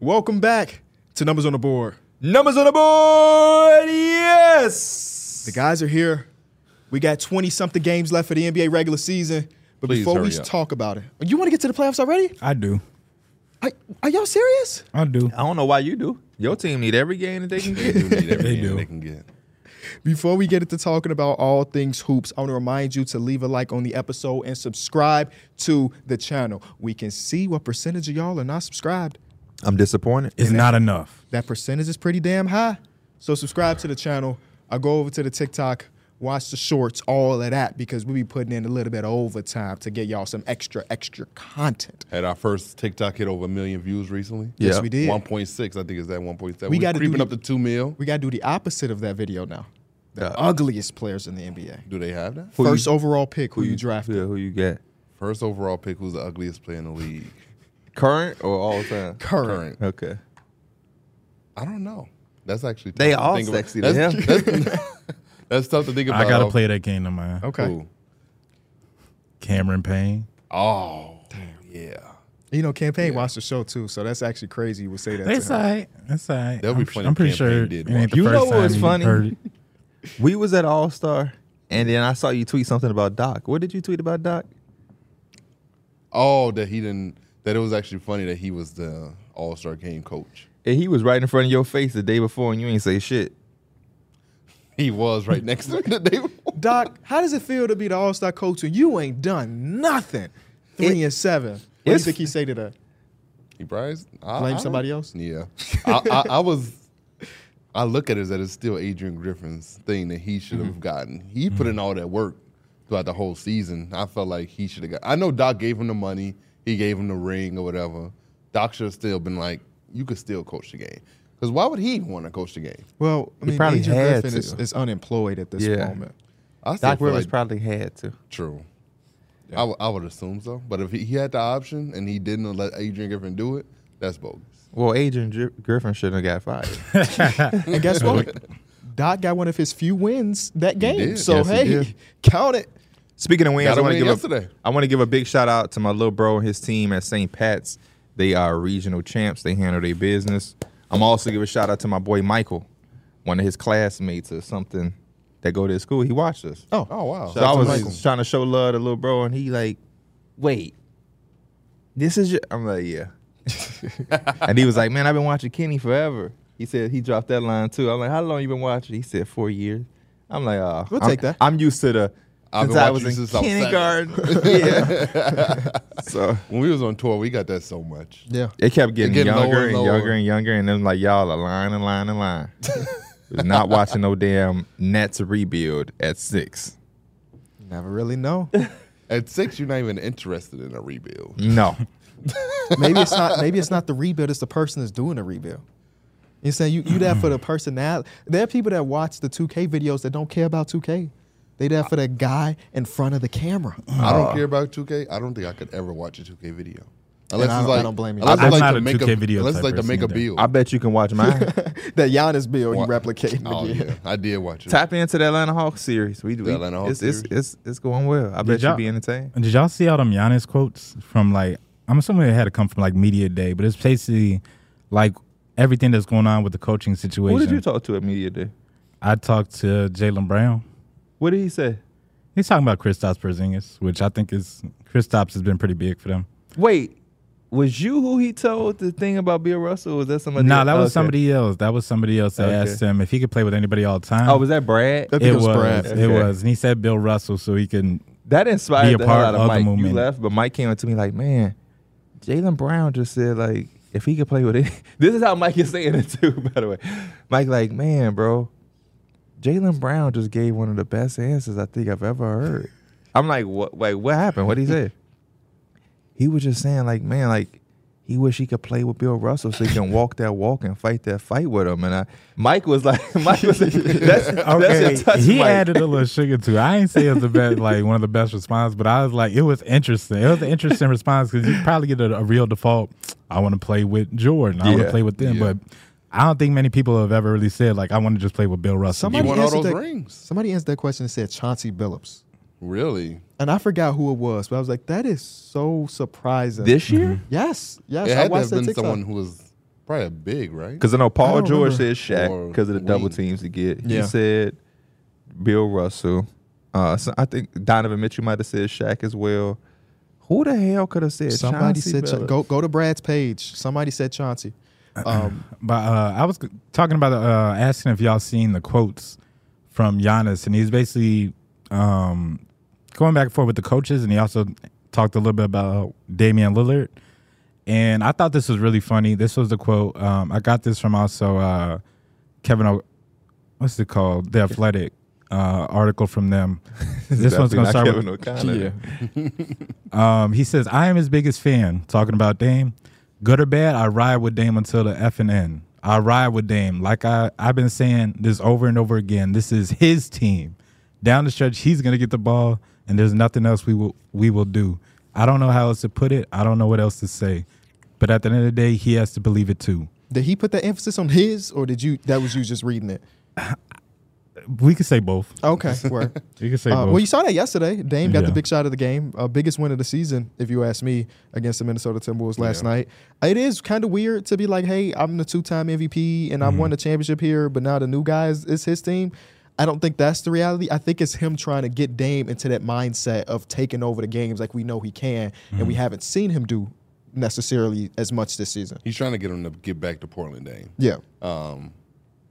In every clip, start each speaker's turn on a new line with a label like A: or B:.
A: Welcome back to Numbers on the Board.
B: Numbers on the board. Yes.
A: The guys are here. We got 20 something games left for the NBA regular season. But
B: Please
A: before we
B: hurry up.
A: talk about it, you want to get to the playoffs already?
C: I do.
A: Are, are y'all serious?
C: I do.
B: I don't know why you do. Your team need every game that they can get.
D: They do need every
C: They
D: game
C: do.
D: they can get.
A: Before we get into talking about all things hoops, I want to remind you to leave a like on the episode and subscribe to the channel. We can see what percentage of y'all are not subscribed.
B: I'm disappointed.
C: It's not enough.
A: That percentage is pretty damn high. So subscribe to the channel. I go over to the TikTok, watch the shorts, all of that, because we be putting in a little bit of overtime to get y'all some extra, extra content.
D: Had our first TikTok hit over a million views recently.
B: Yeah.
A: Yes, we did.
D: 1.6, I think is that 1.7. We,
A: gotta do
D: creeping
A: the-
D: up to 2 mil.
A: We gotta do the opposite of that video now. The
B: Yeah.
A: ugliest players in the NBA.
D: Do they have that?
B: Who you-
A: First overall pick, who, you draft?
B: Yeah, who you got?
D: First overall pick, who's the ugliest player in the league?
B: Current or all time?
A: Current.
B: Okay.
D: I don't know. That's actually
B: They
D: tough to
B: all
D: think about.
B: sexy to
D: That's,
B: him.
D: that's- that's tough to think about.
C: I gotta play that game, man.
A: Okay.
D: Who?
C: Cameron Payne.
D: Oh, yeah.
A: You know, campaign watched the show too, so that's actually crazy. You would say that.
C: That's
A: to him.
C: alright. That's alright.
D: There'll be
C: I'm,
D: plenty
C: I'm pretty
D: Campaign
C: sure.
D: did
C: it ain't
D: watch it.
C: the
B: You
C: first
B: know what
C: time
B: was
C: he
B: funny?
C: heard it.
B: We was at All Star, and then I saw you tweet something about Doc. What did you tweet about Doc?
D: Oh, that he didn't. That it was actually funny that he was the All Star game coach.
B: And he was right in front of your face the day before, and you ain't say shit.
D: He was right next to me the day before.
A: Doc, how does it feel to be the All Star coach and you ain't done nothing? Three and seven. What do you
B: it's-
A: think he say to that?
D: He Bryce I,
A: Blame
D: I-
A: somebody else?
D: Yeah, I, I, I was. I look at it as that it's still Adrian Griffin's thing that he should have gotten. He put in all that work throughout the whole season. I felt like he should have got. I know Doc gave him the money. He gave him the ring or whatever. Doc should have still been like, you could still coach the game. Because why would he want to coach the game?
A: Well, I mean,
B: probably
A: Adrian
B: had
A: Griffin is,
B: to.
A: is unemployed at this
B: Yeah.
A: moment.
D: I still
B: Doc
D: feel
B: Rivers
D: like
B: probably had to.
D: True. I would- I would assume so. But if he, he had the option and he didn't let Adrian Griffin do it, that's bogus.
B: Well, Adrian Gr- Griffin shouldn't have got fired.
A: And guess what? Doc got one of his few wins that game.
D: did.
A: So
B: Yes, he
A: hey,
B: did.
A: count it.
B: Speaking of wins,
D: Got
B: I
D: a
B: want to
D: win
B: give
D: yesterday.
B: a, I want to give a big shout out to my little bro and his team at St. Pat's. They are regional champs. They handle their business. I'm also give a shout out to my boy Michael, one of his classmates or something that go to his school. He watched us.
A: Oh,
D: Oh wow.
B: So I was
D: Amazing.
B: trying to show love to little bro, and he like, wait, this is your. I'm like, yeah. and he was like, man, I've been watching Kenny forever. He said he dropped that line too. I'm like, how long you been watching? He said four years. I'm like, oh,
A: We'll
B: I'm,
A: take that.
B: I'm used to the.
D: I've
B: since
D: been
B: I
D: watching
B: was in
D: since I was
B: kindergarten. yeah. so
D: When we was on tour, we got that so much.
A: Yeah.
B: it kept getting,
D: getting
B: younger
D: lower and
B: and,
D: lower.
B: younger and younger, and then like y'all are lying and lying and lying. was not watching no damn Nets rebuild at six.
A: Never really know.
D: At six, you're not even interested in a rebuild.
B: No.
A: maybe it's not maybe it's not the rebuild, it's the person that's doing the rebuild. You saying you you there for the personality. There are people that watch the 2K videos that don't care about 2K. They there for the guy in front of the camera.
D: I don't care about 2K. I don't think I could ever watch a 2K video.
A: And I don't- I don't blame you.
D: unless
A: I'm
D: it's
C: not
D: to
C: a
D: make
C: 2K video
D: Unless it's
C: type
D: like to
C: person
D: make a
C: either.
D: build.
B: I bet you can watch mine.
A: that Giannis bill you
D: Wa-
A: replicating
D: oh
A: again.
D: yeah, I did watch it.
B: Tap into the Atlanta Hawks series. We do. we-
D: Atlanta Hawks
B: it's, it's,
D: series.
B: it's it's going well. I bet
C: y'all-
B: you'll be entertained.
C: Did y'all see all them Giannis quotes from like? I'm assuming it had to come from like media day, but it's basically like everything that's going on with the coaching situation.
B: Who did you talk to at media day?
C: I talked to Jalen Brown.
B: What did he say?
C: He's talking about Kristaps Porzingis, which I think is Kristaps has been pretty big for them.
B: Wait, was you who he told the thing about Bill Russell? Or was that somebody?
C: No,
B: else?
C: that was
B: Okay.
C: somebody else. That was somebody else that
B: Okay.
C: asked him if he could play with anybody all the time.
B: Oh, was that Brad?
A: That- I think
C: it
A: it
C: was.
A: was Brad.
C: It
B: Okay.
C: was, and he said Bill Russell, so he can.
B: That
C: Be
B: inspired
C: a
B: the hell
C: part
B: out
C: of
B: of
C: the
B: Mike. You
C: movement.
B: left, but Mike came up to me like, "Man, Jalen Brown just said like if he could play with it." this is how Mike is saying it too. By the way, Mike like, "Man, bro, Jalen Brown just gave one of the best answers I think I've ever heard." I'm like, "What? Like, what happened? What did he say?" he was just saying like, "Man, like." He wish he could play with Bill Russell so he can walk that walk and fight that fight with him. And I, Mike was like, Mike was like, that's, that's a touch,
C: he
B: Mike.
C: added a little sugar too. I ain't say it was the best, like one of the best response, but I was like, it was interesting. It was an interesting response because you probably get a, a real default. I want to play with Jordan. I want
B: Yeah.
C: to play with them,
D: Yeah.
C: but I don't think many people have ever really said like, I want to just play with Bill Russell.
D: You
A: Somebody
D: won all
A: answered
D: those
A: that-
D: rings.
A: Somebody answered that question and said Chauncey Billups.
D: Really?
A: And I forgot who it was, but I was like, that is so surprising.
B: this year.
A: yes, yes.
C: Mm-hmm.
D: It
A: I
D: had to
A: watched
D: have
A: that
D: been
A: TikTok.
D: someone who was Probably a big, right?
B: Because I know
A: I
B: Paul
A: don't
B: George
A: remember.
B: said Shaq
D: Or
B: because of the double
D: wing.
B: teams he get. He
A: Yeah.
B: said Bill Russell. Uh, so I think Donovan Mitchell might have said Shaq as well. Who the hell could have said
A: Somebody
B: Chauncey
A: said Cha-
B: Billups?
A: go go to Brad's page. Somebody said Chauncey. Um,
C: But uh, I was talking about uh, asking if y'all seen the quotes from Giannis, and he's basically um, going back and forth with the coaches, and he also talked a little bit about Damian Lillard. And I thought this was really funny. This was the quote. Um, I got this from also uh, Kevin. O- What's it called? The Athletic uh, article from them. this one's
B: Definitely
C: gonna
B: not
C: start with
B: Kevin O'Connor.
C: um, he says, I am his biggest fan. Talking about Dame. Good or bad, I ride with Dame until the F and N. I ride with Dame. Like I, I've been saying this over and over again. This is his team. Down the stretch, he's gonna get the ball, and there's nothing else we will we will do. I don't know how else to put it. I don't know what else to say. But at the end of the day, he has to believe it too.
A: did he put the emphasis on his, or did you? That was you just reading it.
C: We could say both.
A: Okay, word.
C: We could say
A: Uh,
C: both.
A: well, you saw that yesterday. Dame got
C: Yeah.
A: the big shot of the game, uh, biggest win of the season, if you ask me, against the Minnesota Timberwolves last night. It is kind of weird to be like, "Hey, I'm the two-time MVP and I won the championship here," but now the new guy is, is his team. I don't think that's the reality. I think it's him trying to get Dame into that mindset of taking over the games, like we know he can, and we haven't seen him do necessarily as much this season.
D: He's trying to get him to get back to Portland, Dame.
A: Yeah,
D: Um,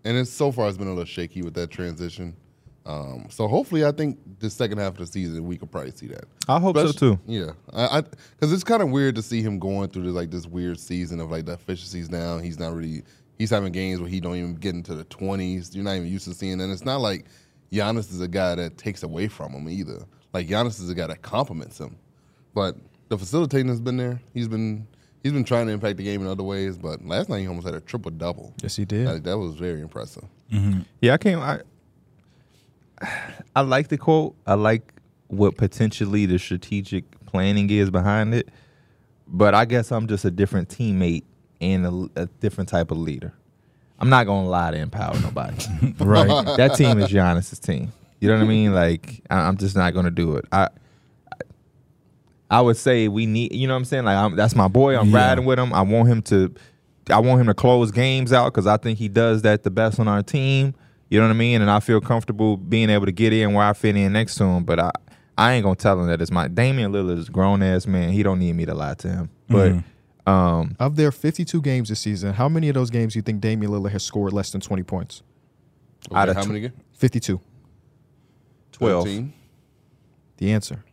D: and it's so far it's been a little shaky with that transition. Um, so hopefully, I think the second half of the season we could probably see that.
B: I hope so
D: Especially-
B: too.
D: Yeah, I because it's kind of weird to see him going through this like this weird season of like the efficiency's down. He's not really he's having games where he don't even get into the twenties. You're not even used to seeing, that. and it's not like Giannis is a guy that takes away from him either. Like Giannis is a guy that compliments him, but the facilitating has been there. He's been he's been trying to impact the game in other ways, but last night he almost had a triple double.
A: yes, he did.
D: Like that was very impressive.
B: Yeah, I came. I I like the quote. I like what potentially the strategic planning is behind it. But I guess I'm just a different teammate and a, a different type of leader. I'm not gonna lie to empower nobody.
C: right.
B: that team is Giannis's team. You know what I mean? Like I, I'm just not gonna do it. I. I would say we need, you know what I'm saying? Like, I'm, that's my boy. I'm
C: Yeah.
B: riding with him. I want him to, I want him to close games out because I think he does that the best on our team. You know what I mean? And I feel comfortable being able to get in where I fit in next to him. But I, I ain't gonna tell him that it's my Damian Lillard is a grown ass man. He don't need me to lie to him. But
A: Mm-hmm.
B: um,
A: Of their 52 games this season, how many of those games do you think Damian Lillard has scored less than 20 points?
D: Okay,
B: Out of
D: how
B: tw-
D: many again?
A: 52.
B: twelve.
D: 13?
A: The answer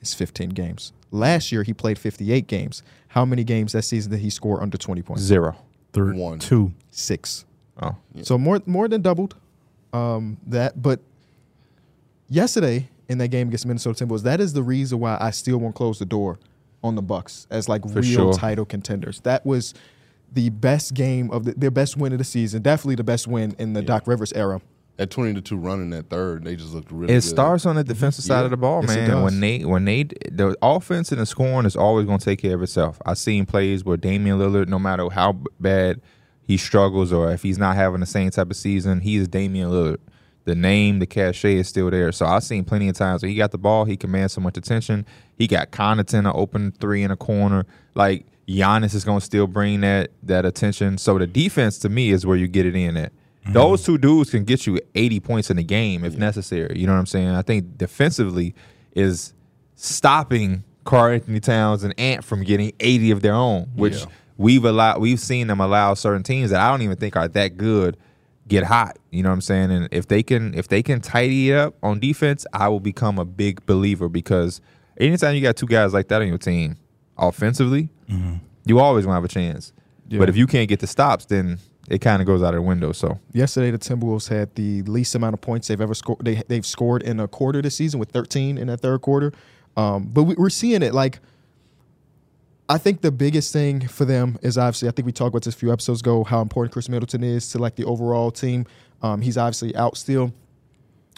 A: is 15 games. Last year, he played 58 games. How many games that season did he score under 20 points?
B: Zero.
C: Three,
D: One.
C: Two.
A: Six.
B: Oh.
A: So more more than doubled um, that. But yesterday in that game against Minnesota Timberwolves, that is the reason why I still won't close the door on the Bucks as like real
B: sure.
A: title contenders. That was the best game of the, their best win of the season. Definitely the best win in the Doc Rivers era.
D: That twenty to two run in that third, they just looked really.
B: It
D: good.
B: starts on the defensive side
D: Yeah.
B: of the ball,
A: Yes, it
B: man. And When
A: does.
B: they when they the offense and the scoring is always going to take care of itself. I've seen plays where Damian Lillard, no matter how b- bad he struggles or if he's not having the same type of season, he is Damian Lillard. The name, the cachet is still there. So I've seen plenty of times where he got the ball, he commands so much attention. He got Connaughton an open three in a corner. Like Giannis is going to still bring that that attention. So the defense to me is where you get it in at. Those two dudes can get you 80 points in the game if necessary. You know what I'm saying? I think defensively is stopping Carl Anthony Towns and Ant from getting 80 of their own, which
D: Yeah.
B: we've allowed we've seen them allow certain teams that I don't even think are that good get hot. You know what I'm saying? And if they can if they can tidy it up on defense, I will become a big believer because anytime you got two guys like that on your team offensively,
D: Mm-hmm.
B: you always gonna have a chance. But if you can't get the stops, then it kind of goes out of the window. So
A: Yesterday, the Timberwolves had the least amount of points they've ever scored. They, they've scored in a quarter this season with 13 in that third quarter. Um, but we, we're seeing it. Like, I think the biggest thing for them is obviously, I think we talked about this a few episodes ago, how important Chris Middleton is to like the overall team. Um, he's obviously out still.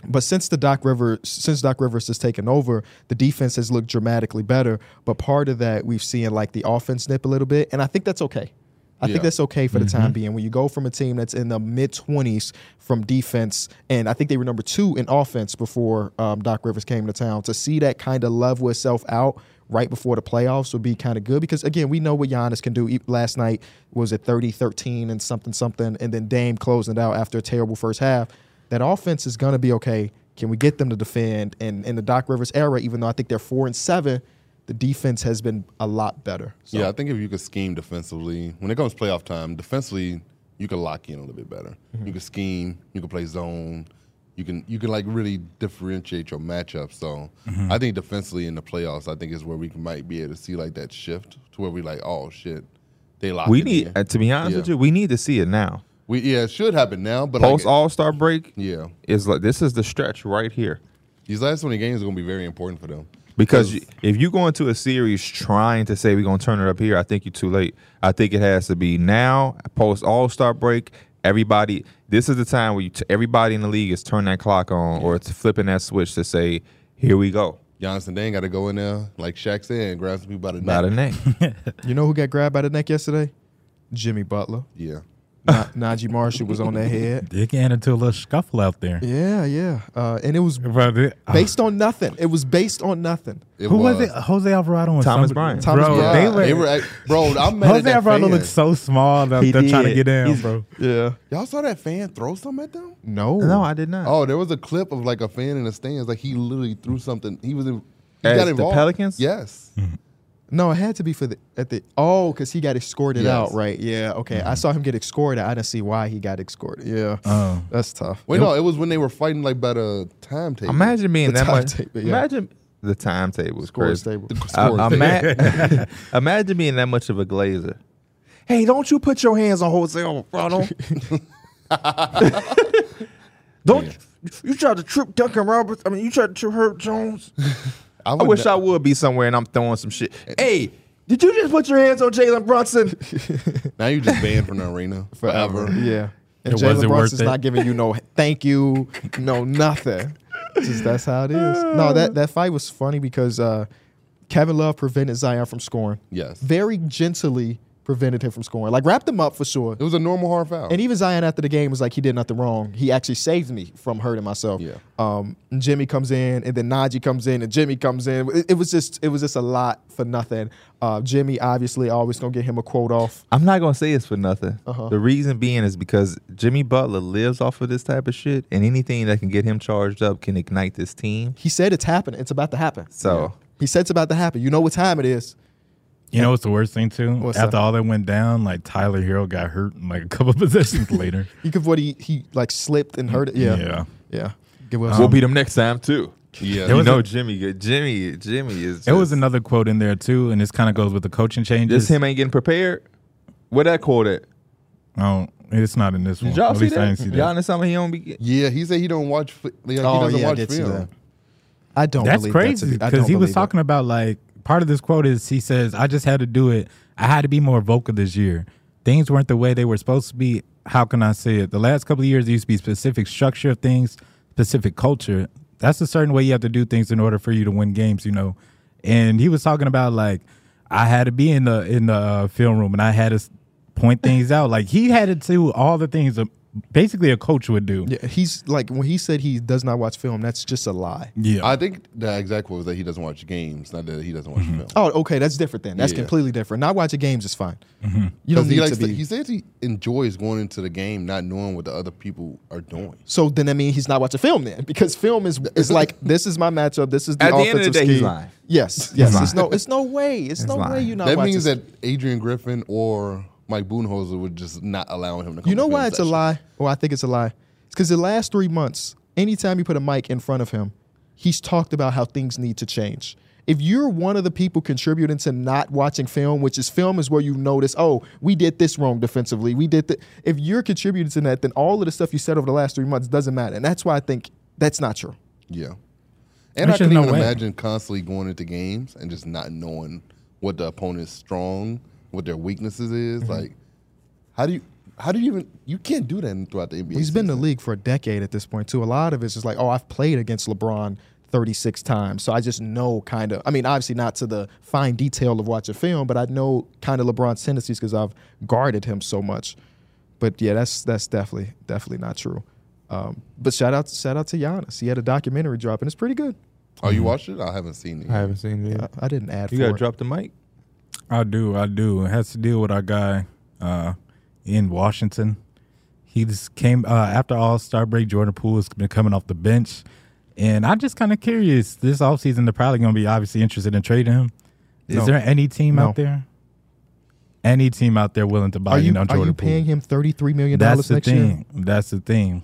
A: But since the Doc Rivers since Doc Rivers has taken over, the defense has looked dramatically better. But part of that we've seen like the offense nip a little bit, and I think that's okay. I
D: Yeah.
A: think that's okay for the time being. When you go from a team that's in the mid twenties from defense, and I think they were number two in offense before um, Doc Rivers came to town, to see that kind of level itself out right before the playoffs would be kind of good because again we know what Giannis can do. E- Last night was at 30, 13 and something something, and then Dame closing it out after a terrible first half. That offense is gonna be okay. Can we get them to defend? And in the Doc Rivers era, even though I think they're four and seven, the defense has been a lot better. So
D: Yeah, I think if you could scheme defensively, when it comes to playoff time, defensively you can lock in a little bit better. You can scheme, you can play zone, you can you can like really differentiate your matchup. So I think defensively in the playoffs, I think is where we can- might be able to see like that shift to where we like, oh shit, they lock.
B: We
D: it
B: need,
D: in.
B: uh, to be honest
D: Yeah.
B: with you, we need to see it now.
D: we yeah, it should happen now, but
B: Post
D: like,
B: All Star break
D: yeah,
B: is like this is the stretch right here
D: these last twenty games are gonna be very important for them.
B: because you, if you go into a series trying to say we're gonna turn it up here, I think you're too late. I think it has to be now. Post All Star break, everybody. This is the time where you t- everybody in the league is turning that clock on or it's flipping that switch to say, here we go.
D: Johnson Dane got to go in there like Shaq said and grab some people by the
B: Not
D: neck.
B: a name.
A: you know who got grabbed by the neck yesterday? Jimmy Butler.
D: Yeah,
A: Na- Najee Marshall was on their head.
C: They get into a little scuffle out there.
A: Yeah, yeah. Uh, and it was
C: Bro, they- oh,
A: based on nothing. It was based on nothing.
D: it
C: who was, it? Jose Alvarado and
B: Thomas
C: somebody-
B: Bryant.
A: Thomas
C: Bro,
A: Bryant.
C: they
D: Yeah,
C: were.
D: act- bro. I'm mad at
C: Jose
D: that
C: Alvarado
D: fan.
C: looks so small that
B: He
C: they're trying to
B: did.
C: get in,
B: He's-
C: bro.
A: Yeah.
D: Y'all saw that fan throw something at them?
A: No.
B: No, I did not.
D: Oh, there was a clip of like a fan in the stands. Like he literally threw something. He was in. He
B: As
D: got
B: the
D: involved.
B: Pelicans?
D: Yes.
C: Hmm.
A: No, it had to be for the at the oh, because he got escorted
D: Yes.
A: out, right? Yeah, okay.
B: Mm-hmm.
A: I saw him get escorted. I didn't see why he got escorted. Yeah,
B: Uh.
C: Oh.
A: that's tough.
D: Wait, no, it was when they were fighting like by the timetable.
B: Imagine being
A: The
B: that much.
A: timetable, yeah.
B: Imagine the timetable is
A: Score
B: crazy.
A: is stable.
B: I-
D: Score is
B: ima- imagine being that much of a glazer. Hey, don't you put your hands on Jose Alvarado? don't you tried to trip Duncan Roberts? I mean, you tried to trip Herb Jones.
D: I,
B: I
D: would
B: wish
D: ne-
B: I would be somewhere and I'm throwing some shit. Hey, did you just put your hands on Jalen Brunson?
D: Now you just banned from the arena forever.
A: Yeah, and
C: It
A: Jalen
C: wasn't worth
A: Brunson's
C: it.
A: not giving you no thank you, no nothing. Just that's how it is. No, that that fight was funny because uh, Kevin Love prevented Zion from scoring.
D: Yes.
A: very gently prevented him from scoring. Like wrapped him up for sure.
D: It was a normal hard foul.
A: And even Zion after the game was like, he did nothing wrong. He actually saved me from hurting myself.
D: Yeah.
A: Um, and Jimmy comes in, and then Najee comes in, and Jimmy comes in. It, it was just, it was just a lot for nothing. Uh, Jimmy obviously always gonna get him a quote off.
B: I'm not gonna say it's for nothing. The reason being is because Jimmy Butler lives off of this type of shit, and anything that can get him charged up can ignite this team.
A: He said it's happening. It's about to happen.
B: So
A: He said it's about to happen. You know what time it is.
C: You know what's the worst thing too?
A: What's
C: After
A: that?
C: all that went down, like Tyler Hero got hurt in like a couple possessions later.
A: He could what he he like slipped and hurt it. Yeah.
C: Yeah. Um,
A: Yeah. Give us
B: we'll beat him next time too.
D: yeah.
C: It
B: You
C: was
B: know,
C: a-
B: Jimmy. good- Jimmy. Jimmy is. Just,
C: There was another quote in there too, and this kind of goes with the coaching changes.
B: Just him ain't getting prepared. Where that quote at?
C: Oh, it's not in this one.
B: Did y'all
C: At
B: see
C: least I
B: that?
C: didn't see that.
B: Y'all know something he don't be. get-
D: Yeah, he said he don't watch. fi- Like, he
A: oh
D: doesn't
A: yeah, I
D: watch
A: did see
D: film.
A: that. I don't.
C: That's
A: believe
C: crazy
A: because
C: because he was talking about like part of this quote is he says, "I just had to do it. I had to be more vocal this year. Things weren't the way they were supposed to be. How can I say it? The last couple of years there used to be specific structure of things, specific culture. That's a certain way you have to do things in order for you to win games, you know." And he was talking about like I had to be in the in the uh, film room and I had to s- point things out. Like he had to do all the things a, basically a coach would do.
A: Yeah, he's like when he said he does not watch film. That's just a lie.
C: Yeah.
D: I think the exact quote was that he doesn't watch games, not that he doesn't watch
C: Mm-hmm.
D: film.
A: Oh, okay, that's different then. That's
D: Yeah.
A: completely different. Not watching games is fine.
C: Mm-hmm.
A: You don't
D: Because he
A: need to
D: likes.
A: be.
D: to- he says he enjoys going into the game not knowing what the other people are doing.
A: so then that means he's not watching film then, because film is is like this is my matchup. This is the
B: At the end
A: offensive
B: of the day,
A: scheme.
B: he's lying.
A: Yes, yes.
B: lying.
A: It's no, it's no way. It's no
B: lying.
A: way you're not.
D: that
A: watching
D: means that Adrian Griffin or Mike Boonhoser would just not allow him to come.
A: You
D: to
A: know
D: film
A: why it's a
D: sessions.
A: lie? Well, I think it's a lie. It's because the last three months, anytime you put a mic in front of him, he's talked about how things need to change. If you're one of the people contributing to not watching film, which is film is where you notice, oh, we did this wrong defensively. We did that. If you're contributing to that, then all of the stuff you said over the last three months doesn't matter. And that's why I think that's not true.
D: Yeah. And I
C: There's just
D: can
C: no
D: even
C: way.
D: imagine constantly going into games and just not knowing what the opponent's strong, what their weaknesses is.
A: Mm-hmm.
D: Like, how do you, how do you even, you can't do that throughout the NBA.
A: He's been in the
D: season.
A: league for a decade at this point, too. A lot of it's just like, oh, I've played against LeBron 36 times. So I just know kind of, I mean, obviously not to the fine detail of watching film, but I know kind of LeBron's tendencies because I've guarded him so much. But yeah, that's that's definitely definitely not true. Um, but shout out shout out to Giannis. He had a documentary drop and it's pretty good.
D: Oh, you watched it? I haven't seen it.
B: I haven't seen it.
A: I,
B: Yet.
A: I didn't add
B: You
A: for
B: gotta
A: it.
B: drop the mic.
C: I do, I do. It has to deal with our guy uh, in Washington. He just came uh, after All Star break. Jordan Poole has been coming off the bench, and I'm just kind of curious. This offseason, they're probably going to be obviously interested in trading him. Is
A: No.
C: there any team
A: No.
C: out there? Any team out there willing to buy
A: Are you,
C: in on
A: are
C: Jordan
A: you paying
C: Poole?
A: him $33 million
C: That's the
A: next year?
C: thing. That's the thing.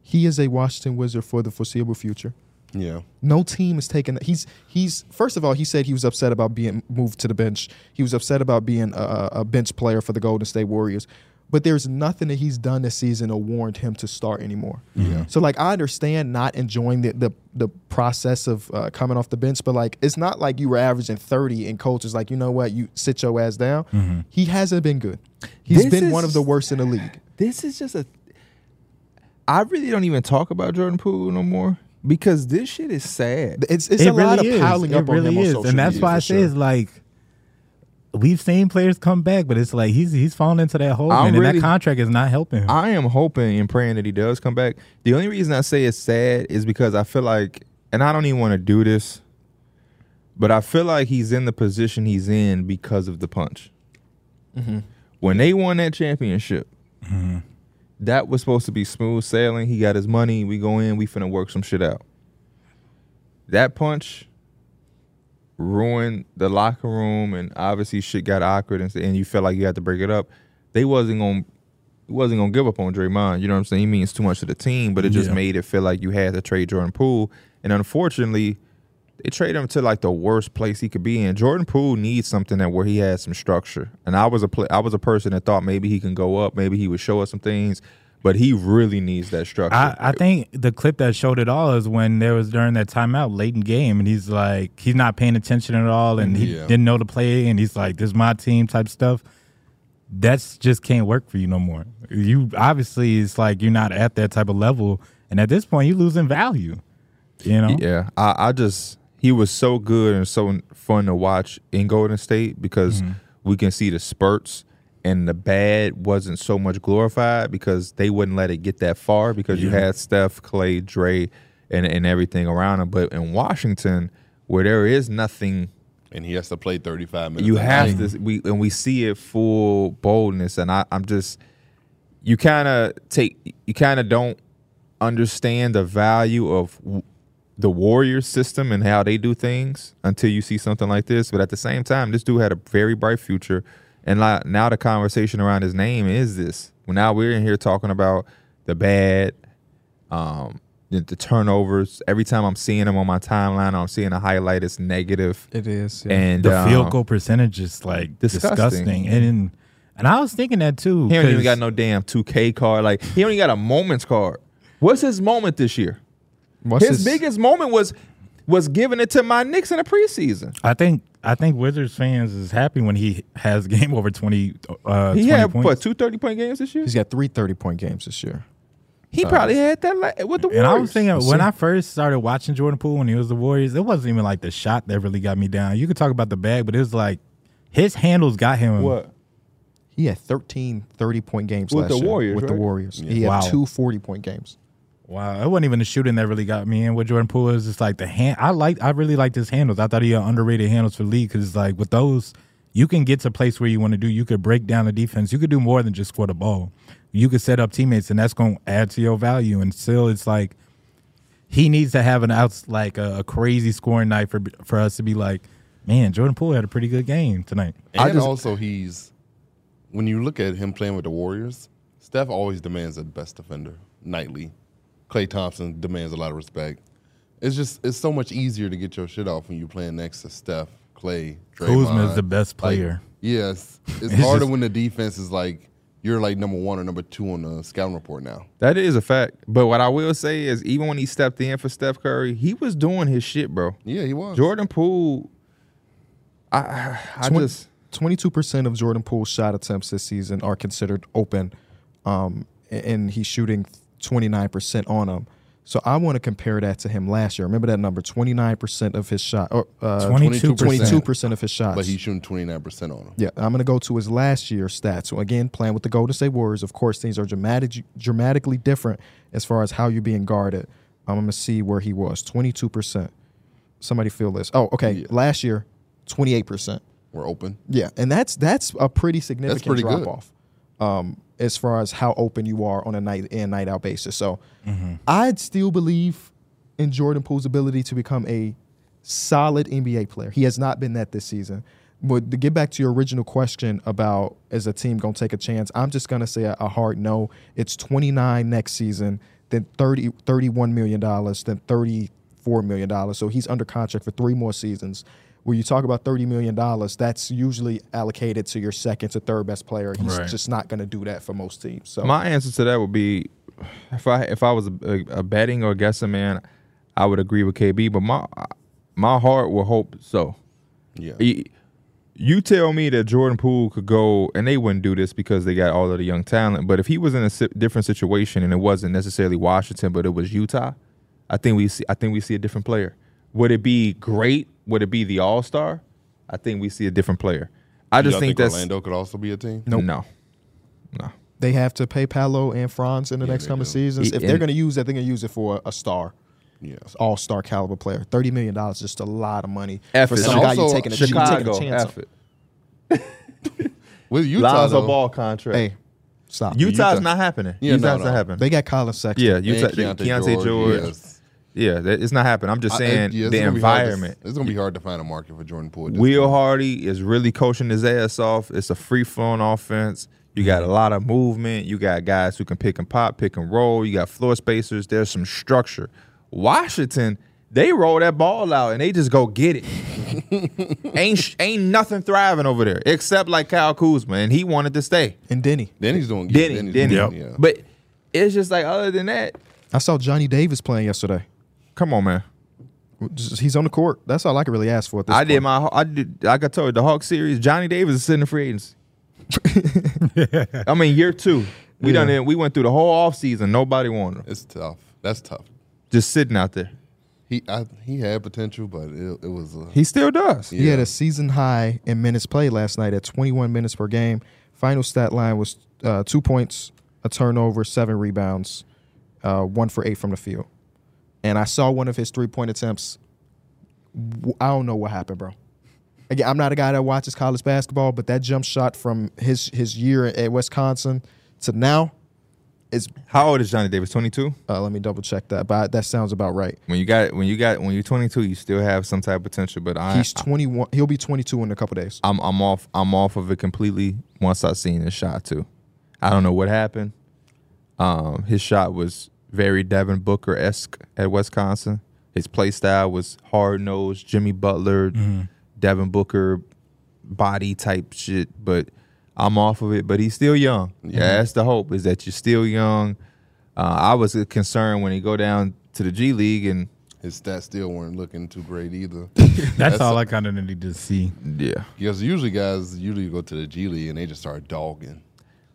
A: He is a Washington Wizard for the foreseeable future.
D: Yeah.
A: No team is taking that. He's he's first of all, he said he was upset about being moved to the bench. He was upset about being a, a bench player for the Golden State Warriors. But there's nothing that he's done this season or warned him to start anymore.
D: Yeah.
A: So like I understand not enjoying the the, the process of uh, coming off the bench, but like it's not like you were averaging 30 and coach is like, you know what, you sit your ass down. He hasn't been good. He's
B: This
A: been one
B: is-
A: of the worst in the league.
B: This is just a. I really don't even talk about Jordan Poole no more because this shit is sad.
A: It's it's a lot of piling up on him on social
C: and that's
A: media,
C: why I
A: for
C: say
A: sure.
C: it's like we've seen players come back, but it's like he's he's falling into that hole,
B: I'm
C: man, and
B: really-
C: that contract is not helping him.
B: I am hoping and praying that he does come back. The only reason I say it's sad is because I feel like, and I don't even want to do this, but I feel like he's in the position he's in because of the punch. When they won that championship, that was supposed to be smooth sailing. He got his money. We go in. We finna work some shit out. That punch ruined the locker room, and obviously shit got awkward, and, and you felt like you had to break it up. They wasn't gonna he wasn't gonna give up on Draymond. You know what I'm saying? He means too much to the team, but it just
C: Yeah.
B: made it feel like you had to trade Jordan Poole. And unfortunately, they trade him to like the worst place he could be in. Jordan Poole needs something that where he has some structure. And I was a play, I was a person that thought maybe he can go up, maybe he would show us some things, but he really needs that structure.
C: I, I think the clip that showed it all is when there was during that timeout late in game, and he's like, he's not paying attention at all, and he
D: Yeah.
C: didn't know the play, and he's like, "This is my team" type stuff. That's just can't work for you no more. You obviously it's like you're not at that type of level, and at this point, you're losing value. You know,
B: Yeah, I, I just he was so good and so fun to watch in Golden State because we can see the spurts and the bad wasn't so much glorified because they wouldn't let it get that far because you had Steph, Clay, Dre, and and everything around him. But in Washington, where there is nothing
D: And he has to play 35 minutes.
B: you
D: a
B: have
D: night.
B: to we and we see it full boldness and I, i'm just you kind of take you kind of don't understand the value of w- the warrior system and how they do things until you see something like this but at the same time this dude had a very bright future and li- now the conversation around his name is this well, now we're in here talking about the bad um the, the turnovers every time i'm seeing him on my timeline i'm seeing a highlight it's negative
A: it is.
B: and
C: the
B: um,
C: field goal percentage is like
B: Disgusting.
C: disgusting, and and I was thinking that too.
B: He don't even
C: 'cause-
B: got no damn 2K card. Like he only got a moments card. What's his moment this year?
A: What's
B: His biggest moment was was giving it to my Knicks in the preseason.
C: I think I think Wizards fans is happy when he has game over twenty. Uh,
B: He
C: 20
B: had
C: points.
B: what two thirty point games this year.
A: He's got three 30 point games this year.
B: He probably had that la- with the Warriors.
C: And I was thinking
A: Let's
C: when
A: see.
C: I first started watching Jordan Poole when he was the Warriors, it wasn't even like the shot that really got me down. You could talk about the bag, but it was like his handles got him.
B: what
A: He had 13 30 point games
B: With
A: last
B: the
A: year
B: Warriors,
A: with
B: right?
A: the Warriors. He had
C: Wow.
A: two 40 point games.
C: Wow, it wasn't even the shooting that really got me in with Jordan Poole. It's just like the hand. I like I really liked his handles. I thought he had underrated handles for the league because like with those, you can get to a place where you want to do. You could break down the defense. You could do more than just score the ball. You could set up teammates, and that's going to add to your value. And still, it's like he needs to have an out like a, a crazy scoring night for for us to be like, man, Jordan Poole had a pretty good game tonight.
D: And
B: I just-
D: also, he's when you look at him playing with the Warriors, Steph always demands the best defender nightly. Clay Thompson demands a lot of respect. It's just it's so much easier to get your shit off when you're playing next to Steph, Clay, Draymond.
C: Kuzma is the best
D: Like,
C: player.
D: yes, it's,
C: It's
D: harder
C: just-
D: when the defense is like you're like number one or number two on the scouting report now.
B: that is a fact. But what I will say is, even when he stepped in for Steph Curry, he was doing his shit, bro.
D: Yeah, he was.
B: Jordan Poole, I I
A: Twen-
B: just
A: 22% of Jordan Poole's shot attempts this season are considered open, um, a- and he's shooting 29% on them. So I want to compare that to him last year. Remember that number 29% of his shot, or uh,
C: 22%.
A: 22% of his shots.
D: but he's shooting 29% on him.
A: Yeah, I'm going to go to his last year stats. So again, playing with the Golden State Warriors, of course, things are dramatic, dramatically different as far as how you're being guarded. I'm going to see where he was 22%. Somebody feel this. Oh, okay.
D: Yeah.
A: Last year, twenty eight percent.
D: We're open.
A: Yeah, and that's that's a pretty significant
D: pretty
A: drop
D: good.
A: off um, as far as how open you are on a night in night out basis. So I'd still believe in Jordan Poole's ability to become a solid NBA player. He has not been that this season. But to get back to your original question about is a team going to take a chance, I'm just going to say a, a hard no. It's 29 next season, then 30, 31 million dollars, then 34 million dollars. So he's under contract for three more seasons. When you talk about 30 million dollars, that's usually allocated to your second to third best player. He's
C: Right.
A: just not going to do that for most teams. So
B: My answer to that would be, if I if I was a, a betting or guessing man, I would agree with KB. But my my heart will hope so.
D: Yeah.
B: Y- You tell me that Jordan Poole could go, and they wouldn't do this because they got all of the young talent. But if he was in a si- different situation and it wasn't necessarily Washington, but it was Utah, I think we see. I think we see a different player. Would it be great? Would it be the All Star? I think we see a different player. I
D: Y'all
B: just think, that's
D: Orlando could also be a team.
A: Nope.
B: no, no.
A: they have to pay Paolo and Franz in the
D: Yeah,
A: next
D: they
A: coming
D: do.
A: seasons.
B: He-
A: If they're
B: E and-
A: going to use that, they're going to use it for a star.
D: Yeah.
A: all star caliber player. Thirty million dollars is just a lot of money
B: F
A: for
B: it.
A: some
D: And
A: guy you
D: also,
A: taking a, you taking
B: Chicago,
A: a chance.
B: F
A: on.
B: it.
D: With Utah,
B: Lonzo
D: though,
B: Ball contract.
A: Hey, stop.
B: Utah's
D: Utah.
B: not happening.
D: Yeah, no,
B: Utah's
D: no.
B: not happening.
A: they got Colin Sexton.
B: yeah,
A: Yeah,
B: Utah.
D: and
B: Keontae, George.
D: yes.
B: Yeah, that, it's not happening. I'm just
D: I-
B: saying
D: yeah, it's
B: the
D: gonna be hard to-
B: environment.
D: it's gonna be hard to find a market for Jordan Poole. at this
B: Will
D: point.
B: Hardy is really coaching his ass off. It's a free flowing offense. You got a lot of movement. You got guys who can pick and pop, pick and roll. You got floor spacers. There's some structure. Washington, they roll that ball out and they just go get it. ain't sh- ain't nothing thriving over there except like Kyle Kuzma, and he wanted to stay.
A: and Denny.
D: Then he's doing.
B: Denny,
D: then he's
B: Denny.
D: doing-
C: Yep.
D: Yeah.
B: But it's just like other than that,
A: I saw Johnny Davis playing yesterday.
B: come on, man.
A: Just- He's on the court. That's all I can really ask for at this
B: I
A: point.
B: did my I did like I told you the Hawk series. Johnny Davis is sitting in free agents. I mean year two. We done it. We went through the whole offseason. Nobody wanted him.
D: it's tough. That's tough.
B: Just sitting out there.
D: He I, he had potential, but it, it was. uh, A,
B: He still does.
A: He had
D: Yeah.
A: a season high in minutes played last night at 21 minutes per game. Final stat line was uh, two points, a turnover, seven rebounds, uh, one for eight from the field. And I saw one of his three point attempts. W- I don't know what happened, bro. Again, I'm not a guy that watches college basketball, but that jump shot from his his year at Wisconsin to now is
B: How old is Johnny Davis? Twenty two.
A: uh, let me double check that, but that sounds about right.
B: When you got when you got when you're twenty two, you still have some type of potential. But I,
A: He's 21. He'll be 22 in a couple days.
B: I'm I'm off I'm off of it completely once I seen his shot too. I don't know what happened. Um, his shot was very Devin Booker esque at Wisconsin. His play style was hard nosed, Jimmy Butler, Devin Booker body type shit. But I'm off of it. But he's still young. Yeah, that's the hope is that you're still young. Uh, I was concerned when he go down to the G League and
D: his stats still weren't looking too great either.
C: That's all I kind of needed to see.
B: yeah.
D: Because usually guys usually go to the G League and they just start dogging.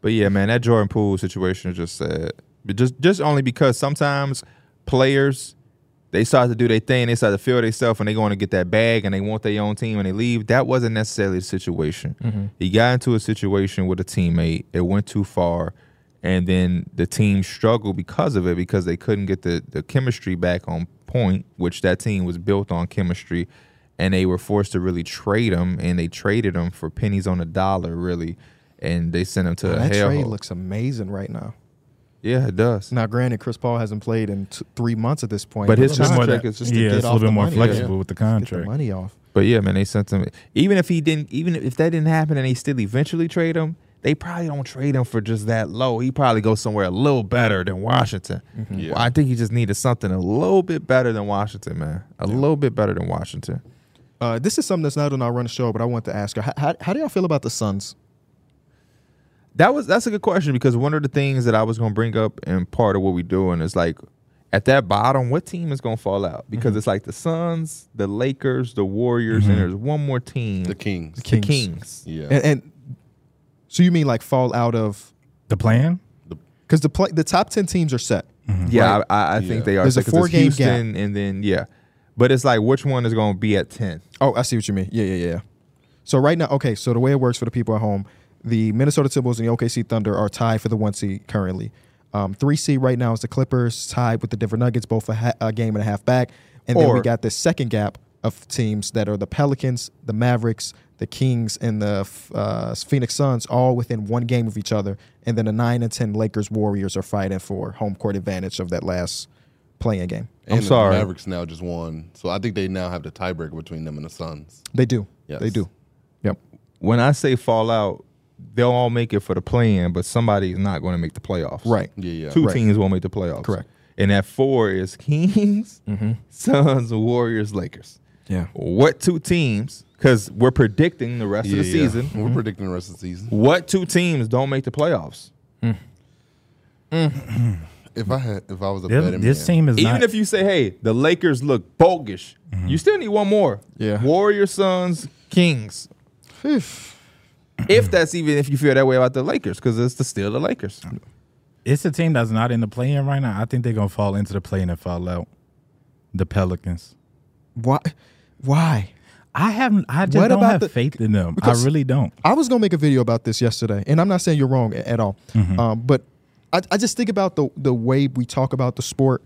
B: But yeah, man, that Jordan Poole situation is just sad. But just just only because sometimes players they start to do their thing, they start to feel themselves, and they going to get that bag, and they want their own team, and they leave. That wasn't necessarily the situation. He got into a situation with a teammate. It went too far, and then the team struggled because of it because they couldn't get the the chemistry back on point, which that team was built on chemistry, and they were forced to really trade him, and they traded him for pennies on the dollar, really, and they sent him to a
A: that
B: hell.
A: trade
B: hole.
A: looks amazing right now.
B: yeah, it does.
A: Now, granted, Chris Paul hasn't played in t- three months at this point,
B: But his
A: it's
C: It's just more
B: contract
C: that-
B: is just to
C: yeah,
A: get
C: it's a
A: off
C: little
A: the
C: bit more
A: money.
C: flexible with the
A: get the
C: contract.
A: money off.
B: But yeah, man, they sent him. Even if he didn't, even if that didn't happen, and they still eventually trade him, they probably don't trade him for just that low. He probably goes somewhere a little better than Washington.
D: Yeah.
B: Well, I think he just needed something a little bit better than Washington, man. A little bit better than Washington.
A: Uh, this is something that's not on our run show, but I want to ask you: how, how, how do y'all feel about the Suns?
B: That was that's a good question because one of the things that I was gonna bring up and part of what we're doing is like at that bottom, what team is gonna fall out? Because it's like the Suns, the Lakers, the Warriors, and there's one more team,
D: The Kings.
B: the
A: Kings.
B: Kings.
D: Yeah.
A: And, and so you mean like fall out of
C: The plan?
A: because the play, the top ten teams are set.
B: Yeah, I, I, I
D: Yeah.
B: think they are.
A: There's a
B: Because it's
A: four-game
B: Houston, and then yeah, but it's like which one is going to be at ten?
A: Oh, I see what you mean. Yeah, yeah, yeah. So right now, okay. So the way it works for the people at home, the Minnesota Timberwolves and the OKC Thunder are tied for the one seed currently. Um, three seed right now is the Clippers, tied with the Denver Nuggets, both a, ha- a game and a half back. And then we
B: Or-
A: got this second gap of teams that are the Pelicans, the Mavericks, the Kings, and the uh, Phoenix Suns, all within one game of each other. And then the nine and ten Lakers Warriors are fighting for home court advantage of that last playing game.
B: I'm
D: And the
B: sorry.
D: Mavericks now just won, so I think they now have the tiebreaker between them and the Suns.
A: They do.
D: Yes.
A: They do. Yep.
B: When I say fallout, they'll all make it for the play-in, but somebody's not going to make the playoffs.
A: Right.
D: Yeah, yeah.
B: Two
A: Right.
B: teams won't make the playoffs.
A: Correct.
B: And that four is Kings, Suns, Warriors, Lakers.
A: Yeah.
B: What two teams? Because we're predicting the rest
D: Yeah,
B: of the
D: yeah.
B: season. Mm-hmm.
D: We're predicting the rest of the season.
B: What two teams don't make the playoffs?
D: If I had, if I was a
C: This,
D: betting
C: this
D: man,
C: team is
B: Even
C: not.
B: if you say, "Hey, the Lakers look bogus," you still need one more.
A: Yeah.
B: Warriors, Suns, Kings. if that's even if you feel that way about the Lakers, because it's the, still the Lakers.
C: it's a team that's not in the play-in right now. I think they're gonna fall into the play-in and fall out. The Pelicans.
A: Why? Why?
C: I haven't. I just
A: What
C: don't
A: about
C: have
A: the-
C: faith in them. I
A: because-
C: really don't.
A: I was gonna make a video about this yesterday, and I'm not saying you're wrong a- at all,
C: Mm-hmm.
A: um, but I, I just think about the the way we talk about the sport,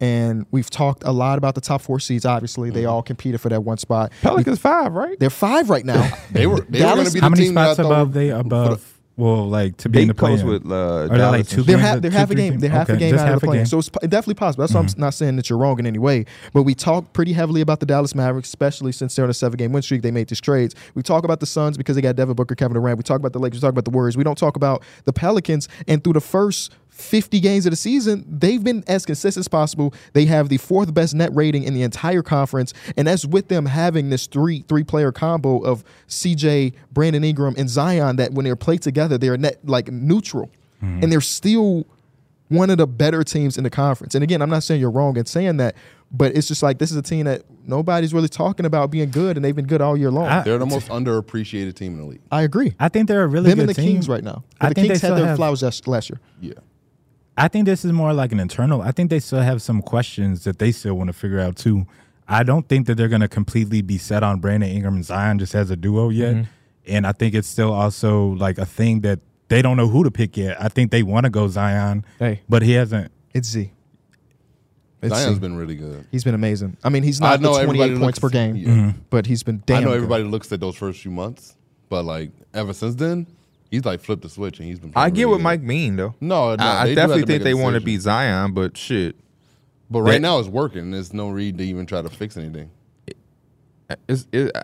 A: and we've talked a lot about the top four seeds. Obviously,
C: Mm-hmm.
A: they all competed for that one spot.
B: Pelicans five, right?
A: They're five right now.
D: they were they were going
A: Dallas-
D: to be the
C: How many
D: team that I
C: spots
D: thought
C: above
D: were-
C: they above? Well, like to be
B: They
C: in the
B: close
C: play-in.
B: with uh,
C: Are they like
B: Dallas and
C: two
B: shit.
A: They're,
C: games
A: ha-
C: or
A: they're
C: two,
A: half a
C: three
A: game.
C: games?
A: They're half a
C: Okay,
A: game
C: just
A: out of
C: half
A: the
C: a
A: play.
C: game.
A: So it's p- definitely possible. That's why I'm not saying that you're wrong in any way. But we talk pretty heavily about the Dallas Mavericks, especially since they're on a seven-game win streak. They made these trades. We talk about the Suns because they got Devin Booker, Kevin Durant. We talk about the Lakers. We talk about the Warriors. We don't talk about the Pelicans. And through the first 50 games of the season, they've been as consistent as possible. They have the fourth best net rating in the entire conference, and that's with them having this three three-player combo of CJ, Brandon Ingram, and Zion. That when they're played together, they're net like neutral, and they're still one of the better teams in the conference. And again, I'm not saying you're wrong in saying that, but it's just like this is a team that nobody's really talking about being good, and they've been good all year long. I,
C: I-
D: They're the most underappreciated team in the league.
A: agree.
C: I think they're a really
A: Them
C: good
A: and the
C: team.
A: Kings right now.
C: I
A: the
C: think they
A: Kings had
C: still
A: their
C: have-
A: flowers last, last year.
D: Yeah,
C: I think this is more like an internal. I think they still have some questions that they still want to figure out too. I don't think that they're going to completely be set on Brandon Ingram and Zion just as a duo yet. And I think it's still also like a thing that they don't know who to pick yet. I think they want to go Zion,
A: Hey.
C: but he hasn't.
A: It's Z. It's
D: Zion's
A: Z.
D: been really good.
A: he's been amazing. I mean, he's
D: I
A: not the
D: know everybody
A: 28 points
D: looks-
A: per game,
D: yeah. Mhm.
A: but he's been damn.
D: I know
A: good.
D: everybody looks at those first few months, but like ever since then, he's like flipped the switch and he's been.
B: I
D: playing
B: get
D: really
B: what
D: good.
B: Mike mean though.
D: No, no,
B: I, I
D: they do
B: definitely
D: have to
B: think
D: make a
B: they want to
D: decision.
B: beat Zion, but shit,
D: But right
B: They-
D: now it's working. There's no reason to even try to fix anything.
B: it's, it, I-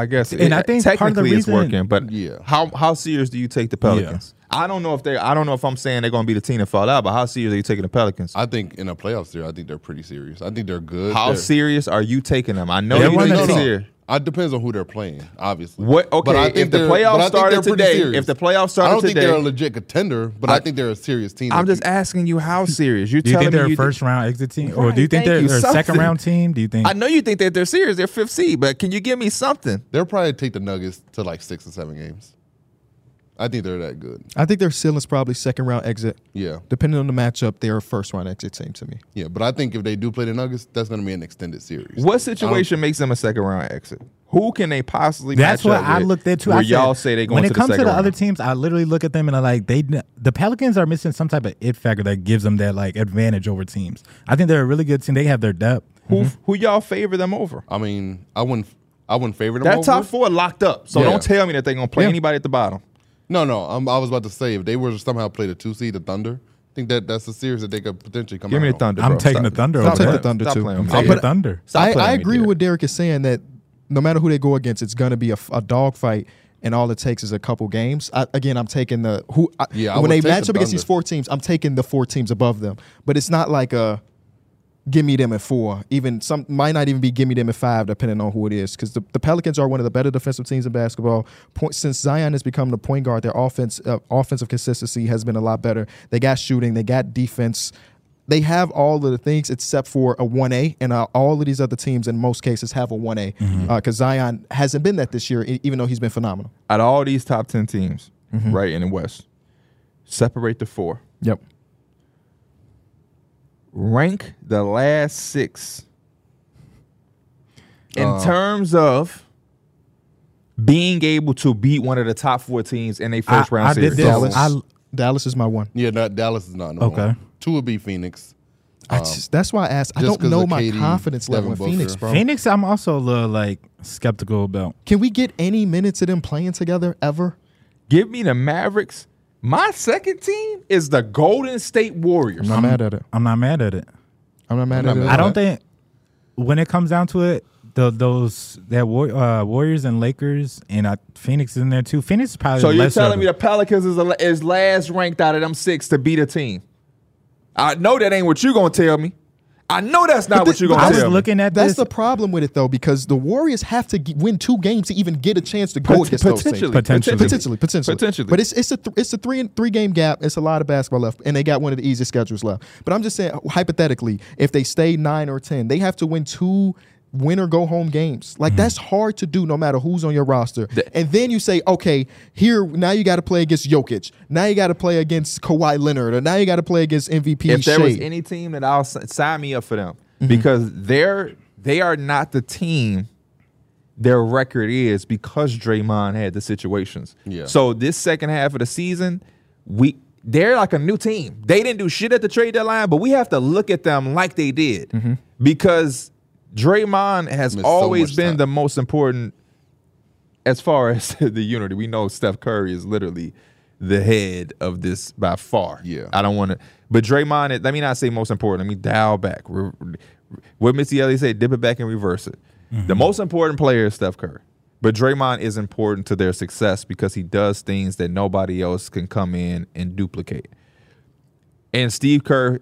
B: I guess.
C: And
B: it-
C: I think
B: technically
C: part of the
B: it's
C: reason-
B: working, but
D: Yeah.
B: how how serious do you take the Pelicans? I don't know if they. I don't know if I'm saying they're going to be the team to fall out, but how serious are you taking the Pelicans?
D: I think in a playoff series, I think they're pretty serious. I think they're good.
B: How
D: They're- Oh,
B: serious are you taking them? I know
C: They
B: you
C: won
B: think
C: the
B: it's
C: team.
B: serious.
D: Uh, It depends on who they're playing, obviously.
B: What?
D: But I
B: Okay,
D: think
B: if the
D: they're- but I
B: playoffs
D: think
B: started
D: they're pretty
B: today,
D: serious.
B: if the playoffs
D: I
B: started
D: don't think they're a
B: today,
D: legit contender, but I, think they're a serious team.
B: I'm
D: that
B: just
D: you-
B: asking you how serious you're
C: Do you
B: telling
C: think
B: me.
C: they're
B: you
C: a first round exit team, or do you
B: Right,
C: think
B: thank
C: they're,
B: you.
C: they're a second
B: Something.
C: round team? Do you think?
B: I know you think that they're serious. They're fifth seed, but can you give me something?
D: they'll probably take the Nuggets to like six or seven games. I think they're that good.
A: I think their ceiling's probably second round exit.
D: Yeah,
A: Depending on the matchup, they're a first round exit team to me.
D: yeah. But I think if they do play the Nuggets, that's going to be an extended series.
C: Um,
B: What situation makes them a second round exit? Who can they possibly?
C: That's
B: match
C: what
B: up
C: I
B: with
C: looked at too.
B: Where
C: I said,
B: y'all say they're going
C: when it
B: to
C: comes
B: the
C: to
B: second
C: the
B: round.
C: other teams, I literally look at them and I like they the Pelicans are missing some type of it factor that gives them that like advantage over teams. I think they're a really good team. They have their depth.
B: Who who y'all favor them over?
D: I mean, I wouldn't. I wouldn't favor them.
B: That
D: over.
B: top four locked up. So
D: Yeah.
B: don't tell me that they're gonna play
A: Yeah.
B: anybody at the bottom.
D: No, no. I'm, I was about to say if they were to somehow play the two seed, the Thunder. I think that that's a series that they could potentially come.
B: Give
D: out
B: me the
D: on.
B: thunder.
C: I'm
B: bro.
C: taking
B: Stop
C: the
B: it.
C: Thunder
B: Stop
C: over
B: playing-
A: that. Take the Thunder,
B: stop
A: too.
B: playing with me.
C: Take
A: but
C: the Thunder.
B: Stop
A: I,
B: playing
A: I
B: with me,
A: agree
B: Derek.
A: with Derek is saying that no matter who they go against, it's going to be a, f- a dogfight, and all it takes is a couple games. I, again, I'm taking the who. I,
D: Yeah, I
A: when
D: would
A: they
D: take
A: match
D: the
A: up against these
D: Thunder.
A: four teams, I'm taking the four teams above them. But it's not like a give me them at four. Even some might not even be give me them at five, depending on who it is. Because the, the Pelicans are one of the better defensive teams in basketball. Point, since Zion has become the point guard, their offense uh, offensive consistency has been a lot better. They got shooting, they got defense. They have all of the things except for a 1A, and uh, all of these other teams in most cases have a 1A because
D: Mm-hmm.
A: Zion hasn't been that this year, e- even though he's been phenomenal.
B: Out of all these top ten teams,
C: Mm-hmm.
B: right in the West, separate the four.
A: Yep.
B: Rank the last six in
D: Uh,
B: terms of being able to beat one of the top four teams in a first round
C: I did
B: series.
C: this.
A: Dallas.
C: I-
A: Dallas is my one.
D: Yeah, no, Dallas is not. Number
C: Okay.
D: One. Two would be Phoenix.
A: I just, that's why I asked. I
D: just
A: don't
D: 'cause
A: know
D: of
A: my
D: KD,
A: confidence level in
D: Devin
A: Phoenix,
D: Booker.
A: bro.
C: Phoenix, I'm also a little like skeptical about.
A: Can we get any minutes of them playing together ever?
B: Give me the Mavericks. My second team is the Golden State Warriors.
A: I'm not mad at it.
C: I'm not mad at it.
A: I'm not mad
D: not
A: at it.
D: mad
A: at
C: I
A: all.
C: don't think when it comes down to it, the, those that war, uh, Warriors and Lakers and uh, Phoenix is in there too. Phoenix is probably
B: So
C: the
B: you're
C: lesser
B: telling
C: of
B: me
C: it.
B: the Pelicans is, a, is last ranked out of them six to beat a team? I know that ain't what you're gonna tell me. I know that's not what
A: thi-
B: you're
A: but
B: gonna
C: I was
B: tell me.
C: looking at
A: That's
C: this
A: the problem with it though, because the Warriors have to g- win two games to even get a chance to go
B: Pot-
A: against those teams.
B: potentially,
C: Potentially.
A: Potentially, potentially,
B: Potentially.
A: But it's it's a th- it's a three and three game gap. It's a lot of basketball left, and they got one of the easiest schedules left. But I'm just saying, hypothetically, if they stay nine or ten, they have to win two win or go home games.
B: Mm.
A: Like that's hard to do, no matter who's on your roster. and then you say, okay, here now you got to play against Jokic. Now you got to play against Kawhi Leonard, or now you got to play against MVP.
B: if there was
A: Shea.
B: any team that I'll s- sign me up for them
D: Mm-hmm.
B: because they're they are not the team their record is because Draymond had the situations.
D: Yeah.
B: So this second half of the season, we they're like a new team. They didn't do shit at the trade deadline, but we have to look at them like they did because Draymond has
D: Mm-hmm. Missed so
B: always
D: much
B: been
D: time.
B: the most important as far as the unity, we know Steph Curry is literally the head of this by far.
D: Yeah.
B: I don't want to, but Draymond. is- Let me not say most important. Let me dial back. Re- re- What Missy Elliott said, dip it back and reverse it. The most important player is Steph Curry, but Draymond is important to their success because he does things that nobody else can come in and duplicate. And Steve Kerr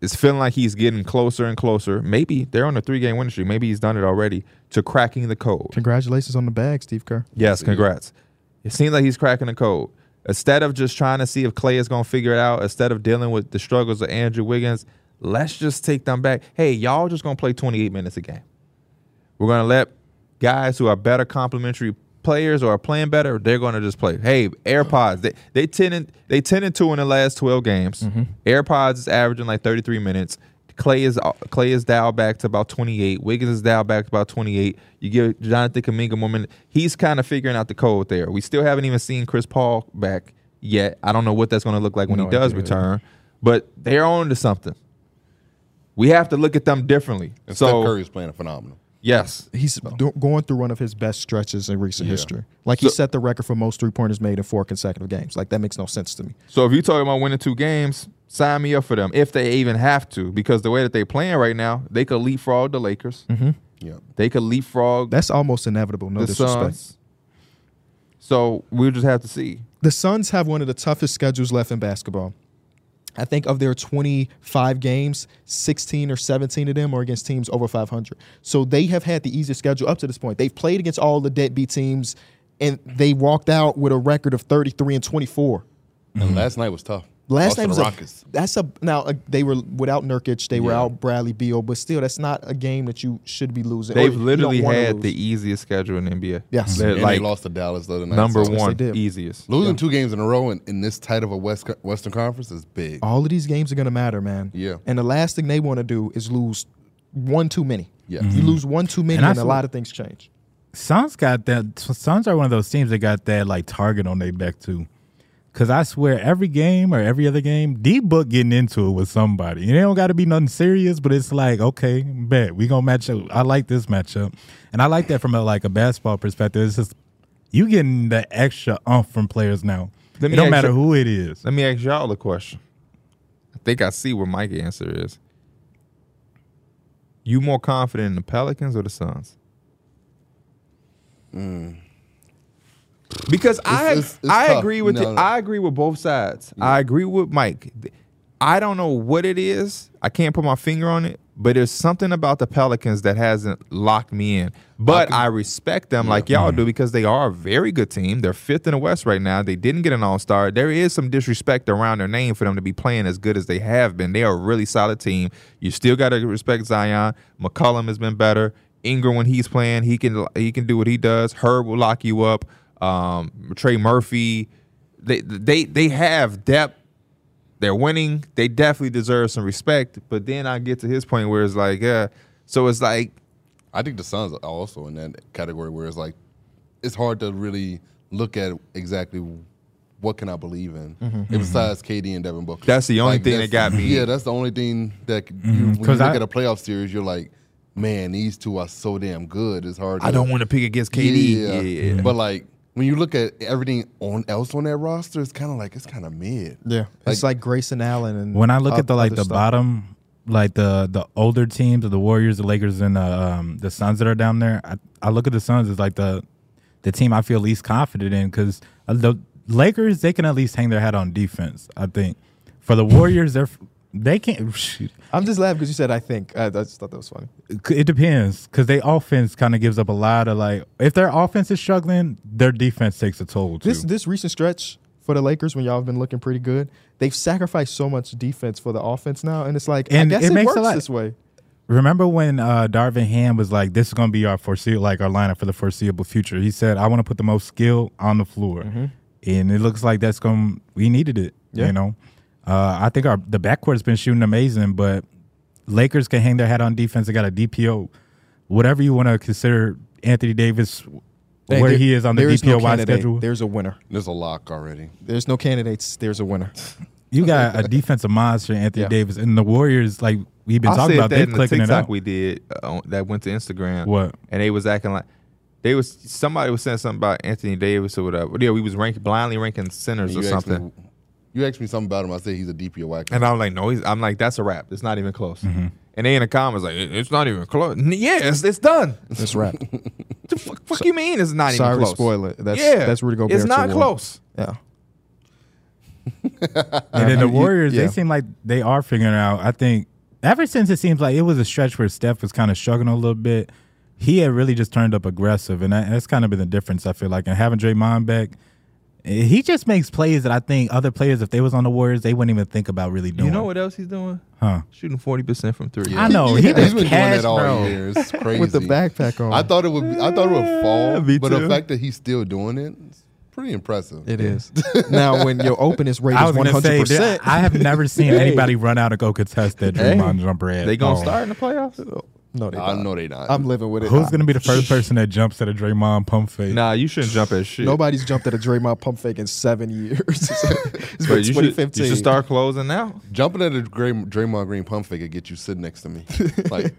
B: is feeling like he's getting closer and closer. Maybe they're on a three-game winning streak. Maybe he's done it already to cracking the code.
A: Congratulations on the bag, Steve Kerr.
B: Yes, congrats. It seems like he's cracking the code. Instead of just trying to see if Clay is going to figure it out, instead of dealing with the struggles of Andrew Wiggins, let's just take them back. Hey, y'all just going to play 28 minutes a game. We're going to let guys who are better complementary players or are playing better, they're going to just play. Hey, AirPods, they they 10 and, they 10 and 2 in the last 12 games.
A: Mm-hmm.
B: AirPods is averaging like 33 minutes. Clay is Clay is dialed back to about 28. Wiggins is dialed back to about 28. You give Jonathan Kaminga more minutes. He's kind of figuring out the code there. We still haven't even seen Chris Paul back yet. I don't know what that's going to look like when
A: No
B: he does
A: idea.
B: return, but they're on to something. We have to look at them differently.
D: And
B: so
D: Steph Curry's playing phenomenal.
B: yes,
A: He's do- going through one of his best stretches in recent
D: Yeah.
A: history. Like he
B: So-
A: set the record for most three pointers made in four consecutive games. Like that makes no sense to me.
B: So if you're talking about winning two games, sign me up for them if they even have to, because the way that they playing right now, they could leapfrog the Lakers.
D: Yeah.
B: They could leapfrog
A: Mm-hmm. That's almost inevitable. No
B: the
A: disrespect.
B: Suns. So we'll just have to see.
A: The Suns have one of the toughest schedules left in basketball. I think of their 25 games, 16 or 17 of them are against teams over 500. So they have had the easiest schedule up to this point. They've played against all the deadbeat teams, and they walked out with a record of 33 and 24.
B: Mm-hmm.
D: And last night was tough.
A: Last
D: Lost to
A: night was
D: the
A: a-
D: Rockets.
A: that's a now uh, they were without Nurkic, they were
D: Yeah.
A: out Bradley Beal, but still that's not a game that you should be losing. or
B: They've
A: you
B: literally
A: don't wanna
B: had
A: lose.
B: the easiest schedule in the NBA.
A: Yes.
B: They're
D: and
B: like
D: they lost to Dallas the other night.
B: number
D: so-
A: they
B: one
A: did.
B: easiest.
D: Losing two games in a row in, in this tight of a West Co- Western Conference is big.
A: all of these games are gonna matter, man.
D: Yeah.
A: And the last thing they want to do is lose one too many.
D: Yes.
A: You lose one too many,
C: Mm-hmm.
A: and,
C: And I
A: a
C: feel-
A: lot of things change.
C: Suns got that. Suns are one of those teams that got that like target on their back too. Cause I swear every game or every other game, D book getting into it with somebody. And it don't gotta be nothing serious, but it's like, okay, bet we gonna match up. I like this matchup. And I like that from a like a basketball perspective. It's just you getting the extra umph from players now.
B: Let
C: it
B: me
C: don't
B: ask
C: matter
B: you-
C: who it is.
B: Let me ask y'all a question. I think I see what Mike's answer is. You more confident in the Pelicans or the Suns? Because I
D: Hmm. It's- it's- it's
B: I
D: tough.
B: agree with
D: No,
B: the-
D: no.
B: I agree with both sides. I agree with Mike. Th- I don't know what it is. I can't put my finger on it, but there's something about the Pelicans that hasn't locked me in. But I respect them like y'all do because they are a very good team. They're fifth in the West right now. They didn't get an All Star. There is some disrespect around their name for them to be playing as good as they have been. They are a really solid team. You still got to respect Zion. McCollum has been better. Ingram when he's playing, he can he can do what he does. Herb will lock you up. Um, Trey Murphy, they they they have depth they're winning. They definitely deserve some respect. But then I get to his point where it's like, yeah. So it's like,
D: I think the Suns are also in that category where it's like it's hard to really look at exactly what can I believe in?
C: Mm-hmm.
D: And Besides KD and Devin Booker,
B: That's the only thing that
D: that's-
B: got me.
D: Yeah, that's the only thing that you, when you
C: Mm-hmm. 'cause
D: look
C: I-
D: at a playoff series, you're like, man, these two are so damn good. It's hard.
B: I
D: to-
B: don't want to pick against KD. Yeah, yeah.
D: But like when you look at everything on else on that roster, it's kind of like it's kind of mid.
A: Yeah, it's like Grayson Allen and
C: When I look
A: oth-
C: at the like
A: other
C: the
A: stuff.
C: bottom, like the the older teams of the Warriors, the Lakers, and the um, the Suns that are down there, I, I look at the Suns as like the the team I feel least confident in because the Lakers they can at least hang their hat on defense. I think for the Warriors, they're f- they can't. shoot.
A: I'm just laughing because you said I think. I, I just thought that was funny.
C: It depends because they offense kind of gives up a lot of like if their offense is struggling, their defense takes a toll too.
A: This this recent stretch for the Lakers, when y'all have been looking pretty good, they've sacrificed so much defense for the offense now, and it's like
C: And
A: I guess
C: it
A: it,
C: makes a
A: works
C: lot-
A: this way.
C: Remember when uh, Darvin Ham was like, "This is going to be our foreseeable, like our lineup for the foreseeable future." He said, "I want to put the most skill on the floor," and it looks like that's going. We needed it,
A: Mm-hmm. Yeah.
C: you know. Uh, I think our the backcourt's been shooting amazing, but Lakers can hang their hat on defense. They got a DPO, whatever you want to consider Anthony Davis, where he is on the
A: There is
C: DPOY
A: candidate.
C: schedule.
A: There's a winner.
D: There's a lock already.
A: There's no candidates. There's a winner.
C: You got a defensive monster, Anthony
A: Yeah.
C: Davis, and the Warriors. Like we've been
B: I
C: talking
B: said
C: about,
B: that
C: they're
B: in the
C: clicking it
B: TikTok
C: out.
B: we did uh, on- that went to Instagram.
C: What?
B: And they was acting like they was somebody was saying something about Anthony Davis or whatever. Yeah, we was rank, blindly ranking centers or
D: You asked me-
B: something.
D: you asked me something about him. I said he's a DPOY.
B: And I'm like, no, he's, I'm like, that's a wrap. It's not even close.
C: Mm-hmm.
B: And they in the comments like, "It- it's not even close. N- Yeah, it's, it's done.
A: That's right.
B: the fuck, fuck you mean it's not
A: Sorry
B: even
A: to
B: close?
A: spoil it. That's
B: yeah,
A: that's Rudy Gobert.
B: It's
A: to
B: not
A: one.
B: close.
A: Yeah.
C: And
B: Um,
C: then the
A: You-
C: Warriors,
A: yeah.
C: they seem like they are figuring it out. I think ever since it seems like it was a stretch where Steph was kind of struggling a little bit, he had really just turned up aggressive, and that, that's kind of been the difference. I feel like, and having Draymond back, eh, he just makes plays that I think other players, if they was on the Warriors, they wouldn't even think about really doing.
B: You know what else he's doing?
C: Huh?
B: Shooting forty percent from three.
C: I know he
D: has
C: was
D: been doing
C: cash,
D: that all
C: bro.
D: year. It's crazy.
A: With the backpack on.
D: I thought it would. Be, I thought it would fall.
B: me
D: but the
B: too.
D: fact that he's still doing it, it's pretty impressive.
A: It is. now, when your openness rate is
C: I was
A: one
C: gonna
A: hundred
C: say that
A: percent,
C: I have never seen anybody run out and go contest that
B: Hey,
C: Draymond jumper at.
B: They gonna
A: Oh.
C: all.
B: start in the playoffs?
A: no, they
D: I
A: not.
D: know they not.
A: I'm living with it.
C: Who's gonna be the first person that jumps at a Draymond pump fake?
B: Nah, you shouldn't jump at shit.
A: Nobody's jumped at a Draymond pump fake in seven years. it's
B: But
A: been
B: you
A: twenty
B: should, you
A: fifteen.
B: should start closing now.
D: Jumping at a Gray, Draymond Green pump fake could get you sitting next to me. like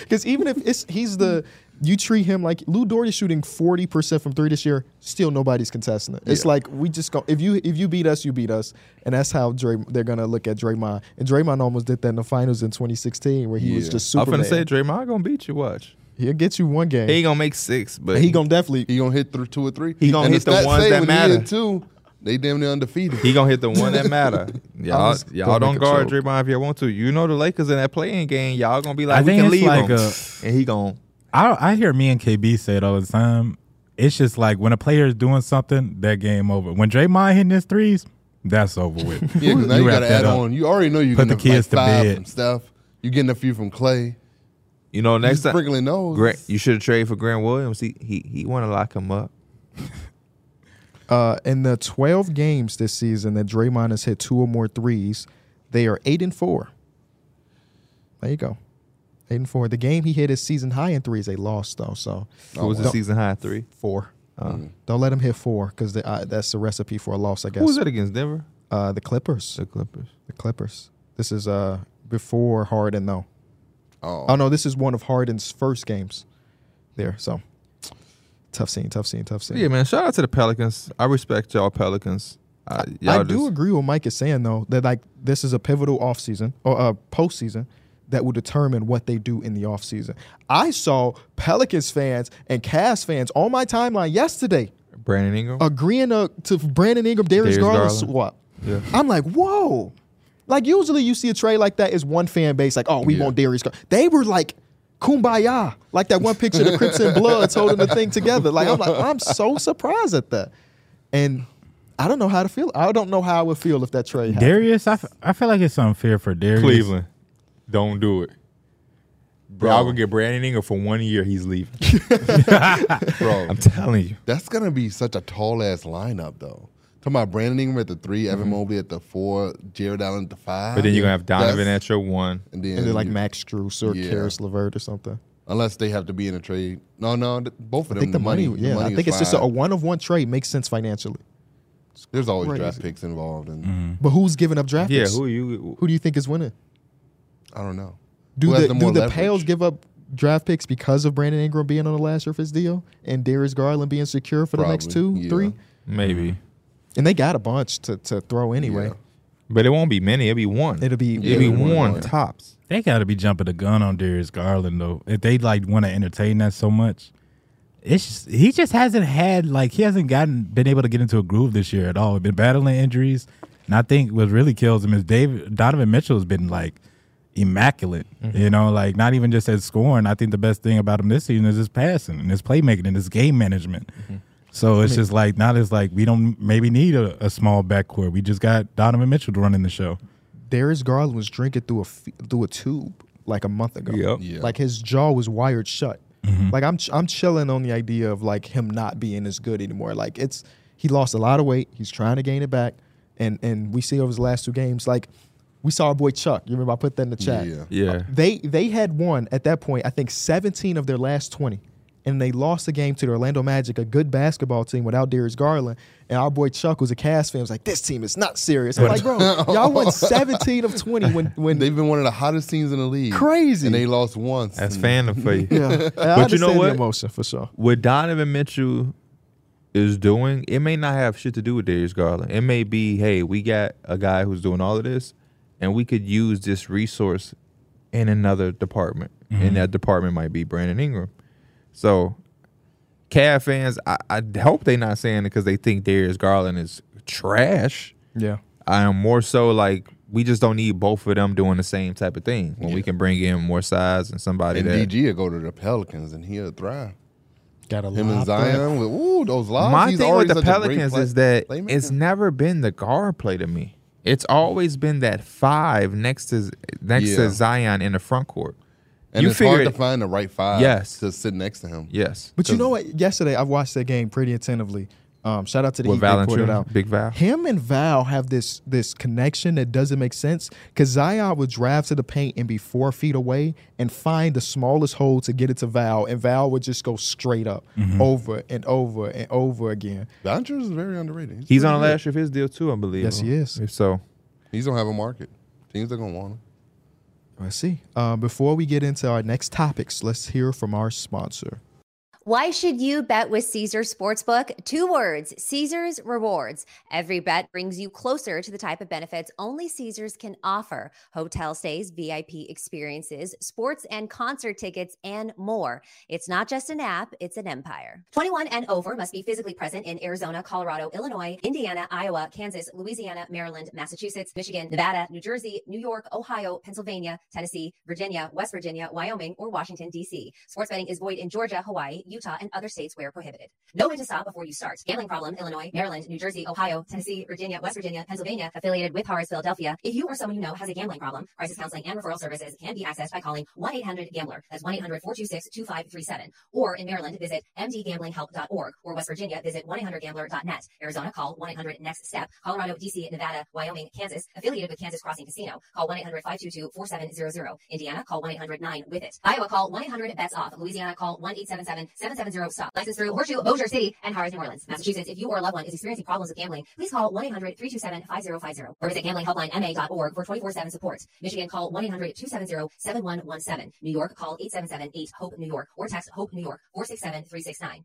A: Because even if it's he's the you treat him like Lou Doherty's shooting forty percent from three this year, still nobody's contesting it. It's
D: Yeah.
A: like we just go if you if you beat us, you beat us, and that's how Dray, they're gonna look at Draymond. And Draymond almost did that in the finals in 2016, where he was
D: Yeah.
A: just
B: I'm
A: Superman.
B: finna say Draymond gonna beat you. Watch.
A: He'll get you one game.
B: He ain't gonna make six, but
A: he gonna definitely
D: he gonna hit through two or three.
B: He gonna
D: And
B: hit the
D: stats
B: ones
D: say
B: that
D: when
B: matter.
D: He hit two, they damn near undefeated.
B: He gonna hit the one that matter. Y'all,
A: was
B: y'all
A: gonna
B: don't
A: make a
B: guard
A: joke.
B: Draymond if y'all want to. You know the Lakers in that playing game. Y'all gonna be like,
C: I
B: we
C: think
B: can
C: it's
B: leave
C: like
B: him,
C: a-
B: and he gonna.
C: I I hear me and KB say it all the time. It's just like when a player is doing something, that game over. When Draymond hitting his threes, that's over with.
D: Yeah, 'cause now you,
C: wrap
D: gotta
C: that
D: add
C: up.
D: on. You already know you're
C: Put
D: getting
C: the kids
D: like
C: to
D: five
C: bed.
D: from Steph. You're getting a few from Clay.
B: You know next
D: Next
B: time,
D: sprinkling those.
B: Grant, you should have traded for Grant Williams. He he he want to lock him up.
A: Uh, in the 12 games this season that Draymond has hit two or more threes, they are eight and four. There you go, eight and four. The game he hit his season high in threes, they lost though. So
B: What was the
A: Don't-
B: season Hmm. high three?
A: four. Uh, Don't let him hit four because uh, that's the recipe for a loss, I
B: Who was
A: guess.
B: that against Denver?
A: Uh, the Clippers.
B: The Clippers.
A: The Clippers. This is uh, before Harden though.
D: Oh,
A: Oh no, this is one of Harden's first games. There, so tough scene, tough scene, tough scene.
B: Yeah, man. Shout out to the Pelicans. I respect y'all Pelicans. I, y'all
A: I do
B: just-
A: agree with what Mike is saying though that like this is a pivotal offseason or a postseason that will determine what they do in the offseason. I saw Pelicans fans and Cavs fans on my timeline yesterday
B: Brandon Ingram.
A: agreeing to, to Brandon Ingram Darius,
B: Darius
A: Garland
B: Garland.
A: swap.
B: Yeah.
A: I'm like, whoa. Like usually you see a trade like that is one fan base like, oh, we
D: Yeah.
A: want Darius. Garland. They were like, kumbaya, like that one picture of the Crips and Bloods holding the thing together. Like I'm like, I'm so surprised at that, and I don't know how to feel. I don't know how I would feel if that trade happened.
C: Darius, I, f- I feel like it's unfair for Darius.
B: Cleveland. Don't do it. Bro,
D: Bro.
B: I'm gonna get Brandon Ingram for one year. He's leaving.
D: bro,
B: I'm telling you.
D: that's gonna be such a tall ass lineup though. Talking about Brandon Ingram at the three, Evan
A: Mm-hmm.
D: Mobley at the four, Jared Allen at the five.
B: But then you're gonna have Donovan
D: That's-
B: at your one.
D: and then,
A: And then like
D: you-
A: Max Struess or
D: Yeah.
A: Karis LeVert or something.
D: unless they have to be in a trade. No, no, th- both of them.
A: I think the money, yeah, I
D: is
A: think it's just a,
D: fine.
A: one of one trade makes sense financially.
D: There's always
A: Crazy.
D: draft picks involved, and
A: But who's giving up draft
B: Mm-hmm. Yeah,
A: picks?
B: who you?
A: Who do you think is winning?
D: I don't know.
A: Do
D: Who has
A: the, do
D: more
A: the
D: leverage?
A: Pales give up draft picks because of Brandon Ingram being on the last year of his deal and Darius Garland being secure for the next two,
D: Probably, yeah.
A: three?
B: Maybe,
A: And they got a bunch to, to throw anyway.
D: Yeah.
B: but it won't be many. It'll be one.
A: It'll be
B: it'll be
D: Yeah,
B: one,
D: one, one.
B: tops.
C: They got to be jumping the gun on Darius Garland though. If they like want to entertain that so much, it's just, he just hasn't had like he hasn't gotten been able to get into a groove this year at all. Been battling injuries, and I think what really kills him is David Donovan Mitchell has been like immaculate.
D: Mm-hmm.
C: You know, like not even just at scoring. I think the best thing about him this season is his passing and his playmaking and his game management.
D: Mm-hmm.
C: So it's just like now it's like we don't maybe need a, a small backcourt. We just got Donovan Mitchell running the show.
A: Darius Garland was drinking through a f- through a tube like a month ago.
B: Yep.
D: Yeah.
A: Like his jaw was wired shut.
D: Mm-hmm.
A: Like I'm ch- I'm chilling on the idea of like him not being as good anymore. Like it's he lost a lot of weight. He's trying to gain it back, and and we see over his last two games like we saw our boy Chuck. You remember I put that in the chat.
D: Yeah.
B: Yeah,
A: They they had won at that point. I think 17 of their last 20, and they lost the game to the Orlando Magic, a good basketball team without Darius Garland. And our boy Chuck was a Cavs fan. Was like, this team is not serious. I'm like, bro, y'all won 17 of 20 when when
D: They've been one of the hottest teams in the league.
A: Crazy.
D: And they lost once.
B: that's
D: and
B: fandom for you.
A: Yeah, And I
B: But you know
A: understand
B: what?
A: The emotion for sure.
B: what Donovan Mitchell is doing, it may not have shit to do with Darius Garland. It may be, hey, we got a guy who's doing all of this, and we could use this resource in another department, and that department might be Brandon Ingram. So, Cavs fans, I, I hope they're not saying it because they think Darius Garland is trash.
A: Yeah,
B: I am more so like we just don't need both of them doing the same type of thing when we can bring in more size and somebody
D: And
B: that
D: DG will go to the Pelicans and he'll thrive.
A: got a
D: Him and Zion with ooh those lobs.
B: My
D: He's
B: thing with
D: already
B: the
D: such a great
B: Pelicans
D: play-
B: is that
D: playmaker.
B: it's never been the guard play to me. It's always been that five next to next
D: Yeah.
B: to Zion in the front court.
D: and
B: you
D: it's hard
B: figure
D: to
B: it,
D: find the right five
B: Yes.
D: to sit next to him.
B: yes,
A: But you know what? Yesterday I watched that game pretty attentively. Um, shout out to the
B: With
A: Heat, they pulled it
B: Valanciunas,
A: out.
B: Big Val.
A: Him and Val have this this connection that doesn't make sense because Zion would drive to the paint and be four feet away and find the smallest hole to get it to Val, and Val would just go straight up
B: Mm-hmm.
A: over and over and over again.
D: Doncic is very underrated.
B: he's
D: pretty
B: on the
D: good.
B: last year of his deal too, I believe.
A: Yes, he is.
B: So
D: He's gonna have a market. Teams are gonna want him.
A: Let's see. Uh, before we get into our next topics, let's hear from our sponsor.
E: Why should you bet with Caesars Sportsbook? Two words Caesars Rewards. Every bet brings you closer to the type of benefits only Caesars can offer hotel stays, VIP experiences, sports and concert tickets, and more. It's not just an app, it's an empire. 21 and over must be physically present in Arizona, Colorado, Illinois, Indiana, Iowa, Kansas, Louisiana, Maryland, Massachusetts, Michigan, Nevada, New Jersey, New York, Ohio, Pennsylvania, Tennessee, Virginia, West Virginia, Wyoming, or Washington, D.C. Sports betting is void in Georgia, Hawaii, Utah, and other states where prohibited. Know when to stop before you start. Gambling problem, Illinois, Maryland, New Jersey, Ohio, Tennessee, Virginia, West Virginia, Pennsylvania, affiliated with Harris, Philadelphia. If you or someone you know has a gambling problem, crisis counseling and referral services can be accessed by calling 1-800-GAMBLER. That's 1-800-426-2537. Or in Maryland, visit mdgamblinghelp.org. Or West Virginia, visit 1-800-GAMBLER.net. Arizona, call 1-800-NEXT-STEP. Colorado, D.C., Nevada, Wyoming, Kansas, affiliated with Kansas Crossing Casino. Call 1-800-522-4700. Indiana, call 1-800-9-WITH-IT. Iowa, call 1-800-BETS-OFF. Louisiana, call 1-877-770-STOP. License through Horseshoe, Bossier City, and Harris, New Orleans. Massachusetts, if you or a loved one is experiencing problems with gambling, please call 1-800-327-5050 or visit gamblinghelplinema.org for 24-7 support. Michigan, call 1-800-270-7117. New York, call 877-8-HOPE-NEW YORK or text HOPE-NEW YORK 467-369.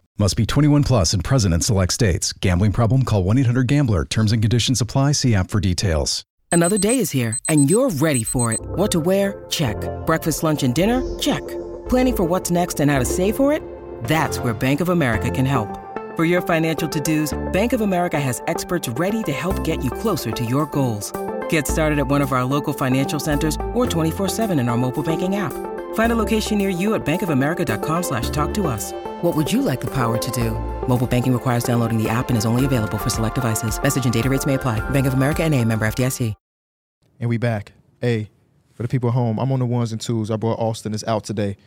F: Must be 21 plus and present in select states. Gambling problem? Call 1 800 Gambler. Terms and conditions apply. See app for details.
G: Another day is here, and you're ready for it. What to wear? Check. Breakfast, lunch, and dinner? Check. Planning for what's next and how to save for it? That's where Bank of America can help. For your financial to-dos, Bank of America has experts ready to help get you closer to your goals. Get started at one of our local financial centers or 24-7 in our mobile banking app. Find a location near you at bankofamerica.com slash talk to us. What would you like the power to do? Mobile banking requires downloading the app and is only available for select devices. Message and data rates may apply. Bank of America and a member FDIC.
A: and we back. Hey, for the people at home, I'm on the ones and twos. I brought Austin is out today.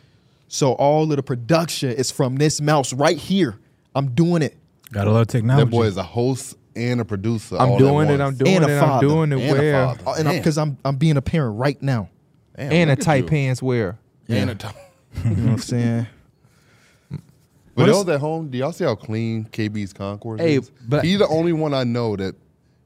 A: So all of the production is from this mouse right here. I'm doing it.
C: Got a lot of technology.
D: That boy is a host and a producer.
B: I'm
D: all
B: doing
D: at
B: it. I'm
D: once.
B: doing
A: And
B: it.
A: a
B: I'm
A: father.
B: doing it
D: And a
B: where. Oh,
D: father.
A: Uh, And
D: Damn.
A: because I'm I'm being a parent right now.
D: Damn,
B: And a
D: look at
B: tight
D: you.
B: pants wear.
D: And a tight.
A: You know what I'm saying?
D: But those at home, do y'all see how clean KB's Concord
B: Hey,
D: is?
B: but-
D: he's the only one I know that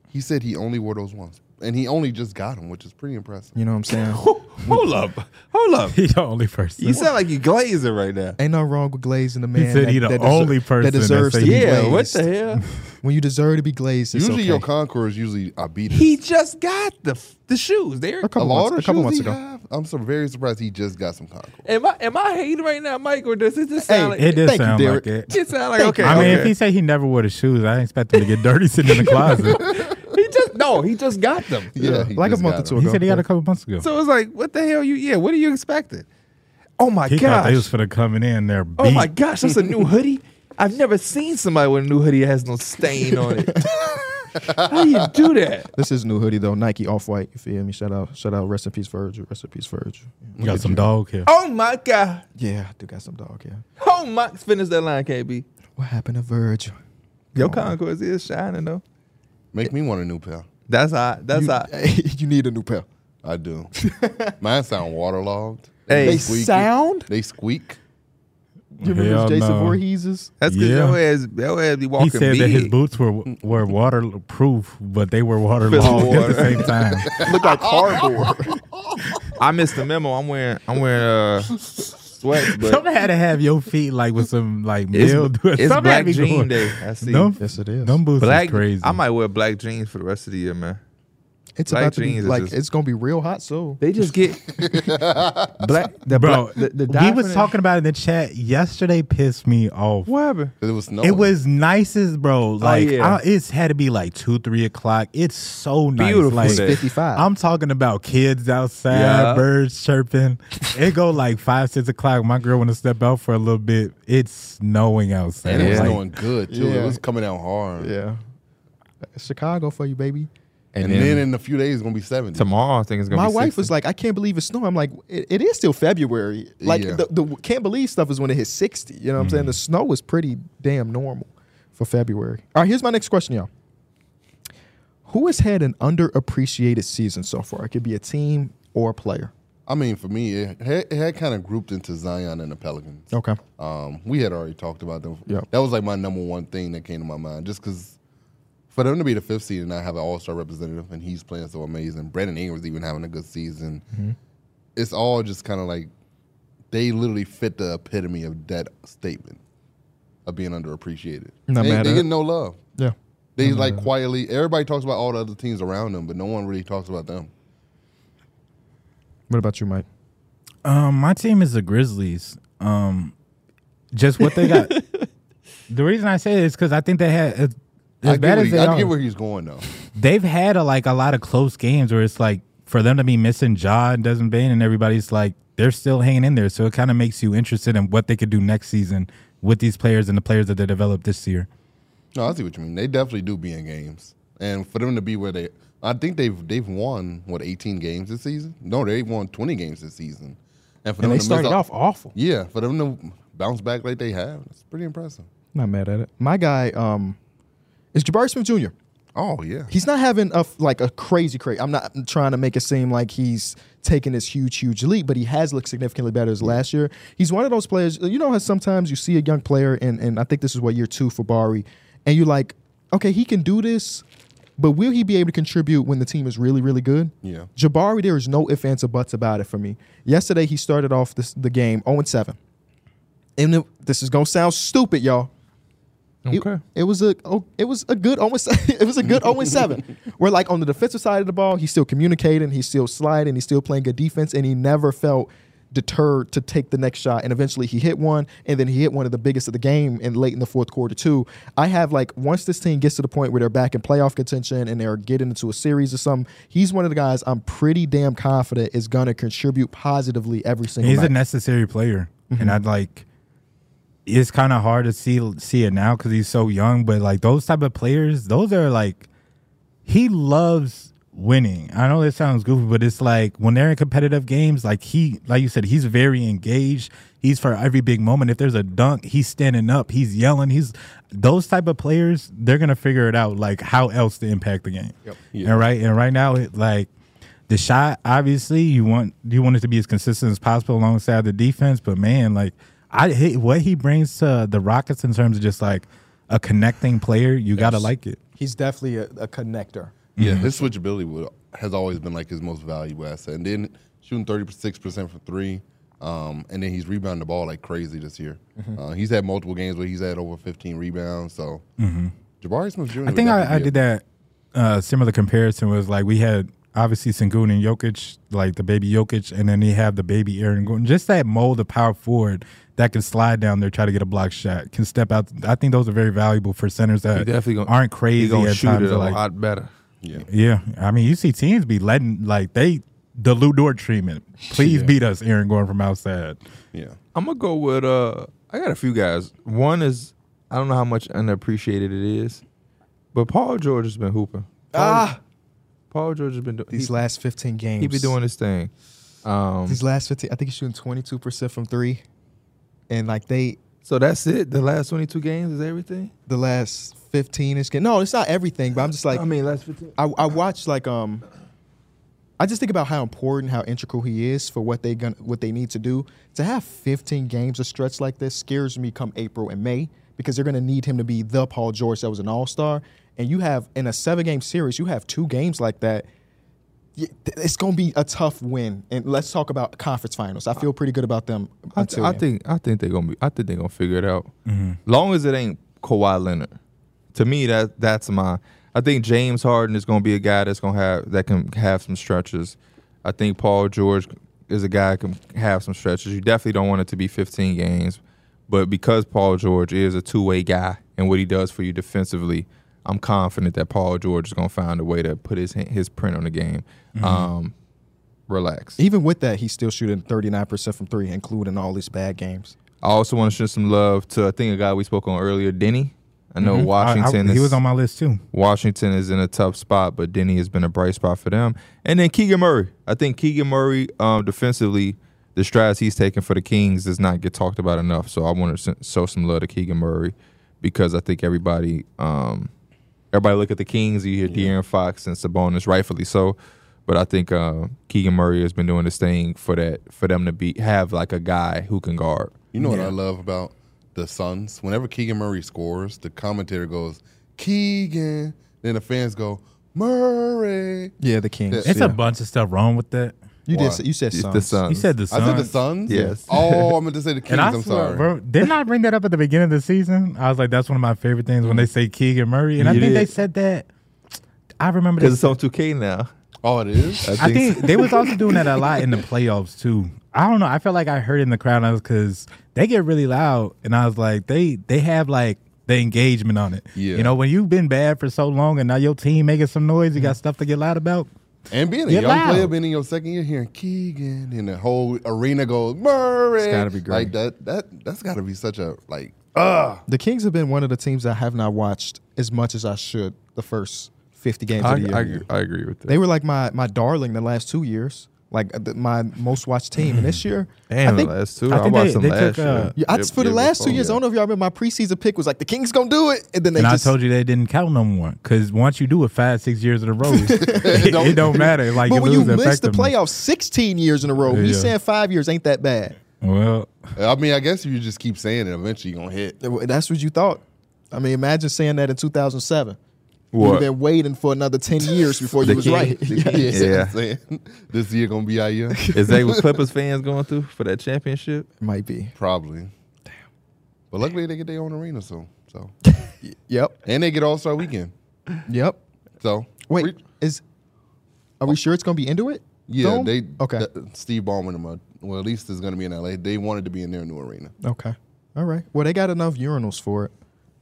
D: he said he only wore those once, and he only just got them, which is pretty impressive.
A: You know what I'm saying?
D: Oh,
B: Hold up. Hold up.
C: He the only person.
B: You sound like you glazing right now.
A: Ain't nothing wrong with glazing the man.
C: said
A: that,
C: he the
A: that
C: only person
A: that
C: that
A: deserves
C: say
A: to be
C: he-
B: Yeah, what
A: glazed.
B: the hell?
A: When you deserve to be glazed, it's
D: usually
A: okay.
D: your Concords usually are beat.
B: He just got the f- the shoes. There.
A: a couple
D: a lot
A: months,
D: of
A: a couple
D: shoes
A: months
D: he
A: ago.
D: have, I'm so very surprised he just got some Concord.
B: Am I am I hating right now, Mike, or does it just sound
A: Hey,
B: like
C: it does
A: Thank you,
C: sound like
A: Derek.
C: it.
B: it sound like okay?
C: I mean,
B: okay.
C: if he say he never wore the shoes, I expect him to get dirty sitting in the closet.
B: he just no, he just got them.
D: Yeah, he
A: Like a
D: just
A: month
D: got
A: or two
D: them.
C: He
A: ago.
C: said he got a couple months ago.
B: So it's like, what the hell? You yeah? What are you expecting? Oh my
C: he thought
B: gosh!
C: they was for the coming in there. Beat.
B: oh my gosh! That's a new hoodie. I've never seen somebody with a new hoodie that has no stain on it. How do you do that?
A: This is new hoodie though, Nike Off White. You feel me? Shout out, shout out. Rest in peace, Virgil. Rest in peace, Virgil.
C: You got some dog here.
B: Oh my god!
A: Yeah, I do got some dog here.
B: Oh my! Finish that line, KB.
A: What happened to Virgil?
B: Your Concourse is shining though.
D: Make me want a new pair.
B: That's hot. That's
A: you,
B: hot.
A: you need a new pair.
D: I do. Mine sound waterlogged.
B: Hey. They
D: squeaky.
A: sound?
D: They squeak.
A: You remember
C: Hell
A: Jason
C: no.
A: Voorhees's?
B: That's because
C: Yeah.
B: your ass, your ass be walking.
C: He said that his
B: big.
C: boots were were waterproof, but they were waterlogged at
B: water.
C: the same time.
B: look like cardboard. I missed the memo. I'm wearing I'm wearing uh sweats, but
C: Somebody had to have your feet like with some like
B: It's-
C: mildew.
B: it's
C: Somebody
B: black
C: had me
B: jean
C: going,
B: day. I see.
C: Them,
A: Yes, it is.
C: Them boots
B: black
C: is crazy.
B: I might wear black jeans for the rest of the year, man.
A: It's
B: Black
A: about to be
B: jeans is
A: like
B: just-
A: it's gonna be real hot soon.
B: They just get black. The
C: Bro,
B: black, the, the
C: we
B: diaphragm-
C: was talking about it in the chat yesterday. Pissed me off.
B: What happened?
D: 'Cause It was snowing.
C: It was nicest,
D: Oh,
C: bro. Like
B: yeah.
C: I- it's had to be like two, three o'clock. It's so nice.
B: Beautiful
C: Like,
B: day.
A: 55.
C: I'm talking about kids outside,
B: Yeah.
C: birds chirping. it go like five, six o'clock. My girl want to step out for a little bit. It's snowing outside.
D: And it was
C: Like,
D: snowing good too.
A: Yeah.
D: It was coming down hard.
A: Yeah, Uh, Chicago for you, baby.
D: And, then, in a few days it's gonna be seventy.
B: tomorrow, I think it's gonna.
A: My
B: be
A: wife
B: 60.
A: was like, I can't believe it's snowing. I'm like, it, it is still February. Like
D: Yeah.
A: the, the can't believe stuff is when it hits 60. You know what I'm saying? The snow is pretty damn normal for February. All right, here's my next question, y'all. Who has had an underappreciated season so far? It could be a team or a player.
D: I mean, for me, it had, it had kind of grouped into Zion and the Pelicans.
A: Okay.
D: Um, we had already talked about them.
A: Yep.
D: That was like my number one thing that came to my mind, just because for them to be the fifth seed and I have an All Star representative and he's playing so amazing. Brandon Ingram's even having a good season. It's all just kind of like they literally fit the epitome of that statement of being underappreciated.
A: Not
D: they
A: mad
D: they
A: at
D: get
A: it.
D: no love.
A: Yeah.
D: They like quietly. Everybody talks about all the other teams around them, but no one really talks about them.
A: What about you, Mike?
C: Um, my team is the Grizzlies. Um, just what they got. the reason I say this because I think they had as, as
D: I get, where
C: bad as
D: he,
C: they
D: I
C: are.
D: get where he's going though.
C: they've had a, like a lot of close games where it's like for them to be missing Ja and Desmond Bain and everybody's like they're still hanging in there. So it kind of makes you interested in what they could do next season with these players and the players that they developed this year.
D: No, I see what you mean. They definitely do be in games, and for them to be where they, I think they've they've won what eighteen games this season. No, they won twenty games this season, and for
A: And
D: them
A: they
D: to miss
A: started
D: out-
A: off awful.
D: yeah, for them to bounce back like they have, it's pretty impressive.
A: Not mad at it. My guy um, is Jabari Smith Jr.
D: Oh yeah,
A: He's not having a f- like a crazy crazy. I'm not trying to make it seem like he's taking this huge huge leap, but he has looked significantly better as last year. He's one of those players. You know how sometimes you see a young player, and and I think this is what year two for Bari, and you're like, okay, he can do this, but will he be able to contribute when the team is really really good?
D: Yeah.
A: Jabari, there is no ifs ands or buts about it for me. Yesterday he started off this, the game 0 7, and it- this is gonna sound stupid, y'all. It-
B: Okay.
A: It, was a oh, it was a good almost it was a good 0 7. Where like on the defensive side of the ball, he's still communicating, he's still sliding, he's still playing good defense, and he never felt deterred to take the next shot. And eventually he hit one, and then he hit one of the biggest of the game and late in the fourth quarter too. I have like once this team gets to the point where they're back in playoff contention and they're getting into a series or something, he's one of the guys I'm pretty damn confident is gonna contribute positively every single
C: He's a
A: night.
C: necessary player, and I'd like. It's kind of hard to see see it now because he's so young, but like those type of players, those are like he loves winning. I know that sounds goofy, but it's like when they're in competitive games, like he, like you said, he's very engaged. He's for every big moment. If there's a dunk, he's standing up. He's yelling. He's those type of players. They're gonna figure it out, like how else to impact the game. Yep.
D: Yeah.
C: And right and right now, it like the shot. Obviously, you want you want it to be as consistent as possible alongside the defense. But man, like I hate what he brings to the Rockets in terms of just like a connecting player. You gotta like it.
A: He's definitely a, a connector.
D: Yeah, his switchability would, has always been like his most valuable asset. And then shooting thirty six percent from three, um, and then he's rebounding the ball like crazy this year. Uh, he's had multiple games where he's had over fifteen rebounds. So Jabari Smith Jr.
C: I think I, I did that uh, similar comparison was like we had obviously Sengun and Jokic, like the baby Jokic, and then they have the baby Aaron Gordon. Just that mold of power forward that can slide down there, try to get a block shot, can step out. I think those are very valuable for centers that aren't crazy
B: He gonna
C: at
B: shoot
C: times.
B: it a
C: Like,
B: lot better.
D: Yeah,
C: yeah, I mean, you see teams be letting like they the Lou Dort treatment. Please beat us, Aaron Gordon from outside.
D: yeah.
B: I'm gonna go with uh I got a few guys. One is I don't know how much underappreciated it is, but Paul George has been hooping.
A: Ah,
B: Paul George has been doing
A: these
B: he,
A: last 15 games.
B: he be doing his thing. Um
A: these last 15. I think he's shooting 22 percent from three, and like they
B: so that's it. The last twenty two games is everything?
A: the last 15 is. No, it's not everything, but I'm just like
B: I mean last fifteen
A: I, I watch like um I just think about how important, how integral he is for what they gonna what they need to do. To have 15 games of stretch like this scares me come April and May because they're gonna need him to be the Paul George that was an All Star. And you have in a seven game series, you have two games like that. Y- th- It's gonna be a tough win. And let's talk about conference finals. I feel pretty good about them. uh,
B: I, th-
A: until
B: I
A: then.
B: think I think they're gonna be. I think they're gonna figure it out. Long as it ain't Kawhi Leonard, to me that that's my. I think James Harden is gonna be a guy that's gonna have that can have some stretches. I think Paul George is a guy that can have some stretches. You definitely don't want it to be 15 games, but because Paul George is a two way guy and what he does for you defensively, I'm confident that Paul George is gonna find a way to put his his print on the game. Um, relax.
A: even with that, he's still shooting 39% from three, including all these bad games.
B: I also want to show some love to I think a guy we spoke on earlier, Denny. I know Washington.
C: Mm-hmm. I- I-
B: is,
C: he was on my list too.
B: Washington is in a tough spot, but Denny has been a bright spot for them. And then Keegan Murray. I think Keegan Murray, um, defensively, the strides he's taken for the Kings does not get talked about enough. So I want to show some love to Keegan Murray because I think everybody, um, everybody look at the Kings. You hear De'Aaron Fox and Sabonis, rightfully so. But I think uh, Keegan Murray has been doing this thing for that for them to be have like a guy who can guard.
D: You know what I love about the Suns? Whenever Keegan Murray scores, the commentator goes, Keegan. Then the fans go, Murray.
A: Yeah, the Kings.
C: It's
A: Yeah.
C: a bunch of stuff wrong with that.
A: you
D: Why?
A: did. say- You said
B: It's the
A: Suns.
B: Suns.
C: You said the
D: I
C: Suns.
D: said the Suns?
B: Yes.
D: Oh, I'm going to say the Kings.
C: And I
D: I'm
C: swear,
D: sorry.
C: bro, didn't I bring that up at the beginning of the season? I was like, that's one of my favorite things when they say Keegan Murray, and I
B: You
C: think they
B: did.
C: said that. I remember
B: because it's
C: this.
B: on 2K now.
D: Oh, it is?
C: I think they was also doing that a lot in the playoffs too. I don't know. I felt like I heard it in the crowd because they get really loud, and I was like, they they have like the engagement on it.
D: Yeah.
C: You know, when you've been bad for so long, and now your team making some noise, you got stuff to get loud about.
D: and being a
C: Get
D: young
C: loud.
D: player, being in your second year, hearing Keegan and the whole arena goes, Murray. It's
A: gotta be great.
D: Like that, that, that's got to be such a, like,
A: The Kings have been one of the teams I have not watched as much as I should the first 50 games
B: I,
A: of the
B: I,
A: year.
B: agree- I agree with that.
A: They were like my my darling the last two years, like uh, the, my most watched team. And this year,
B: Damn,
A: I think,
B: last two.
C: I
B: I,
C: think
B: watched
C: they-
B: them
C: they
B: last
C: took,
B: year.
C: uh,
A: yeah, I,
B: Year-
A: for the
B: year
A: last two
B: before.
A: years, I don't know if y'all remember my preseason pick was like the Kings gonna do it, and then they
C: and
A: just
C: I told you they didn't count no more because once you do it five, six years in a row, it,
D: Don't-
C: it don't matter. Like
A: But
C: you
A: when you
C: lose
A: miss the
C: effectiveness.
A: playoffs 16 years in a row, you
C: Yeah.
A: saying five years ain't that bad.
C: Well,
D: I mean, I guess if you just keep saying it, eventually you're going to hit.
A: That's what you thought. I mean, imagine saying that in 2007.
B: What?
A: You've been waiting for another 10 years before you
B: The
A: was
B: Kings-
A: right.
D: You know what
B: Yeah.
D: I'm saying? this year going to be our year?
B: Is that what Clippers fans going through for that championship?
A: Might be.
D: Probably. Damn. But luckily, they get their own arena soon. So,
A: Yep.
D: and they get All Star Weekend.
A: Yep.
D: So
A: Wait,
D: Re-
A: is are we sure it's gonna be into it?
D: yeah,
A: Dome?
D: they
A: okay,
D: th- Steve Ballmer, and them, uh, well, at least it's gonna be in L.A. They wanted to be in their new arena.
A: okay, all right. Well, they got enough urinals for it.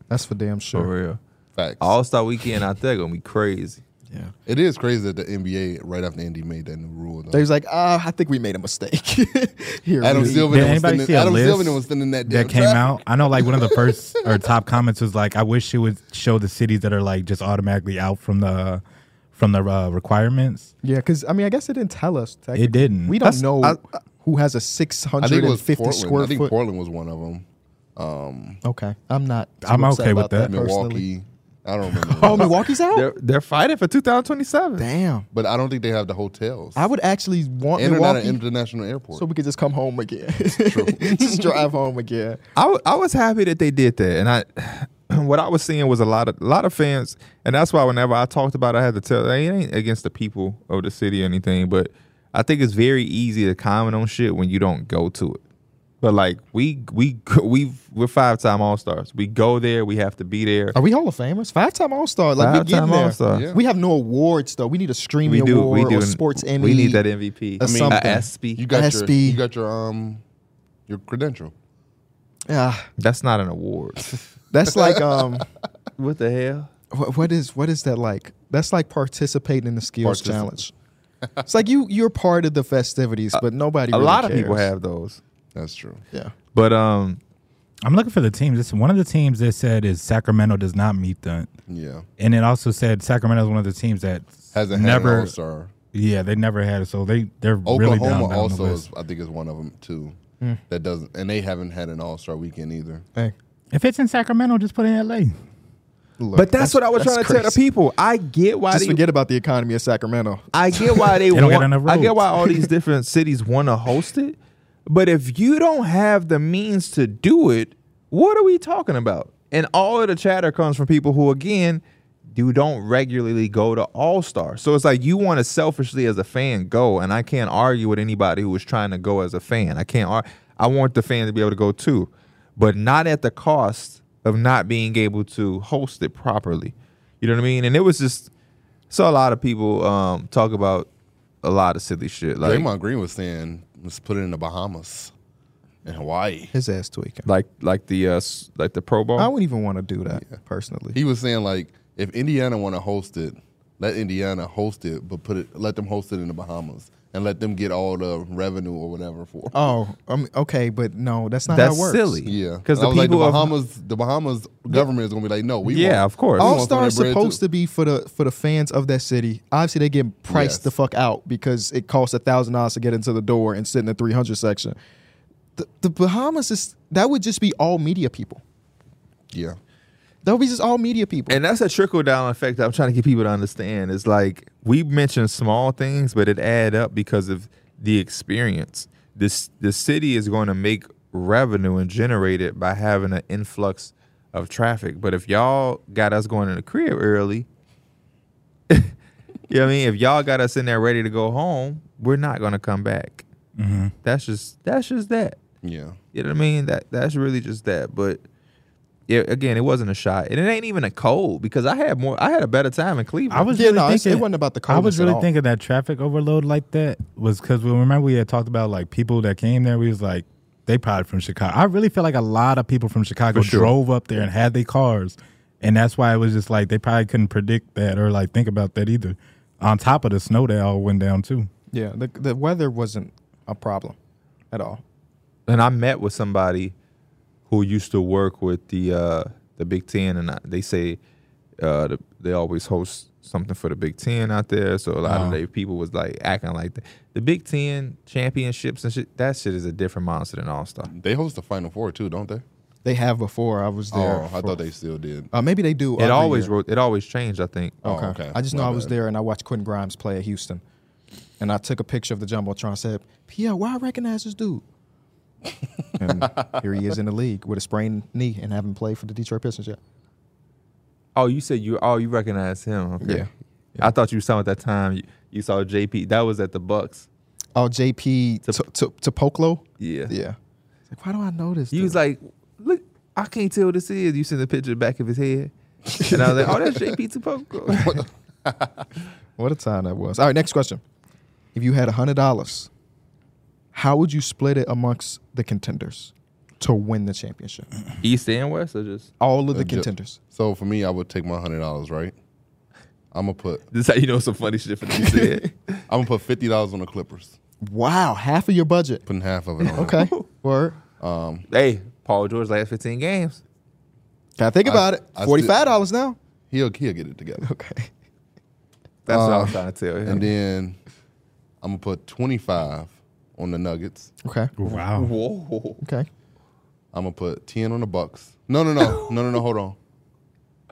A: That's for damn sure.
B: For real.
D: Facts.
B: All Star Weekend out there gonna be crazy.
A: Yeah,
D: it is crazy that the NBA right after Indy made that new rule. Though.
A: they was like, ah, I think we made a mistake. Here,
D: Adam
A: we-
D: Silver
C: Did
D: was
C: anybody
D: sending,
C: see a
D: Adam
C: list
D: Silverman was sending that,
C: that
D: damn
C: came
D: traffic.
C: out. I know, like one of the first or top comments was like, "I wish it would show the cities that are like just automatically out from the from the uh, requirements.
A: Yeah, because I mean, I guess it didn't tell us. technically.
C: It didn't.
A: We don't
C: That's-
A: know
D: I-
A: who has a
D: I think it was
A: 650
D: Portland.
A: square
D: I think
A: foot.
D: Portland was one of them. Um,
A: okay, I'm not. too
C: I'm
A: upset
C: okay with
A: about that.
C: that.
A: personally.
D: Milwaukee. I don't remember.
A: Oh, Milwaukee's out.
B: They're, they're fighting for 2027.
A: Damn,
D: but I don't think they have the hotels.
A: I would actually want
D: and they're not an
A: Milwaukee
D: international airport.
A: so we could just come home again. just drive home again.
B: I, w- I was happy that they did that, and I what I was seeing was a lot of a lot of fans, and that's why whenever I talked about, it, I had to tell. It ain't against the people of the city or anything, but I think it's very easy to comment on shit when you don't go to it. But like we we we we're five time all stars. We go there. We have to be there.
A: Are we Hall of Famers? Five time All Star. Like we're getting
B: Five-time
A: there.
B: All-Star.
D: Yeah.
A: We have no awards though. We need a streaming
B: We do.
A: award
B: We do.
A: or sports Emmy.
B: We need that MVP.
A: or
B: I mean,
A: something.
B: a SB.
D: you got
A: SB.
D: your you got your um your credential.
A: Ah,
B: that's not an award.
A: that's like um,
B: what the hell?
A: wh- what is what is that like? That's like participating in the skills
D: Partici-
A: challenge. It's like you you're part of the festivities, but nobody.
B: A
A: really
B: lot of people
A: cares.
B: have those,
D: That's true.
A: Yeah.
B: but um,
C: I'm looking for the teams. This one of the teams that said is Sacramento does not meet the,
D: Yeah,
C: and it also said Sacramento is one of the teams that
D: hasn't had an
C: never.
D: all star.
C: yeah, they never had it, so they they're really
D: Oklahoma
C: down, down the
D: also is
C: list.
D: I think is one of them too.
A: Hmm.
D: That doesn't and they haven't had an all star weekend either.
A: Hey,
C: If it's in Sacramento, just put it in LA.
A: look,
B: but that's, what I was
A: that's
B: trying to tell the
A: crazy.
B: people. I get why
A: Just
B: they
A: forget about the economy of Sacramento.
B: I get why they,
C: They don't got
B: want.
C: enough
B: I get
C: roads.
B: why all these different cities want to host it, but if you don't have the means to do it, what are we talking about? And all of the chatter comes from people who, again, you don't regularly go to All Star. So it's like you want to selfishly, as a fan, go. And I can't argue with anybody who is trying to go as a fan. I can't. Ar- I want the fan to be able to go too, but not at the cost of not being able to host it properly. You know what I mean? And it was just saw a lot of people um, talk about a lot of silly shit, like
D: Draymond Green was saying let's put it in the Bahamas and Hawaii.
A: His ass tweaking.
B: like like the uh, s- like the Pro
D: Oh.
B: Bowl.
A: I wouldn't even want to do that personally.
D: He was saying like if Indiana want to host it, let Indiana host it, but put it let them host it in the Bahamas and let them get all the revenue or whatever for.
A: oh, um, okay, but no, that's not
B: That's
A: how it works.
B: silly.
D: Yeah,
B: because the
D: And I was like,
B: people
D: the
B: of
D: Bahamas, the Bahamas government is gonna be like, no, we
B: yeah,
D: want-
B: of course.
D: Oh,
A: All
D: want some
A: Star
D: of
A: is
D: that bread,
A: supposed
D: too.
A: to be for the for the fans of that city. Obviously, they get priced
D: Yes.
A: the fuck out because it costs a thousand dollars to get into the door and sit in the three hundred section. The, the Bahamas is that would just be all media people.
D: yeah.
A: That would be just all media people.
B: and that's a trickle down effect that I'm trying to get people to understand. It's like we mention small things, but it add up because of the experience. This the city is going to make revenue and generate it by having an influx of traffic. But if y'all got us going in the crib early, you know what I mean? If y'all got us in there ready to go home, we're not gonna come back. That's just that's just that.
D: Yeah.
B: You know what I mean? That that's really just that. But yeah, again, it wasn't a shot, and it ain't even a cold because I had more. I had a better time in Cleveland.
C: I was
A: Yeah,
C: really
A: no, it's-
C: thinking
A: it wasn't about the
C: I was
A: coldness at
C: really
A: all.
C: thinking that traffic overload like that was because we remember we had talked about like people that came there. We was like they probably from Chicago. I really feel like a lot of people from Chicago
B: For sure.
C: drove up there and had their cars, and that's why it was just like they probably couldn't predict that or like think about that either. On top of the snow that all went down too.
A: yeah, the the weather wasn't a problem at all.
B: and I met with somebody who used to work with the uh, the Big Ten, and I, they say uh, the, they always host something for the Big Ten out there. So a lot
C: Oh.
B: of their people was like acting like the, the Big Ten championships and shit. That shit is a different monster than All Star.
D: They host the Final Four too, don't they?
A: They have before I was there.
D: Oh,
A: for-
D: I thought they still did.
A: Uh, maybe they do.
B: It
A: every
B: always
A: year.
B: ro- it always changed. I think.
D: Oh,
A: Okay.
D: okay.
A: I just know
D: My
A: I was
D: bad.
A: there and I watched Quentin Grimes play at Houston. And I took a picture of the Jumbotron and said, Pierre, why I recognize this dude? and here he is in the league with a sprained knee and haven't played for the Detroit Pistons yet.
B: Oh, you said you. Oh, you recognize him. Okay.
A: Yeah.
B: I thought you saw at that time. You, you saw JP. That was at the Bucks.
A: Oh, JP
B: To-
A: Topoklo?
B: Yeah.
A: Yeah. It's like, why do I know this?
B: You was like, look, I can't tell what this is. You seen the picture of the back of his head, and I was like, oh, that's JP Tupoco.
A: what a time that was. All right, next question. If you had $100, how would you split it amongst the contenders to win the championship?
B: East and West, or just
A: All of the
D: Uh, ju-
A: contenders.
D: So for me, I would take my hundred dollars, right? I'm gonna put
B: this? How you know some funny shit for you said?
D: I'm gonna put fifty dollars on the Clippers,
A: Wow, half of your budget.
D: putting half of it on.
A: Okay. Word.
B: hey, Paul George last fifteen games.
A: Gotta think about it.
D: I
A: Forty five dollars now.
D: He'll he'll get it together.
A: Okay.
B: That's what I was
D: Uh,
B: trying to tell him.
D: And then I'm gonna put 25 on the Nuggets.
A: Okay.
C: Wow.
B: Whoa.
A: Okay.
D: I'm gonna put 10 on the Bucks. No, no, no, no, no, no. Hold on.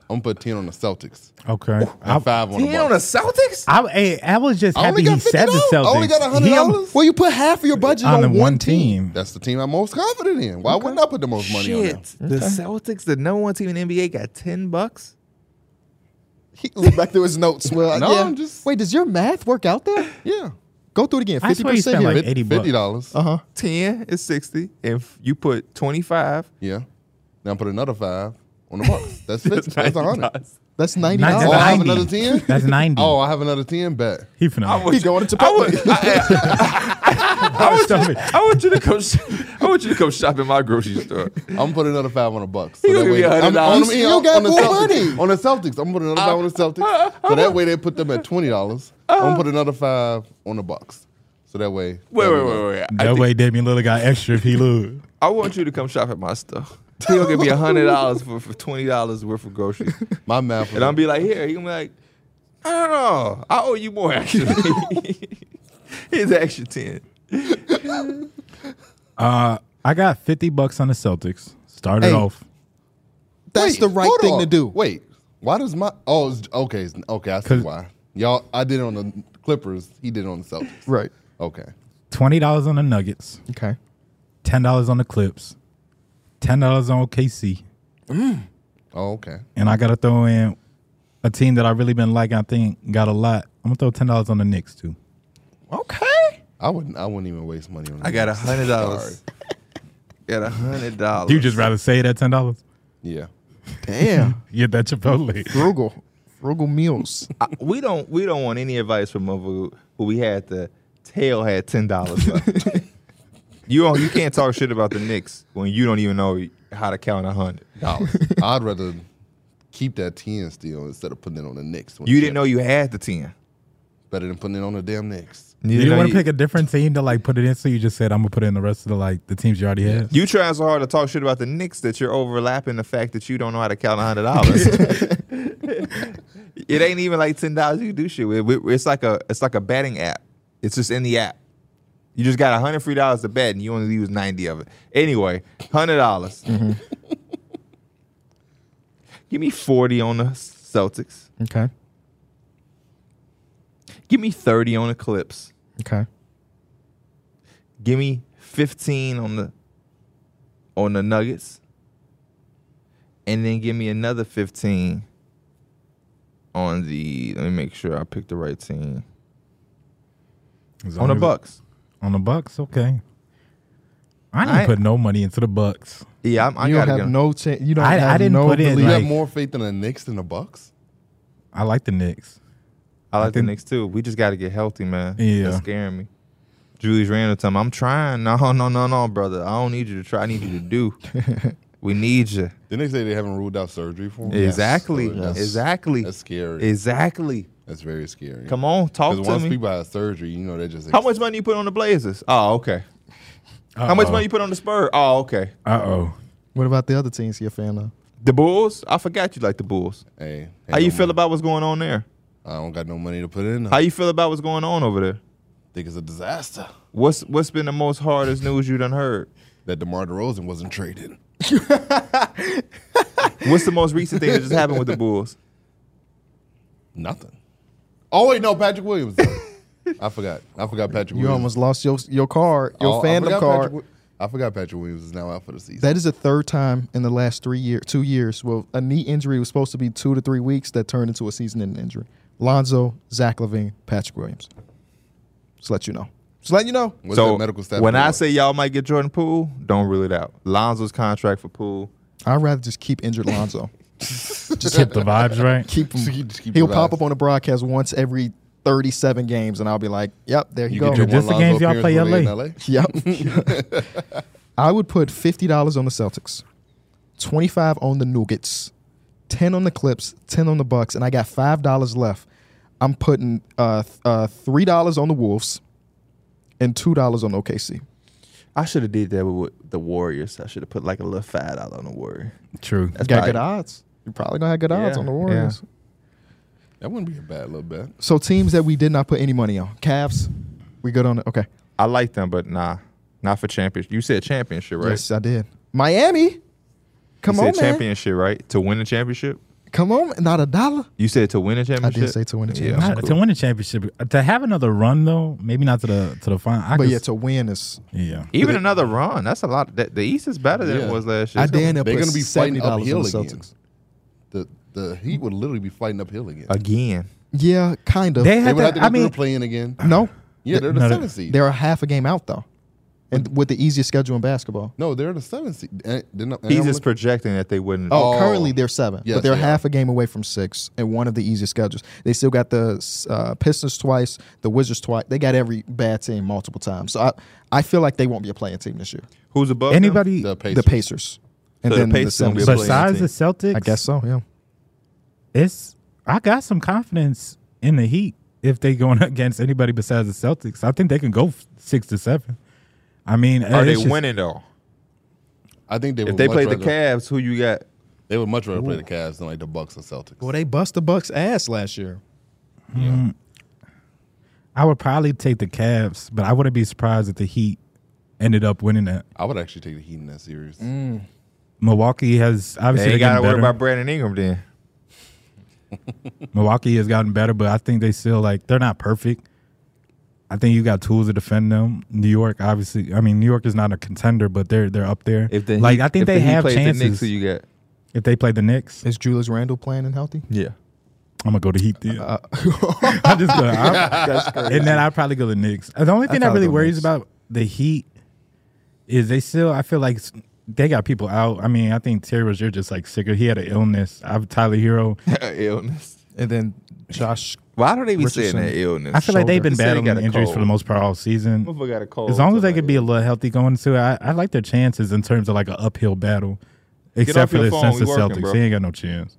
D: I'm gonna put 10 on the Celtics.
C: Okay.
D: And
C: I,
D: five on the
B: Ten on the
D: Bucks.
B: Celtics?
C: I, hey, I was just
D: I only
C: happy
D: got
C: he said the
D: $50.
C: Celtics.
D: I only got
C: He al-
D: $100.
A: Well, you put half of your budget
C: On
A: on,
C: the
A: one,
C: one
A: team.
C: team.
D: That's the team I'm most confident in. Why wouldn't I put the most money on them?
B: Shit. The Celtics, the number one team in the NBA, got ten bucks.
D: He looked back through his notes.
A: Well,
D: no,
A: yeah.
D: I'm just
A: Wait, does your math work out there?
D: yeah,
A: Go through it again.
C: I
A: Fifty
C: swear you
A: percent
C: spent
A: here.
C: like eighty bucks.
D: fifty dollars.
A: uh huh.
B: Ten is sixty. If you put twenty five,
D: Yeah. Now put another five on the Bucks. That's fifty. That's a hundred.
A: That's ninety
C: Not
D: Oh,
C: just-
A: dollars.
D: I have
C: 90.
D: another ten.
C: That's 90.
D: Oh, I have another ten bet.
C: He finna.
A: He going into
B: I
A: public.
B: would, I,
C: I was me.
B: I want you to come. sh- I want you to come shop in my grocery store.
D: I'm gonna put another five on the Bucks. So
B: You
D: that
B: gonna
D: way,
B: give me
D: I'm
B: $100?
D: on,
B: You
D: them-
A: still
D: on
A: got
D: the
A: more
D: Celtics.
A: money.
D: On the Celtics, I'm gonna put another five on the Celtics. So that way they put them at twenty dollars. I'm gonna put another five on the Bucks. So that way.
B: Wait,
D: there we
B: wait,
D: go.
B: wait, wait. I,
C: That
B: think-
C: way, Damian Lillard got extra if he lose.
B: I want you to come shop at my store. He gonna give me hundred dollars for, for twenty dollars worth of groceries,
D: My math.
B: and I'll be like, "Here." He gonna be like, "I don't know. I owe you more actually." Here's an extra ten.
C: Uh, I got fifty bucks on the Celtics. Started
A: Hey.
C: off.
A: That's
D: Wait,
A: the right
D: hold
A: thing
D: on.
A: to do.
D: Wait, why does my? Oh, it's, okay, it's- okay. I see
C: 'Cause-
D: why. Y'all, I did it on the Clippers. He did it on the Celtics.
A: Right.
D: Okay.
C: twenty dollars on the Nuggets,
A: Okay.
C: ten dollars on the Clips, ten dollars on OKC,
D: Oh, okay.
C: and I gotta throw in a team that I really been liking. I think got a lot. I'm gonna throw ten dollars on the Knicks too.
B: Okay.
D: I wouldn't. I wouldn't even waste money on.
B: I got a
D: it.
B: hundred dollars. Got a hundred dollars.
C: You just rather say that ten dollars?
D: Yeah.
A: Damn.
C: Get that Chipotle.
A: Frugal. Frugal meals.
B: I- we don't we don't want any advice from mother who we had to tell had ten dollars left. you don't, you can't talk shit about the Knicks when you don't even know how to count a hundred dollars.
D: I'd rather keep that ten still instead of putting it on the Knicks. when
B: You
D: it
B: didn't know you had the ten.
D: better than putting it on the damn Knicks.
C: You didn't want to pick a different team to like put it in, so you just said I'm gonna put in the rest of the like the teams you already had.
B: You trying so hard to talk shit about the Knicks that you're overlapping the fact that you don't know how to count a hundred dollars. it ain't even like ten dollars you can do shit with. We- we- It's like a it's like a betting app. It's just in the app. You just got hundred free dollars to bet, and you only use ninety of it. Anyway, hundred dollars. Give me forty on the Celtics.
A: Okay.
B: Give me thirty on the Clips.
A: Okay.
B: Give me 15 on the on the Nuggets. And then give me another 15 on the let me make sure I picked the right team.
C: As
B: On
C: long
B: the
C: as-
B: Bucks.
C: On the Bucks, okay. I didn't
B: I-
C: put no money into the Bucks.
B: Yeah, I'm, I
A: you
B: gotta
A: don't have
B: get 'em.
A: no chance. You don't
C: I- I
A: have
C: didn't
A: no
C: put in,
A: belief.
D: You
C: like-
D: have more faith in the Knicks than the Bucks.
C: I like the Knicks.
B: I like the
C: think-
B: Knicks too. We just gotta get healthy, man.
C: Yeah.
B: That's scaring me. Julius Randle time. I'm trying. No, no, no, no, brother. I don't need you to try. I need you to do. we need you.
D: Didn't they say they haven't ruled out surgery for him?
B: Exactly.
D: So that's-
B: Exactly.
D: That's scary.
B: Exactly.
D: that's very scary.
B: Come on, talk to
D: Because once
B: me.
D: people have surgery, you know they just
B: How much money you put on the Blazers? Oh, okay. How
D: Uh-huh.
B: much money you put on the Spurs? Oh, okay.
C: Uh oh.
A: What about the other teams you're a fan of?
B: The Bulls? I forgot you like the Bulls.
D: Hey, ain't
B: How you
D: no
B: feel
D: money.
B: about what's going on there?
D: I don't got no money to put in.
B: How
D: I
B: you feel about what's going on over there?
D: think it's a disaster
B: What's what's been the most hardest news you done heard?
D: that DeMar DeRozan wasn't traded.
B: What's the most recent thing that just happened with the Bulls?
D: Nothing. Oh wait, no, Patrick Williams. I forgot. I forgot Patrick.
A: You
D: Williams.
A: almost lost your your card, your
D: Oh, I
A: fandom
D: forgot
A: card.
D: Patrick Wi- I forgot Patrick Williams is now out for the season.
A: That is the third time in the last three year, two years. Well, a knee injury was supposed to be two to three weeks that turned into a season-ending injury. Lonzo, Zach Levine, Patrick Williams. Just let you know. Just let you know.
D: What's
B: so
D: that medical staff?
B: when I
D: doing?
B: say y'all might get Jordan Poole, don't rule it out. Lonzo's contract for Poole.
A: I'd rather just keep injured Lonzo. just
C: Keep the vibes right.
A: keep
D: Just
A: him.
D: keep- just keep
A: He'll
D: the
A: pop
D: vibes.
A: up on the broadcast once every 37 games, and I'll be like, "Yep, there you,
D: you
A: go."
D: get your
C: Just the
D: one Lonzo
C: games y'all play
D: appearance when they
C: LA.
D: in LA.
A: Yep. I would put fifty dollars on the Celtics, twenty-five on the Nuggets, ten on the Clips, ten on the Bucks, and I got five dollars left. I'm putting uh, th- uh, three dollars on the Wolves and two dollars on OKC.
B: I should have did that with the Warriors. I should have put like a little five out on the Warriors.
C: True.
A: You got
B: probably-
A: good odds. You're probably gonna have good odds
B: Yeah,
A: on the Warriors.
D: That wouldn't be a bad little bet.
A: So teams that we did not put any money on. Cavs, we good on it. Okay.
B: I like them, but nah, not for championship. You said championship, right?
A: Yes, I did. Miami. Come
B: you
A: on,
B: said
A: man.
B: championship, right? To win a championship.
A: Come on, not a dollar.
B: You said to win a
A: I
B: championship.
A: did say to win the
B: Yeah.
A: championship.
C: Not- To win a championship, to have another run though, maybe not to the to the final. I
A: But
C: could-
A: yeah, to win is.
C: yeah.
B: Even another run. That's a lot. That, the East is better than it
D: Yeah.
B: was last year.
A: I damn near
D: They're
A: put
D: gonna be
A: seventy
D: fighting
A: dollars on
D: uphill
A: the
D: again.
A: Celtics.
D: The the Heat would literally be fighting uphill again.
B: Again.
A: Yeah, kind of.
C: They
D: They
C: had
D: would have
C: that.
D: to
C: I
D: go through
C: mean,
D: playing
B: uh,
D: again.
A: no,
D: Yeah, they're
C: No,
D: the
C: they-
D: seventh seed.
A: they're a half a game out though, and with the easiest schedule in basketball.
D: No, they're the seventh seed. And, they're not- and
B: He's
D: I'm
B: just
D: looking-
B: projecting that they wouldn't.
A: Oh,
D: Oh.
A: currently they're seven,
D: Yes,
A: but they're
D: they are.
A: half a game away from six, and one of the easiest schedules. They still got the uh, Pistons twice, the Wizards twice. They got every bad team multiple times. So I, I feel like they won't be a playing team this year.
B: Who's above them?
C: anybody
D: the Pacers.
A: The Pacers, and
B: So the Pacers gonna be
A: Celtics.
B: a playing
C: besides the
B: team.
C: Celtics,
A: I guess so. Yeah.
C: it's I got some confidence in the Heat if they going against anybody besides the Celtics. I think they can go f- six to seven. I mean,
B: Are they
C: it's just-
B: winning though?
D: I think they would
B: If they
D: much
B: play the
D: rather-
B: Cavs, who you got?
D: They would much rather play the Cavs than like the Bucks and Celtics.
A: Well, they bust the Bucks ass last year.
C: I would probably take the Cavs, but I wouldn't be surprised if the Heat ended up winning that.
D: I would actually take the Heat in that series.
B: Mm.
C: Milwaukee has
B: They
C: obviously
B: ain't got
C: got
B: to worry
C: better.
B: about Brandon Ingram then.
C: Milwaukee has gotten better, but I think they still like they're not perfect. I think you got tools to defend them. New York, obviously, I mean New York is not a contender, but they're they're up there.
B: If the
C: like
B: Heat-
C: I think
B: if
C: they
B: the Heat
C: have
B: plays
C: chances
B: The Knicks, who you got?
C: if they play the Knicks.
A: Is Julius Randle playing and healthy?
B: Yeah.
C: I'm gonna go to Heat. Then.
B: Uh,
C: I just go, I'm- and then I'd probably go to Knicks. The only thing that
A: probably
C: really
A: go
C: worries
A: Knicks.
C: about the Heat is they still. I feel like s- they got people out. I mean, I think Terry Rozier just like sick of. He had an illness. I've Tyler Hero.
B: illness.
A: And then Josh.
B: Why don't they be
A: Richardson.
B: saying that illness?
C: I feel like
B: Shoulder.
C: they've been
B: They say they
C: battling
B: got a
C: injuries for the
B: cold.
C: most part all season.
B: Motherfucker got a cold.
C: As long as they could be a
B: Somebody-
C: little healthy going into it, I, I like their chances in terms of like an uphill battle.
B: off
C: Except for
B: your
C: the
B: phone,
C: Census
B: we working,
C: Celtics,
B: bro.
C: they ain't got no chance.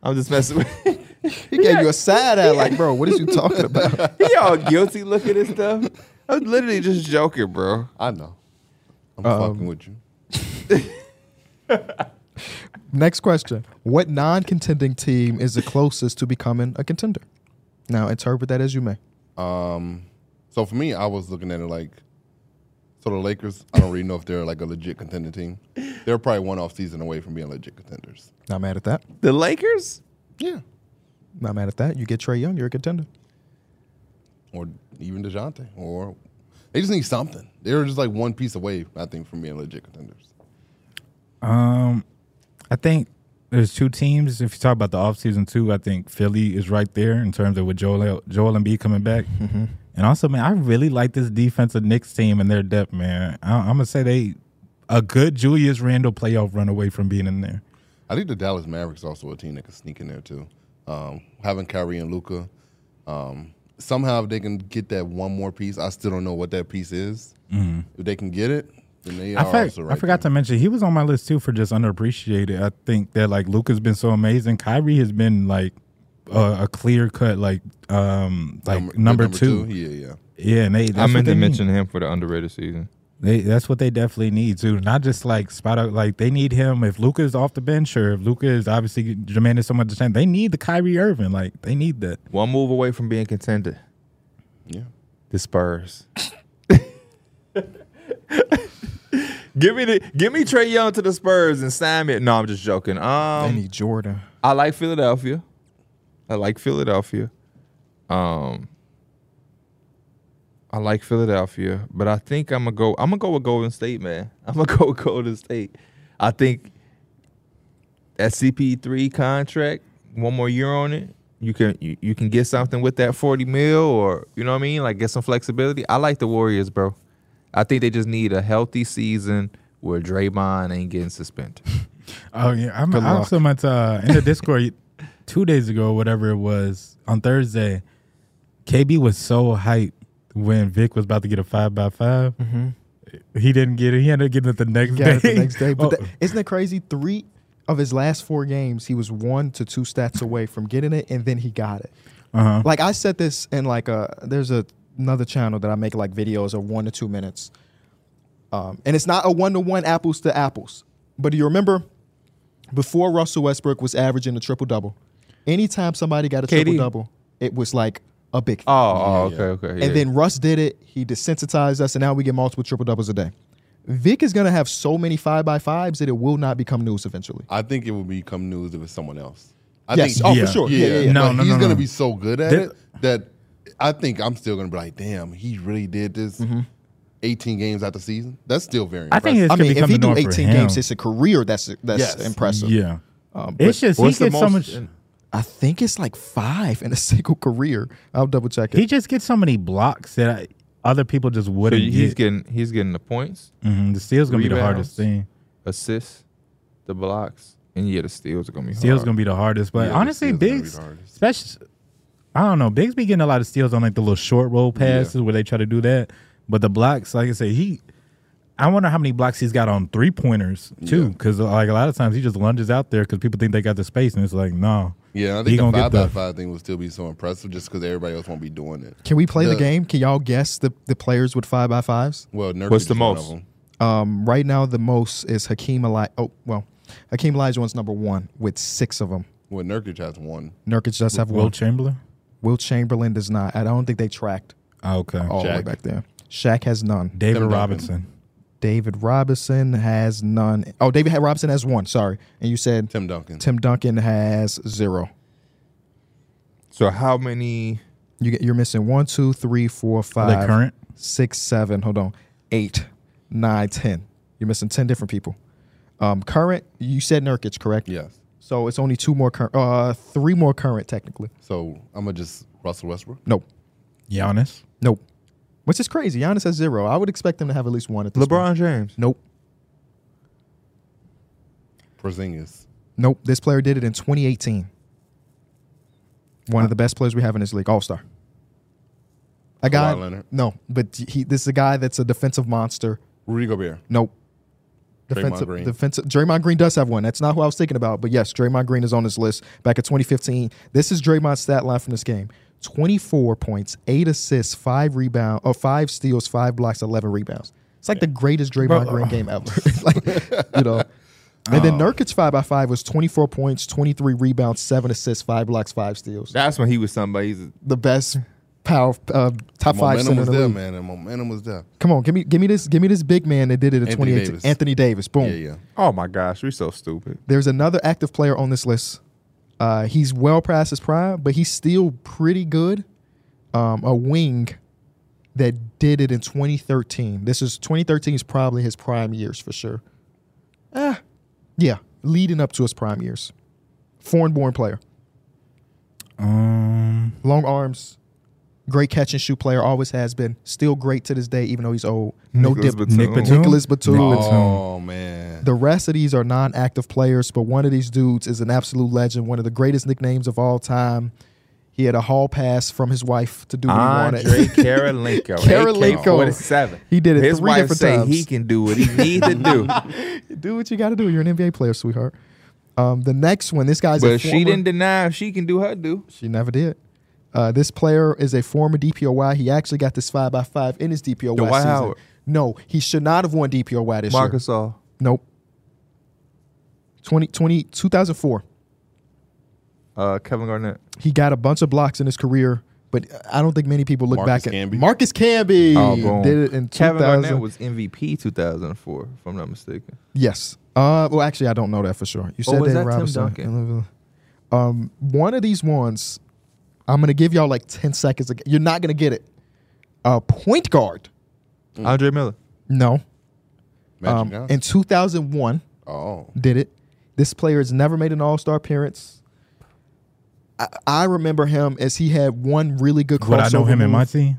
B: I'm just messing with.
A: He gave you a side eye, like, bro, what is you talking about?
B: he all guilty looking and stuff. I'm literally just joking, bro.
D: I know. I'm
C: Um,
D: fucking with you.
A: Next question. What non contending team is the closest to becoming a contender? Now, interpret that as you may.
D: So for me, I was looking at it like, so the Lakers. I don't really know if they're like a legit contending team. They're probably one off season away from being legit contenders.
A: Not mad at that.
B: The Lakers?
D: Yeah.
A: Not mad at that. You get Trey Young, you're a contender.
D: Or even Dejounte. Or they just need something. They're just like one piece away. I think from being legit contenders.
C: I think there's two teams. If you talk about the offseason too, I think Philly is right there in terms of with Joel Joel Embiid coming back.
B: Mm-hmm.
C: And also, man, I really like this defensive Knicks team and their depth, man. I, I'm gonna say they a good Julius Randle playoff run away from being in there.
D: I think the Dallas Mavericks also a team that can sneak in there too. Um, having Kyrie and Luca, um, somehow if they can get that one more piece, I still don't know what that piece is. If they can get it, then they
C: Mm-hmm. I,
D: are
C: fact-
D: also right.
C: I forgot to mention he was on my list too for just underappreciated. I think that like Luca's been so amazing. Kyrie has been like a, a clear cut like um like number, two.
D: Yeah, yeah.
C: Yeah, and they that's
B: I
C: what
B: meant
C: they
B: to
C: need.
B: mention him for the underrated season.
C: They, that's what they definitely need too. Not just like spot out like they need him if Luca's off the bench or if Luca is obviously demanding so much attention. They need the Kyrie Irving. Like they need that.
B: One move away from being contender.
D: Yeah.
B: The Spurs. give me the give me Trey Young to the Spurs and sign me. No, I'm just joking.
A: They
B: Um,
A: need Jordan.
B: I like Philadelphia. I like Philadelphia. Um, I like Philadelphia, but I think I'm gonna go. I'm gonna go with Golden State, man. I'm gonna go with Golden State. I think that CP3 contract, one more year on it. You can you, you can get something with that 40 mil, or you know what I mean, like get some flexibility. I like the Warriors, bro. I think they just need a healthy season where Draymond ain't getting suspended.
C: Oh yeah, I'm,
A: Good
C: I'm
A: luck.
C: so much uh, in the Discord two days ago, whatever it was on Thursday. KB was so hyped when Vic was about to get a five by 5 He didn't get it. He ended up getting it the next
A: Mm-hmm. Got
C: day.
A: it the next day. But
C: Oh,
A: that- isn't it crazy? Three of his last four games, he was one to two stats away from getting it, and then he got it.
C: uh-huh.
A: Like I said this in like a there's a another channel that I make like videos of one to two minutes, um, and it's not a one to one apples to apples. But do you remember before Russell Westbrook was averaging a triple double, Anytime somebody got a
B: KD.
A: triple double, it was like a big. thing.
B: Oh, oh, okay, okay.
A: And
B: yeah.
A: then Russ did it. He desensitized us, and now we get multiple triple doubles a day. Vic is going to have so many five by fives that it will not become news eventually.
D: I think it will become news if it's someone else. I
A: Yes.
D: think,
A: Oh,
C: for Yeah. sure.
A: Yeah, yeah, yeah.
C: No,
D: but
C: no,
D: he's
C: no,
D: gonna
C: no.
D: be so good at
C: That-
D: it that I think I'm still gonna be like, damn, he really did this.
A: Mm-hmm.
D: 18 games out the season. That's still very.
C: I
D: Impressive.
C: think it's
A: I mean, if he do 18 games, it's
C: it's
A: a career. That's that's
D: Yes.
A: impressive.
C: yeah.
A: Um, but
C: It's just he
B: What's the
C: gets so much.
B: most-
A: I think it's like five in a single career. I'll double check it.
C: He just gets so many blocks that I, other people just
B: so
C: wouldn't
B: he's
C: get.
B: getting he's getting the points,
C: Mhm, The steal's gonna be the hardest
B: Rebounds.
C: thing.
B: assists, the blocks, and yeah, the steals are gonna be
C: Steals
B: hard.
C: gonna be the hardest, but
D: Uh, Yeah,
C: honestly,
D: steals gonna be
C: Biggs,
D: the hardest.
C: especially, I don't know, Biggs be getting a lot of steals on like the little short roll passes where they try to do that, but the blocks, like I said, he, I wonder how many blocks he's got on three pointers too, because like a lot of times he just lunges out there because people think they got the space, and it's like no,
D: Yeah, I
C: he
D: think the
C: gonna get
D: five by
C: the
D: five thing will still be so impressive just because everybody else won't be doing it.
A: Can we play the,
D: The-
A: game? Can y'all guess the, the players with five by fives?
D: Well, Nurkic
B: What's the
D: is one
B: most?
D: of them.
A: Um, right now, the most is Hakeem Eli. Oh, well, Hakeem Olajuwon's number one with six of them.
D: Well, Nurkic has one.
A: Nurkic does have
C: Will
A: one.
C: Chamberlain. Ah,
A: Will Chamberlain does not. I don't think they tracked
C: Okay,
A: all the way
D: Shaq.
A: back there. Shaq has none.
C: David
D: Duncan.
C: Robinson.
A: David Robinson has none. Oh, David Ha- Robinson has one. Sorry, and you said
D: Tim Duncan.
A: Tim Duncan has zero.
B: so how many?
A: You get, you're missing one, two, three, four, five,
C: current?
A: six, seven. Hold on, eight, nine, ten. You're missing ten different people. Um, current, you said Nurkic, correct?
D: Yes.
A: So it's only two more current, uh, three more current technically.
D: So I'm gonna just Russell Westbrook.
A: Nope,
C: Giannis.
A: nope. Which is crazy. Giannis has zero. I would expect them to have at least one at this point.
B: LeBron James.
A: Nope,
D: Porzingis.
A: nope. This player did it in 2018. One
D: Uh,
A: of the best players we have in this league, All Star. A guy.
D: Kawhi Leonard.
A: No, but he. This is a guy that's a defensive monster.
D: Rudy Gobert.
A: Nope.
D: Draymond
A: Defensive,
D: Green.
A: defensive. Draymond Green does have one. That's not who I was thinking about, but yes, Draymond Green is on this list. Back in 2015, this is Draymond's stat line from this game: 24 points, eight assists, five rebound, or five steals, five blocks, 11 rebounds. It's like the greatest Draymond
C: Bro,
A: Green
C: uh,
A: game ever. like, you know. And then
D: Oh.
A: Nurkic five by five was 24 points, 23 rebounds, seven assists, five blocks, five steals.
B: That's when he was somebody. He's
A: The best power uh, top five
D: Momentum
A: center in
D: was
A: the
D: there,
A: league.
D: man. And momentum was there.
A: Come on, give me give me this give me this big man that did it in
D: Anthony
A: 2018.
D: Davis.
A: Anthony Davis. Boom.
D: Yeah, yeah.
B: oh my gosh, we so stupid.
A: There's another active player on this list. Uh, he's well past his prime, but he's still pretty good. Um, a wing that did it in 2013. This is 2013 is probably his prime years for sure. Ah, yeah, leading up to his prime years. Foreign-born player,
C: Um,
A: long arms, great catch and shoot player, always has been. Still great to this day, even though he's old. No
B: Nicholas
A: dip.
B: Batum.
C: Nick Batum.
A: Nicholas Batum.
C: Nick
D: Oh man.
A: The rest of these are non-active players, but one of these dudes is an absolute legend, one of the greatest nicknames of all time. He had a hall pass from his wife to do what he
B: Andre
A: wanted.
B: Karolinko.
A: Karolinko.
B: Karolinko.
A: He did it
B: His
A: three
B: wife
A: different
B: say
A: times.
B: he can do what he need to do.
A: do what you got to do. You're an NBA player, sweetheart. Um, the next one, this guy's a
B: but
A: former,
B: she didn't deny if she can do her do.
A: She never did. Uh, this player is a former DPOY. He actually got this five by five in his DPOY
B: Dwight
A: season.
B: Howard.
A: No, he should not have won DPOY this year.
B: Marcus all.
A: Nope. 20, 20, 2004.
B: Uh, Kevin Garnett.
A: he got a bunch of blocks in his career, but I don't think many people look
D: Marcus
A: back at
D: Camby.
A: Marcus Camby
B: Oh, boom.
A: did it in
B: Kevin
A: 2000.
B: Garnett was MVP 2004, if I'm not mistaken.
A: yes. Uh, well, actually, I don't know that for sure. You
B: Oh,
A: said
B: was
A: David
B: that Tim
A: Robinson. Um, one of these ones, I'm gonna give y'all like 10 seconds. ag- You're not gonna get it. A point guard.
B: Andre Miller.
A: No.
D: Magic
A: Um,
D: Johnson.
A: in 2001,
D: oh.
A: did it. This player has never made an All Star appearance. I, I remember him as he had one really good crossover.
C: would I know him in
A: move.
C: my team?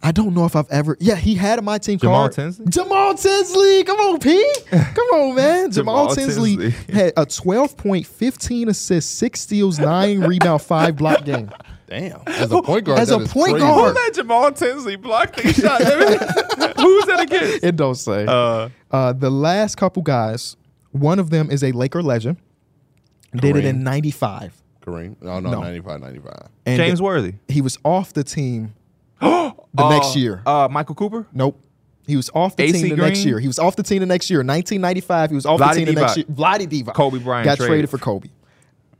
A: I don't know if I've ever. Yeah, he had a my team
B: Jamal
A: card.
B: Tinsley?
A: Jamal Tinsley. Come on, P. Come on, man. Jamal,
B: Jamal
A: Tinsley,
B: Tinsley.
A: had a 12 point, 15 assists, six steals, nine rebound, five block game.
D: Damn. As a point guard.
A: As
D: that
A: a
D: is
A: point
D: crazy.
A: guard.
B: That Jamal Tinsley blocked the shot. Who's that against?
A: It don't say.
B: Uh,
A: Uh, the last couple guys, one of them is a Laker legend, did it in 95.
D: Kareem. Oh, No, no,
A: No.
D: 95, 95.
A: And
B: James
A: th-
B: Worthy.
A: he was off the team the next year.
B: Uh, Michael Cooper.
A: Nope. He was off the
B: AC
A: team the next
B: Green?
A: year. He was off the team the next year. 1995, he was off
B: Vlade
A: the team the next
B: Divac.
A: year. Vlade Divac.
B: Kobe Bryant
A: Got
B: traded.
A: traded for Kobe.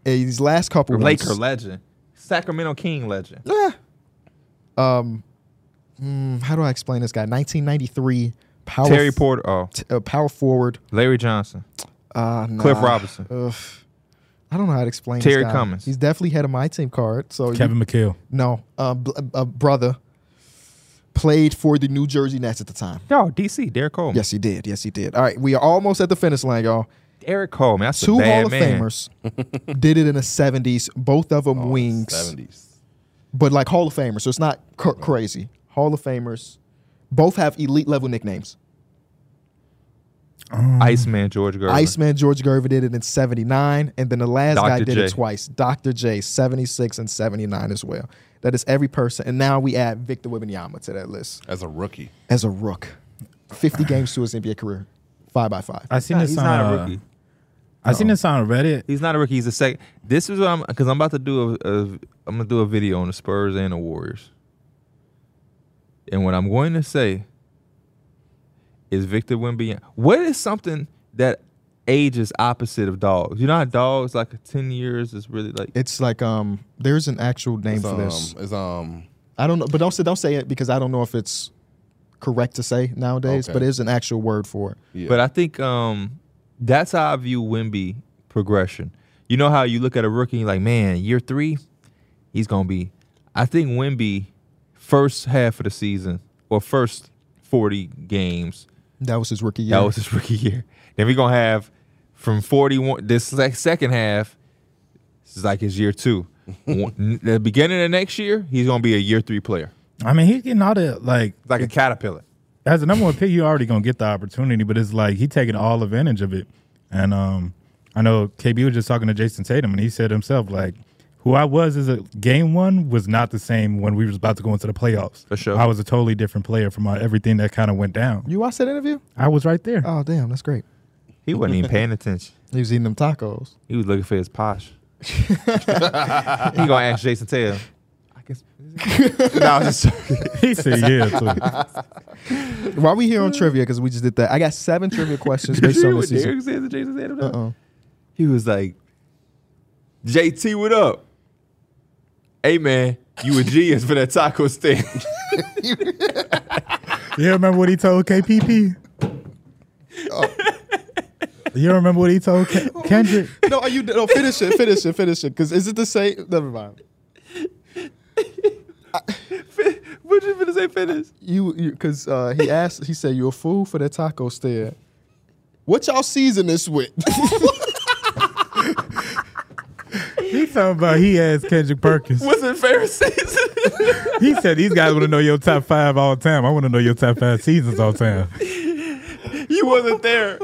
A: these last couple weeks.
B: Laker legend, Sacramento King legend.
A: Yeah. Um, mm, how do I explain this guy? 1993 power
B: Terry Porter, oh,
A: t- uh, power forward.
B: Larry Johnson,
A: Uh, nah.
B: Cliff Robinson.
A: Ugh. I don't know how to explain.
B: Terry
A: this guy.
B: Cummins.
A: He's definitely head of my team card. So you-
C: Kevin McHale.
A: no, uh, bl- a brother played for the New Jersey Nets at the time.
B: Yo, DC, Derek Coleman.
A: Yes, he did. Yes, he did. All right, we are almost at the finish line, y'all.
B: Derek Coleman. That's
A: Two
B: a bad
A: Hall of
B: man.
A: Famers did it in the 70s. Both of them wings.
D: Oh, Seventies.
A: but like Hall of Famers, so it's not cr- crazy. Hall of Famers, both have elite level nicknames.
B: Iceman George Gervin.
A: Iceman George Gervin did it in '79, and then the last guy
B: Dr.
A: did it
B: J.
A: twice. Dr. J, '76 and '79 as well. That is every person, and now we add Victor Wembanyama to that list
D: as a rookie.
A: as a rook. 50 games to his NBA career, five by five.
C: I seen
B: Nah,
C: this
B: he's
C: on.
B: not a
C: uh,
B: rookie.
C: I seen this on Reddit.
B: He's not a rookie. He's a second. This is what I'm because I'm about to do a, a I'm gonna do a video on the Spurs and the Warriors. And what I'm going to say is Victor Wembanyama. What is something that age is opposite of dogs? You know how dogs like ten years is really like
A: It's like um, there's an actual name
D: It's,
A: for
D: um,
A: this.
D: it's, um,
A: I don't know, but don't say don't say it because I don't know if it's correct to say nowadays.
D: Okay.
A: But it's an actual word for it.
D: yeah.
B: But I think um, that's how I view Wimby progression. You know how you look at a rookie, and you're like, man, year three, he's gonna be. I think Wimby, first half of the season or first forty games,
A: That was his rookie year.
B: that was his rookie year. Then we're gonna have from forty one this sec- second half. This is like his year two. One- the beginning of next year, he's gonna be a year three player,
C: I mean, he's getting all the like
B: like a caterpillar.
C: as a number one pick, you already gonna get the opportunity, but it's like he taking all advantage of it. And um, I know KB was just talking to Jason Tatum, and he said himself, like, who I was as a game one was not the same when we was about to go into the playoffs.
B: For sure.
C: I was a totally different player from uh, everything that kind of went down.
A: You watched that interview?
C: I was right there.
A: Oh, damn, that's great.
B: He wasn't even paying attention.
A: He was eating them tacos.
B: He was looking for his posh. he gonna ask Jason Taylor. I guess. no, I'm just
C: he said, yeah, too.
A: Why we here on trivia? Because we just did that. I got seven trivia questions based on this season.
B: Derek said to Jason Taylor. though?
A: Uh-uh.
B: He was like, "JT, what up? Hey man, you a genius for that taco stand."
C: You remember what he told KPP?
B: Oh.
C: You remember what he told Ke- Kendrick?
A: No, are you no Oh, finish it, finish it, finish it. Because is it the same? Never mind.
B: what you finna say? Finish.
A: You because uh, he asked. He said you a fool for that taco stand. What y'all season this with?
C: He talking about he asked Kendrick Perkins.
B: What's his favorite season?
C: He said these guys want to know your top five all time. I want to know your top five seasons all time.
B: you wasn't there.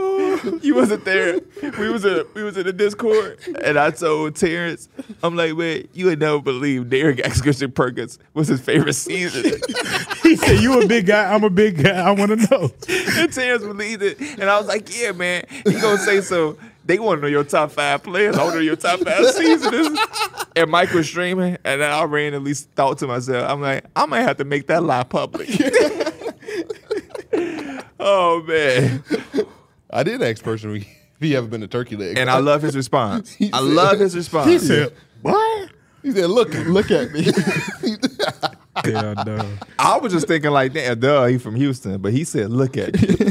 B: You wasn't there. We was in we was in the Discord, and I told Terrence, I'm like, man, you would never believe Derek asked Christian Perkins was his favorite season.
C: He said, "You a big guy. I'm a big guy. I want to know."
B: and Terrence believed it, and I was like, yeah, man, he gonna say so. They want to know your top five players. I want to know your top five seasons. And Mike was streaming, and then I randomly thought to myself, I'm like, I might have to make that lie public. oh man.
D: I did ask personally if he ever been to Turkey Leg.
B: And I love his response. I
D: said-
B: love his response.
C: He said, "What?"
D: he said, "Look,
A: Look at me.
C: Hell no.
B: I was just thinking like, damn, duh, he from Houston, but he said, look at me.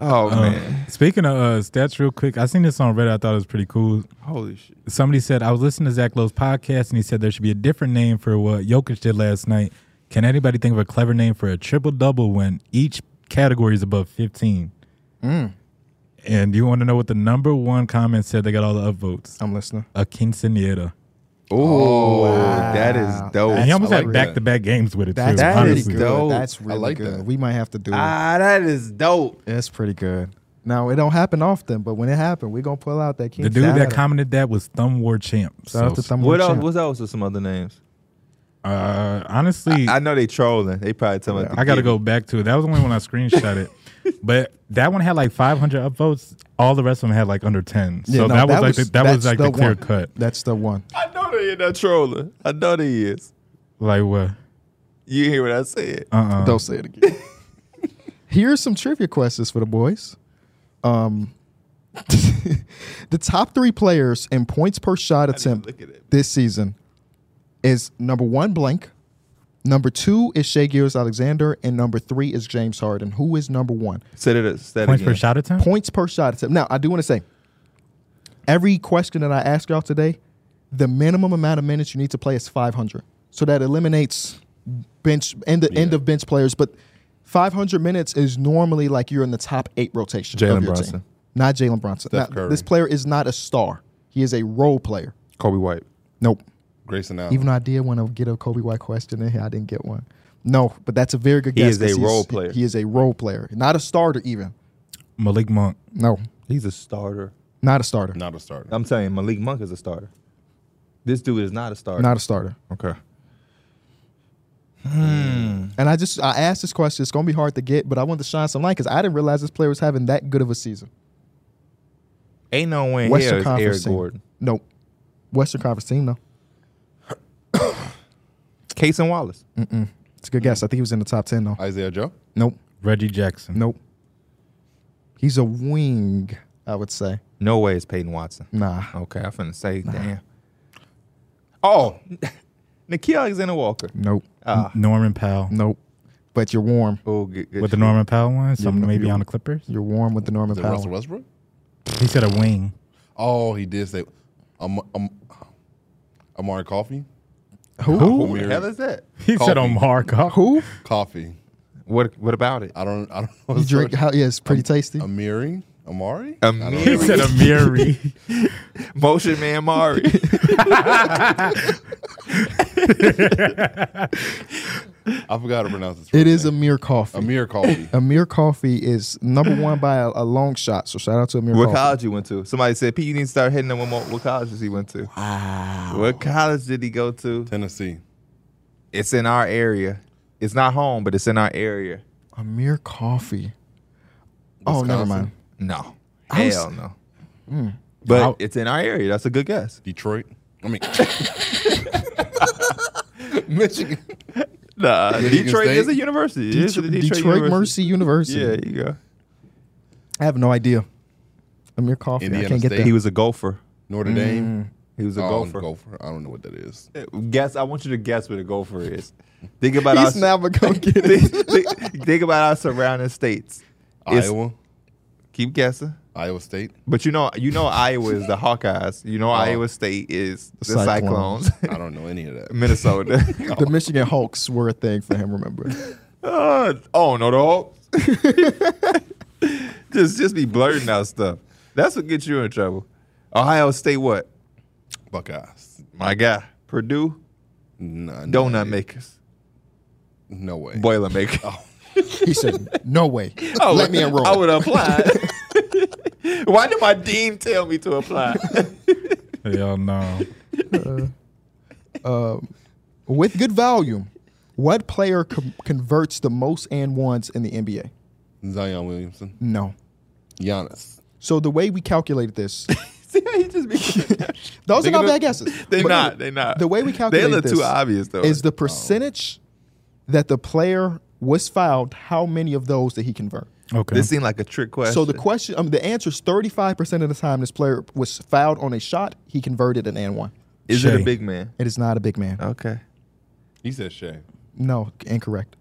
B: oh
C: Uh-huh.
B: man,
C: Speaking of uh, stats, real quick, I seen this on Reddit. I thought it was pretty cool.
B: holy shit.
C: Somebody said, "I was listening to Zach Lowe's podcast, and he said there should be a different name for what Jokic did last night." Can anybody think of a clever name for a triple double when each category is above fifteen? And you want to know what the number one comment said? They got all the upvotes.
A: I'm listening.
C: A quinceanera.
B: Oh, that is dope.
C: And he almost
D: I
C: had
D: like
C: back
D: that.
C: to back games with it too.
A: That's
B: That is
A: pretty
C: honestly.
A: good.
B: dope.
A: That's really
D: like
A: good.
D: that.
A: We might have to do it.
B: ah, that is dope.
A: That's pretty good. Now it don't happen often, but when it happened, we're gonna pull out that king.
C: The dude that
A: Salad.
C: commented that was Thumb War Champ.
A: Shout out to
C: So,
A: Thumb
B: What
A: War
B: else?
A: Champ.
B: What else are some other names?
C: uh, honestly,
B: I
C: I,
B: know they trolling. They probably telling. me
C: got to go back to it. That was the only one I screenshot it. But that one had like 500 upvotes. All the rest of them had like under 10. So
A: Yeah, no,
C: that, was like the, that
A: that's
C: was like the,
A: the
C: clear
A: one.
C: cut.
A: That's the one.
B: I know they in that trolling. I know they is.
C: Like what?
B: You hear what I said?
C: Uh-uh.
A: Don't say it again. Here's some trivia questions for the boys. Um, the top three players in points per shot attempt this season is number one Blank, number two is Shea Gillis Alexander, and number three is James Harden. Who is number one?
B: Said it. Said
C: Points per
B: again.
C: shot attempt?
A: Points per shot attempt. Now I do want to say, every question that I ask y'all today, the minimum amount of minutes you need to play is 500. So that eliminates bench and the end of bench players, but 500 minutes is normally like you're in the top eight rotation.
B: Jalen
A: of your
B: Brunson.
A: team. Not Jalen Bronson.
D: Steph
A: Now,
D: Curry.
A: This player is not a star. He is a role player.
B: Kobe White.
A: Nope.
D: Grayson Allen.
A: Even though I did want to get a Kobe White question in here, I didn't get one. No, but that's a very good
B: He
A: guess.
B: is a
A: 'cause he's-
B: role player.
A: He is a role player. Not a starter even.
C: Malik Monk.
A: No.
B: He's a starter.
A: Not a starter.
D: not a starter.
B: I'm telling you, Malik Monk is a starter. This dude is not a starter.
A: Not a starter.
B: okay. Mm-hmm.
A: And I just I asked this question. It's gonna be hard to get, but I wanted to shine some light because I didn't realize this player was having that good of a season.
B: Ain't no way
A: Western
B: here is
A: Conference
B: Eric
A: team.
B: Gordon.
A: Nope. Western Conference team though.
B: Case and Wallace.
A: It's a good
B: Mm.
A: guess. I think he was in the top ten though.
D: Isaiah Joe.
A: Nope.
C: Reggie Jackson.
A: Nope. He's a wing, I would say.
B: No way it's Peyton Watson.
A: Nah.
B: Okay, I'm finna say, damn. Oh, Nikhil Alexander Walker.
A: Nope.
B: Ah,
C: Norman Powell.
A: Nope. But you're warm.
B: oh, good, good
C: Mm. With the
B: shit.
C: Norman Powell one? Something
A: no,
C: maybe
A: you-
C: on the Clippers?
A: You're warm with the Norman
D: Is it
A: Powell.
D: Russell Westbrook?
C: He said a wing.
D: Oh, he did say, um, um, Amari Coffee.
A: Who?
C: Who?
B: Who the hell is that?
C: He said
D: Kobe.
C: Omar Cobb.
A: Who?
D: Coffee.
B: What? What about it?
D: I don't. I don't know.
A: You drink? How, yeah, it's pretty tasty.
D: Amiri. Amari. I don't
B: Amiri.
D: know.
C: He said Amiri.
B: Motion Man Mari.
D: I forgot to pronounce his.
A: it is Amir Coffee.
D: Amir Coffee.
A: Amir Coffee is number one by a, a long shot. So shout out to Amir
B: what
A: Coffee.
B: college you went to? Somebody said, Pete, you need to start hitting them one more. What college does he went to? Wow. What college did he go to?
D: Tennessee.
B: It's in our area. It's not home, but it's in our area.
A: Amir Coffee. Oh, never
D: Wisconsin.
A: mind.
B: No.
A: I was-
B: Hell no. But
C: I'll-
B: it's in our area. That's a good guess.
D: Detroit. I mean, Michigan.
B: Nah,
D: Michigan
B: Detroit is a
D: State?
B: university. It
A: Detroit,
B: is a Detroit, University.
A: Mercy University.
B: Yeah, you go.
A: I have no idea. Amir Coffee. I
D: Indiana
A: can't get
D: State.
A: that.
B: He was a golfer.
D: Notre
A: Mm.
D: Dame.
B: He was a
D: Oh,
B: golfer.
D: I don't know what that is.
B: Guess I want you to guess what a golfer is. Think about
A: He's
B: our
A: never gonna get it.
B: think, think- think about our surrounding states. It's-
D: Iowa.
B: Keep guessing.
D: Iowa State.
B: But you know, you know, Iowa is the Hawkeyes. You know, Iowa State is the
A: Oh. Cyclones.
B: Cyclones.
D: I don't know any of that.
B: Minnesota.
A: The Michigan Hawks were a thing for him. Remember?
B: Uh, oh no, dog. just just be blurting out stuff. That's what gets you in trouble. Ohio State, what?
D: Buckeyes.
B: My guy, Purdue,
D: Nah, no
B: donut
D: idea.
B: makers,
D: No way.
B: boiler maker.
A: he said, "No way.
B: I
A: Oh. Let
B: would-
A: me enroll."
B: I would apply. Why did my dean tell me to apply?
C: Hell no.
A: with good volume, what player com- converts the most and ones in the NBA?
D: Zion Williamson.
A: No.
D: Giannis.
A: So the way we calculated this,
B: See how he just be.
A: those are
B: Think
A: not
B: of
A: bad
B: it-
A: guesses.
B: They
A: But
B: not. They not.
A: The way we calculated
B: They look
A: this
B: too obvious though. Oh.
A: is the percentage that the player was fouled. How many of those did he convert?
C: Okay.
B: this seemed like a trick question.
A: So the question, um, the answer is thirty-five percent of the time this player was fouled on a shot, he converted an and one.
B: is it a
C: Shay.
B: big man?
A: It is not a big man.
B: Okay.
D: He said Shea.
A: No, incorrect.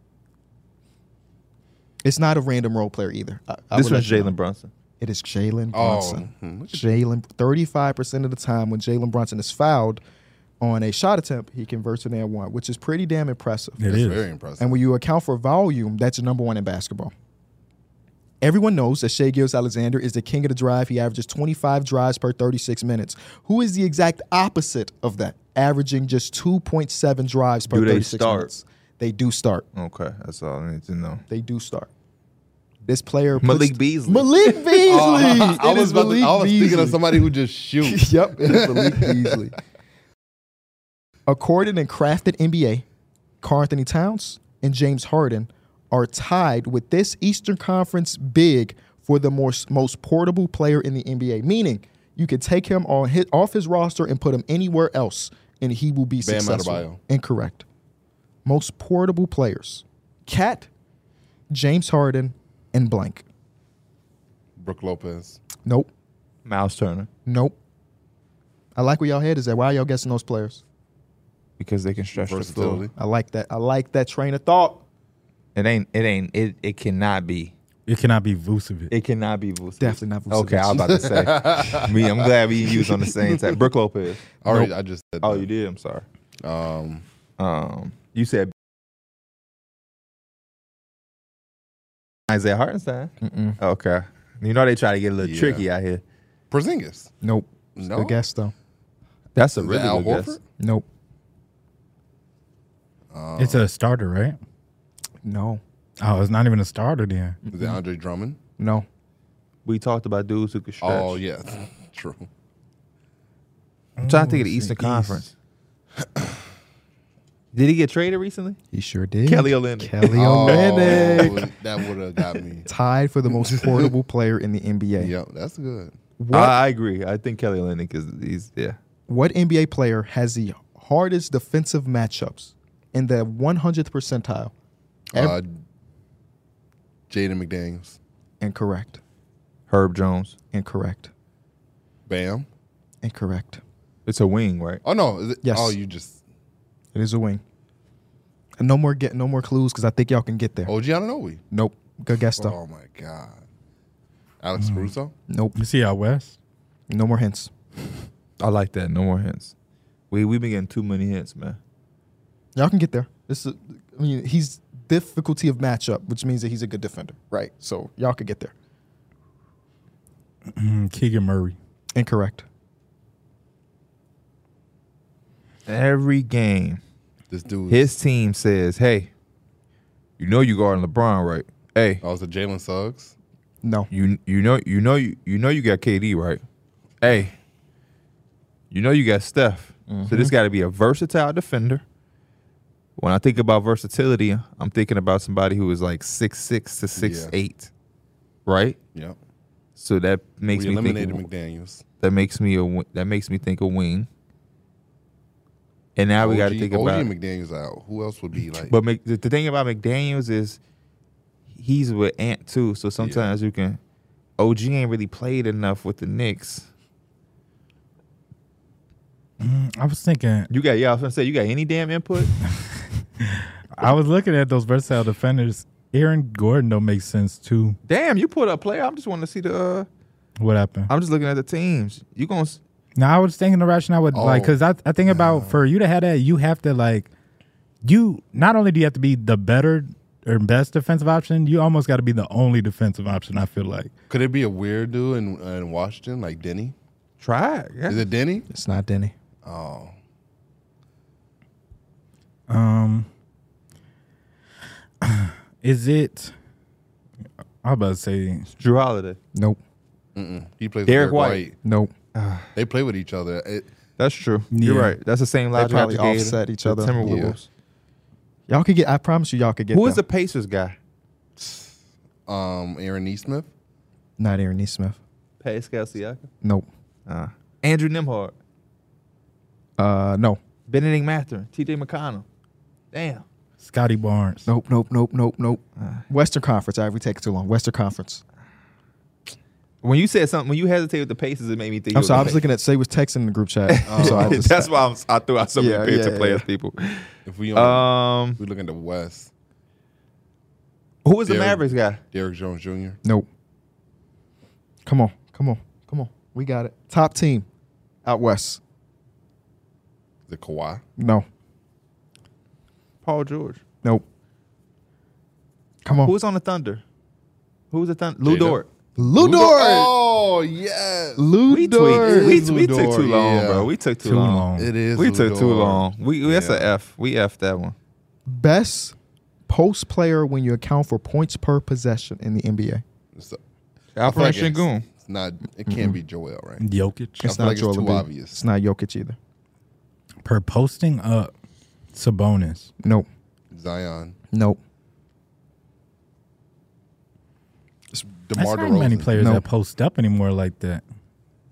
A: It's not a random role player either. I- I
B: This
A: would
B: one's
A: let you know.
B: Jalen Brunson.
A: It is Jalen
D: Oh,
A: Brunson.
B: mm-hmm.
A: Jalen, thirty-five percent of the time when Jalen Brunson is fouled on a shot attempt, he converts an and one, which is pretty damn impressive.
C: It
D: That's
C: is.
D: very impressive.
A: And when you account for volume, that's number one in basketball. Everyone knows that Shea Gillis Alexander is the king of the drive. He averages 25 drives per 36 minutes. Who is the exact opposite of that? Averaging just 2.7 drives per
B: Do they
A: 36
B: start?
A: minutes. They do start.
B: Okay, that's all I need to know.
A: They do start. This player puts-
B: Malik Beasley.
A: Malik Beasley.
D: Oh, I,
A: It
D: was
A: is
D: about to-
A: Malik
D: I was thinking of
A: Beasley.
D: somebody who just shoots.
A: yep, it is Malik Beasley. According and crafted NBA, Carl Anthony Towns and James Harden are tied with this Eastern Conference big for the most, most portable player in the NBA. Meaning, you could take him on his, off his roster and put him anywhere else, and he will be
D: Bam
A: successful.
D: Adebayo.
A: Incorrect. Most portable players: Cat, James Harden, and blank.
D: Brooke Lopez.
A: Nope.
B: Miles Turner
A: Nope. I like where y'all head is at. Why are y'all guessing those players?
B: because they can stretch the floor.
D: Versatility.
A: I like that. I like that train of thought.
B: It ain't. It ain't. It. It cannot be.
C: It cannot be Vucevic.
B: It cannot be Vucevic.
A: Definitely not Vucevic.
B: Okay, I was about to say. me, I'm glad we used on the same type. Brooke Lopez.
D: All right, I just said
B: Oh,
D: that.
B: you did. I'm sorry.
D: Um,
B: Um, you said Isaiah Hartenstein.
A: Mm-mm.
B: Okay, you know they try to get a little
D: Yeah.
B: tricky out here.
D: Porzingis.
A: Nope.
D: No?
A: Good guess though.
B: That's a
D: Is it
B: really
D: Al
B: good guess.
D: Horford?
A: Nope.
C: It's a starter, right?
A: No.
C: Oh, it's not even a starter then.
D: Is it Andre Drummond?
A: No.
B: We talked about dudes who could stretch.
D: Oh yeah, true.
B: I'm trying to think of the
C: it's
B: Eastern
C: the East.
B: Conference. Did he get traded recently?
A: He sure did.
B: Kelly Olynyk.
A: Kelly
D: Oh,
A: Olynyk.
D: that would- that would have got me.
A: Tied for the most portable player in the NBA.
D: Yep, that's good.
A: What
B: Uh, I, I agree. I think Kelly Olynyk is he's yeah.
A: what NBA player has the hardest defensive matchups in the 100th percentile? Ev-
D: Uh, Jaden McDaniels,
A: incorrect.
B: Herb Jones.
A: Incorrect.
D: Bam.
A: Incorrect.
B: It's a wing, right?
D: Oh no, is it,
A: Yes.
D: Oh, you just
A: It is a wing. And no more get no more clues because I think y'all can get
B: Oh.
A: there.
D: OG Ananobi.
A: Nope. Good guess though.
D: Oh my god, Alex
B: Mm-hmm.
D: Caruso.
A: Nope.
C: You see out west?
A: No more hints.
B: I like that. No more hints. We we've been getting too many hints, man.
A: Y'all can get there. This is, I mean, he's difficulty of matchup, which means that he's a good defender, right? So y'all could get there.
C: Mm, Keegan Murray.
A: Incorrect.
B: Every game,
D: This dude.
B: his team says, "Hey, you know you guarding LeBron, right? Hey,
D: Oh, it's a Jalen Suggs.
A: No.
B: you you know you know you, you know you got KD, right? Hey, you know you got Steph. So
D: Mm-hmm.
B: this got to be a versatile defender. When I think about versatility, I'm thinking about somebody who is like six six to six eight, right?
D: Yep.
B: So that makes
D: we
B: me think
D: eliminated McDaniels.
B: that makes me a wi- that makes me think a wing. And now we got to
D: OG
B: think
D: OG
B: about.
D: McDaniels out. Who else would be like?
B: But Mc, the, the thing about McDaniel's is he's with Ant too, so sometimes you can. OG ain't really played enough with the Knicks.
C: I was thinking
B: You got yeah, I was gonna say you got any damn input?
C: I was looking at those versatile defenders. Aaron Gordon don't make sense too.
B: damn, you put up player. I'm just wanting to see the. Uh,
C: What happened?
B: I'm just looking at the teams. You gonna s-
C: Now I was thinking the rationale would like
D: Oh,
C: because I I think about for you to have that you have to like you not only do you have to be the better or best defensive option, you almost got to be the only defensive option. I feel like
D: could it be a weird dude in, in Washington like Denny?
B: try? it, Yeah.
D: Is it Denny?
A: It's not Denny.
D: Oh,
C: um is it? I was about to say
B: Drew Holiday.
A: Nope.
D: he
B: Derek
D: plays with Derek
B: White.
D: White.
A: Nope.
D: They play with each other. It,
B: That's true. You're
C: Yeah.
B: right. That's the same logic. I
A: probably
B: just gave
A: offset each
B: the
A: other.
B: Timberwolves.
A: Y'all could get. I promise you, y'all could get.
B: Who is the
A: them.
B: Pacers guy?
D: um, Aaron Neesmith.
A: Not Aaron Neesmith.
B: Pascal Siakam.
A: Nope.
B: Uh, Andrew Nimhard.
A: Uh, no.
B: Benedict Mathurin, T.J. McConnell. Damn.
C: Scotty Barnes.
A: Nope. Nope. Nope. Nope. Nope.
B: Uh.
A: Western Conference. I we take too long. Western Conference.
B: When you said something, when you hesitated with the paces, it made me think.
A: I'm
B: you
A: sorry. I
B: the
A: was looking at say was texting in the group chat. so I
B: Pacers.
A: just,
B: That's why I'm, I threw out so many
A: Yeah,
B: pictures
A: yeah,
B: of players,
A: yeah.
B: people.
D: If we um,
B: Um,
D: we look at the West,
B: who was the
D: Derrick-
B: Mavericks guy?
D: Derrick Jones Jr.
A: Nope. Come on. Come on. Come on. We got it. Top team out west.
D: The Kawhi.
A: No.
B: Paul George.
A: Nope. Come on.
B: Who was on the Thunder? Who was the Thunder? Lou
D: Jada.
B: Dort.
A: Ludor?
D: Oh yes.
A: Ludor.
B: We tweet. We,
D: Lou
B: we took
D: Dort,
B: too long,
D: yeah.
B: bro. We took too,
C: Too long.
D: It is.
B: We took too
D: Ludor.
B: long. We that's a
D: Yeah.
B: F. We F that one.
A: Best post player when you account for points per possession in the NBA.
D: It's,
B: Alfred
D: like it's-
B: Shingun.
D: it's not. It can't be Joel, right?
C: Jokic.
A: It's
D: feel
A: not
D: like it's
A: Joel
D: too
A: Embiid.
D: obvious.
A: It's not Jokic either.
C: per posting up Sabonis.
A: Nope.
D: Zion.
A: Nope.
D: DeMar
C: That's not many
D: DeRozan.
C: players
A: Nope.
C: that post up anymore like that.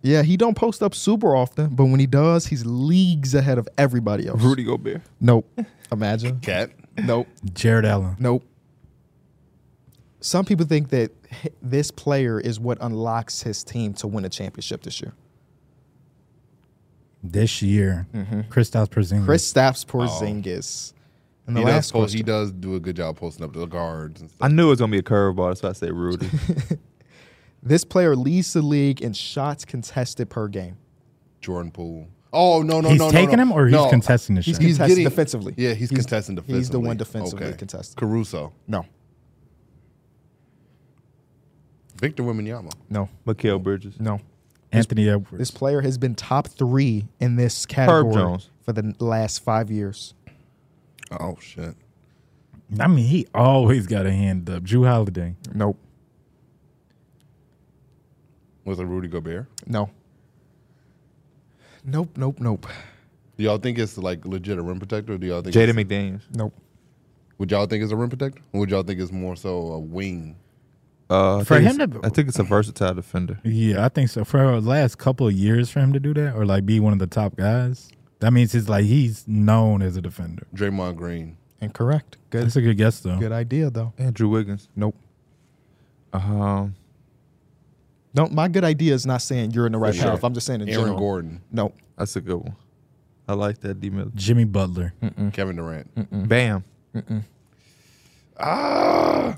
A: Yeah, he don't post up super often, but when he does, he's leagues ahead of everybody else.
B: Rudy Gobert.
A: Nope. Imagine.
D: Cat.
A: nope.
C: Jared Allen.
A: Nope. some people think that h- this player is what unlocks his team to win a championship this year.
D: Hmm.
C: this year.
D: Mm-hmm.
C: Kristaps Porzingis.
A: Chris Staffs Porzingis. And the
D: Oh. he, does
A: last
D: post, he
A: question.
D: does do a good job posting up to the guards and stuff.
B: I knew it was gonna be a curveball, so I said Rudy.
A: This player leads the league in shots contested per game.
D: Jordan Poole. Oh no no
C: he's
D: no no,
C: taking
D: no.
C: him or he's
D: No.
C: contesting the
A: He's
C: shot.
A: con- Contesting defensively.
D: Yeah, he's,
A: He's-
D: contesting
A: he's
D: defensively.
A: the one defensively contesting.
D: Caruso,
A: No,
D: Victor Wembanyama.
A: no,
B: Mikael Bridges.
A: no.
C: Anthony Edwards.
A: This player has been top three in this category
B: Jones.
A: for the n- last five years.
D: Oh shit.
C: I mean, he always got a hand up. Drew Holiday.
A: Nope.
D: Was it Rudy Gobert?
A: No. Nope, nope, nope.
D: Do y'all think it's like legit a rim protector? Or do y'all think
B: Jaden
D: it's-
B: McDaniels.
A: Nope.
D: Would y'all think it's a rim protector? Or would y'all think it's more so a wing?
B: Uh, I
C: For
B: think
C: him
B: it's-
C: to-
B: I think it's a versatile defender.
C: Yeah, I think so. For the last couple of years, for him to do that or like be one of the top guys, that means he's like he's known as a defender.
D: Draymond Green.
A: Incorrect. Good.
C: That's a good guess though.
A: Good idea though.
B: Andrew Wiggins.
A: Nope.
B: Um,
A: No, my good idea is not saying you're in the right
D: sure.
A: path. I'm just saying in
D: Aaron
A: general.
D: Gordon.
A: Nope.
B: that's a good one. I like that D Miller.
C: Jimmy Butler.
D: Hmm.
A: Mm.
D: Kevin Durant.
B: Bam.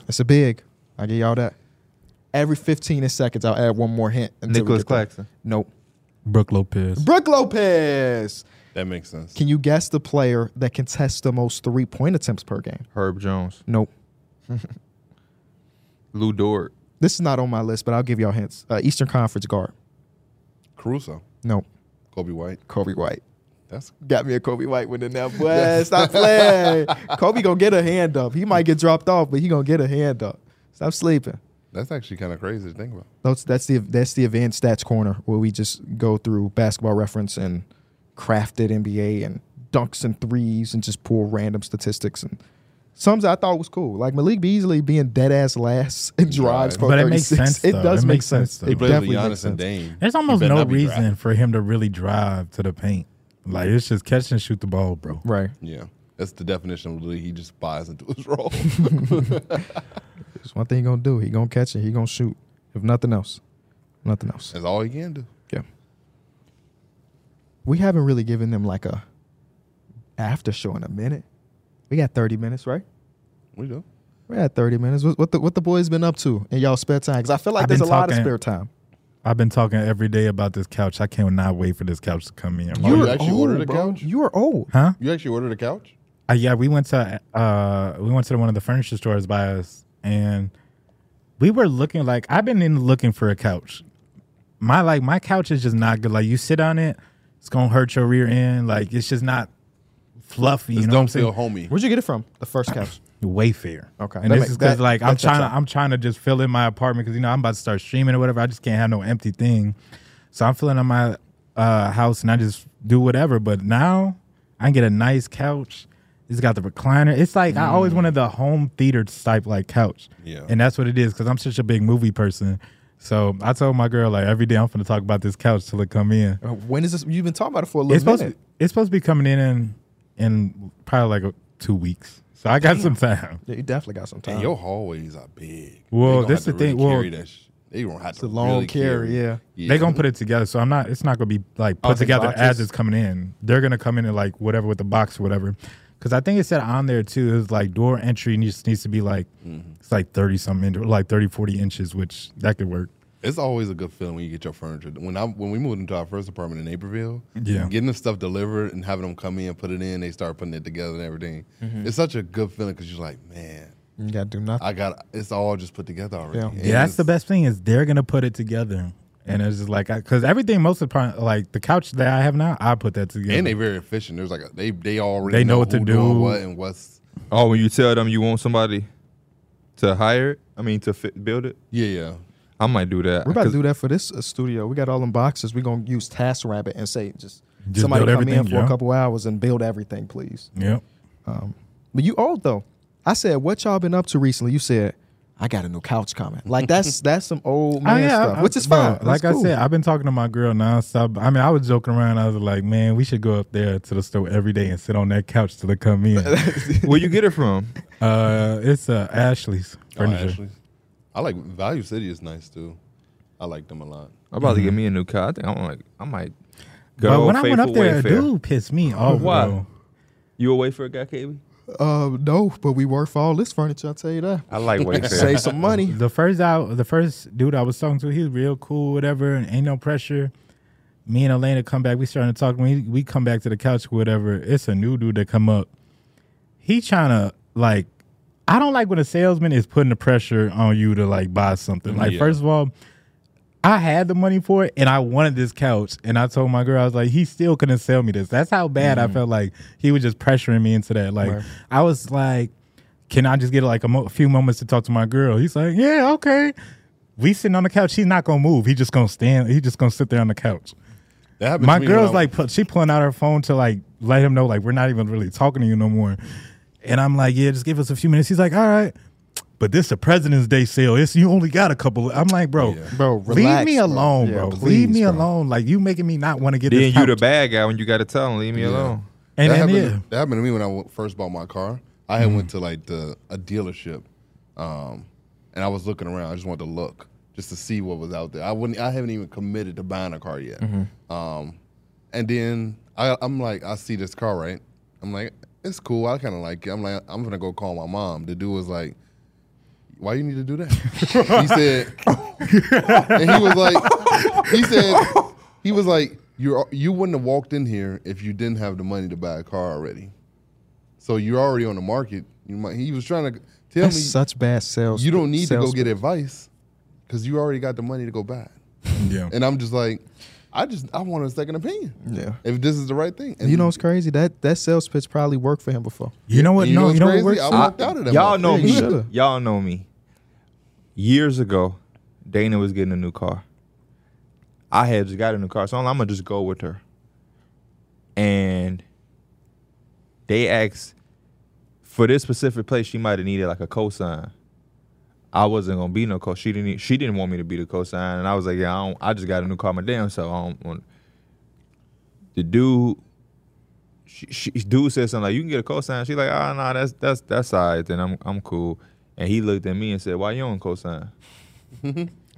A: It's a big. I give y'all that. Every 15 seconds, I'll add one more hint. until we
B: Nicholas
A: get there.
B: Claxton.
A: Nope.
C: Brooke Lopez.
A: Brooke Lopez.
D: That makes sense.
A: Can you guess the player that contests the most three point attempts per game?
B: Herb Jones.
A: Nope.
B: Lou Dort.
A: This is not on my list, but I'll give y'all hints. Uh, Eastern Conference guard.
D: Caruso.
A: Nope.
D: Kobe White.
A: Kobe White.
D: That's
A: Got me a Kobe White one in there, boy. Stop playing. Kobe gonna get a hand up. He might get dropped off, but he gonna get a hand up. Stop sleeping.
D: that's actually kind of crazy to think about.
A: That's, that's the that's the advanced stats corner where we just go through basketball reference and crafted NBA and dunks and threes and just pull random statistics and some I thought was cool. Like Malik Beasley being dead ass last and drives
D: Right.
A: for
C: But it
A: 36.
C: makes sense,
A: It
C: though.
A: does
C: It
A: make
C: makes sense,
A: sense.
C: though.
A: It
C: He
D: He plays with
A: definitely makes
D: Giannis and
A: sense.
D: Dame.
C: There's
D: He
C: almost
D: better
C: no
D: not be
C: reason
D: drafted.
C: for him to really drive to the paint. Like it's just catch and shoot the ball, bro.
A: Right.
D: Yeah. That's the definition of the league. He just buys into his role.
A: It's one thing he gonna do. He gonna catch it. He gonna shoot. If nothing else, nothing else.
D: That's all he can do.
A: Yeah. We haven't really given them like a after show in a minute. We got 30 minutes, right?
D: We do.
A: We got 30 minutes. What, what the what the boys been up to in y'all spare time? Because I feel like
C: I've
A: there's a
C: been
A: lot of
C: talking-
A: spare time.
C: I've been talking every day about this couch. I cannot wait for this couch to come in.
D: You- actually ordered a
A: bro.
D: couch?
A: You are old.
C: huh?
D: You actually ordered a couch?
C: Uh, yeah, we went to uh, we went to one of the furniture stores by us, and we were looking like I've been in looking for a couch. My like my couch is just not good. Like you sit on it, it's gonna hurt your rear end. Like it's just not fluffy. You
D: Just
C: know
D: don't
C: what I'm
D: feel
C: saying?
D: homey.
A: Where'd you get it from? The first couch.
C: Wayfair.
A: Okay,
C: and
A: that
C: this
A: makes-
C: is because
A: that-
C: like
A: that
C: I'm
A: checks
C: trying
A: out.
C: to I'm trying to just fill in my apartment because you know I'm about to start streaming or whatever. I just can't have no empty thing, so I'm filling up my uh, house and I just do whatever. But now I can get a nice couch. It's got the recliner. It's like I always
A: Mm.
C: wanted the home theater type like couch.
D: Yeah.
C: and that's what it is because I'm such a big movie person. So I told my girl like every day I'm gonna talk about this couch till it come in.
A: Uh, when is this? You've been talking about it for a
C: It's
A: little
C: supposed to,
A: minute.
C: it's supposed to be coming in in, in probably like a, two weeks. So I got some time.
A: Yeah, you definitely got some time.
D: And your hallways are big.
C: Well,
D: They gonna
C: that's
D: have
C: the
D: to
C: thing.
D: Really
C: Well,
D: carry that sh- they gonna have to
A: a long
D: really
A: carry, yeah.
C: They're gonna put it together, so I'm not. It's not gonna be like
A: Oh,
C: put
A: the
C: together
A: boxes?
C: as it's coming in. They're gonna come in and like whatever with the box or whatever, because I think it said on there too. It was like door entry needs needs to be like it's like thirty something, in- like 30, 40 inches, which that could work.
D: It's always a good feeling when you get your furniture. When I when we moved into our first apartment in Naperville,
C: Yeah.
D: getting the stuff delivered and having them come in, put it in, they start putting it together and everything. It's such a good feeling because you're like, man,
A: You gotta do nothing.
D: I got it's all just put together already.
A: Yeah.
D: And
C: Yeah, that's the
D: it's-
C: best thing is they're gonna put it together, and it's just like because everything most of the part, like the couch that I have now, I put that together.
D: And they very efficient. There's like a, they they already
C: They know what to
D: who doing
C: do.
D: what and what's
B: Oh, when you tell them you want somebody to hire it, I mean to fit, build it,
D: yeah yeah.
B: I might do that.
A: We're about to
B: 'Cause
A: do that for this uh, studio. We got all them boxes. We're gonna use Task Rabbit and say just,
C: Just
A: somebody
C: build
A: come in
C: everything,
A: for a
C: yeah.
A: couple hours and build everything, please.
C: yep.
A: But you old though. I said, what y'all been up to recently? You said, I got a new couch coming. Like that's that's some old man stuff,
C: Oh, I-
A: which is
C: bro,
A: fine.
C: Like
A: That's cool.
C: I said, I've been talking to my girl nonstop. I mean, I was joking around. I was like, man, we should go up there to the store every day and sit on that couch till it come in.
B: Where you get it from?
C: uh, it's uh, Ashley's
D: Oh,
C: furniture.
D: Ashley's. I like Value City is nice too. I like them a lot.
B: I'm about to get me a new car. I think I'm like, I might go.
C: But when I went
B: faithful
C: up there, a
B: Wayfair.
C: dude pissed me off.
B: Why?
C: bro.
B: you away for a guy, KB?
A: Uh, no, but we work for all this furniture. I tell you that.
B: I like
A: Save
B: Wayfair.
A: some money.
C: The first out, the first dude I was talking to, he was real cool, whatever, and ain't no pressure. Me and Elena come back. We starting to talk. We we come back to the couch, whatever. It's a new dude that come up. He trying to like. I don't like when a salesman is putting the pressure on you to like buy something. Like
D: Yeah.
C: first of all, I had the money for it and I wanted this couch. And I told my girl, I was like, he still couldn't sell me this. That's how bad I felt like he was just pressuring me into that. Like, I was like, can I just get like a, mo- a few moments to talk to my girl? He's like, yeah, okay. We sitting on the couch. He's not gonna move. He just gonna stand. He just gonna sit there on the couch.
D: That happened
C: My
D: to me when
C: girl's
D: I-
C: like, pu- she pulling out her phone to like let him know, like, we're not even really talking to you no more. And I'm like, yeah, just give us a few minutes. He's like, all right. But this the President's Day sale. It's you only got a couple. I'm like, bro,
A: Bro,
C: leave
A: relax,
C: me
A: bro.
C: alone,
A: Yeah,
C: bro. leave
A: please,
C: me
A: bro.
C: alone. Like you making me not want to get
B: Then
C: this.
B: you the
C: couch.
B: bad guy when you got to tell him, leave me alone.
C: and
D: that
C: then
D: happened,
C: yeah,
D: that happened to me when I w- first bought my car. I had went to like the a dealership, um, and I was looking around. I just wanted to look just to see what was out there. I wouldn't. I haven't even committed to buying a car yet. Um, and then I, I'm like, I see this car, right? I'm like, it's cool. I kind of like it. I'm like, I'm gonna go call my mom. The dude was like, Why you need to do that? he said, and he was like, he said, he was like, you you wouldn't have walked in here if you didn't have the money to buy a car already. So you're already on the market. You might. He was trying to tell
A: That's
D: me
A: such bad sales.
D: you don't need to go
A: sales-
D: get advice because you already got the money to go buy. it.
C: yeah.
D: And I'm just like, I just I want a second opinion.
A: Yeah.
D: If this is the right thing, and
A: You know what's crazy? That that sales pitch probably worked for him before.
C: You know what?
D: You know
C: no,
D: what's
C: you know what
D: crazy?
C: works?
D: I walked out of that.
B: Y'all
D: motherfucker.
B: know
A: Yeah,
B: me.
A: you shoulda.
B: Y'all know me. Years ago, Dana was getting a new car. I had just got a new car, so I'm gonna just go with her. And they asked for this specific place. She might have needed like a cosign. I wasn't gonna be no co. She didn't. need- She didn't want me to be the cosign, and I was like, yeah, I, don't, I just got a new car, my damn. So I don't want. The dude she, she dude said something like, "You can get a cosign." She's like, "Ah, nah, that's that's that's alright. Then I'm I'm cool." And he looked at me and said, "Why you on cosign?"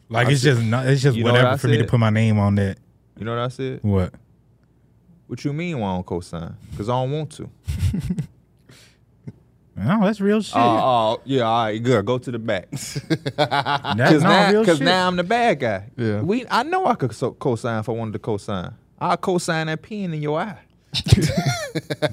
C: Like it's just not, it's just
B: You know what I
C: whatever for me to
B: said?
C: put my name on that.
B: You know what I said?
C: What?
B: What you mean? Why on cosign? Cause I don't want to.
C: No, that's real shit.
B: Oh, oh, yeah, all right, good. Go to the back. Cause
C: that's not
B: now,
C: real
B: cause
C: shit.
B: now I'm the bad guy.
A: Yeah.
B: We, I know I could so, cosign if I wanted to cosign. I'll cosign that pin in your eye.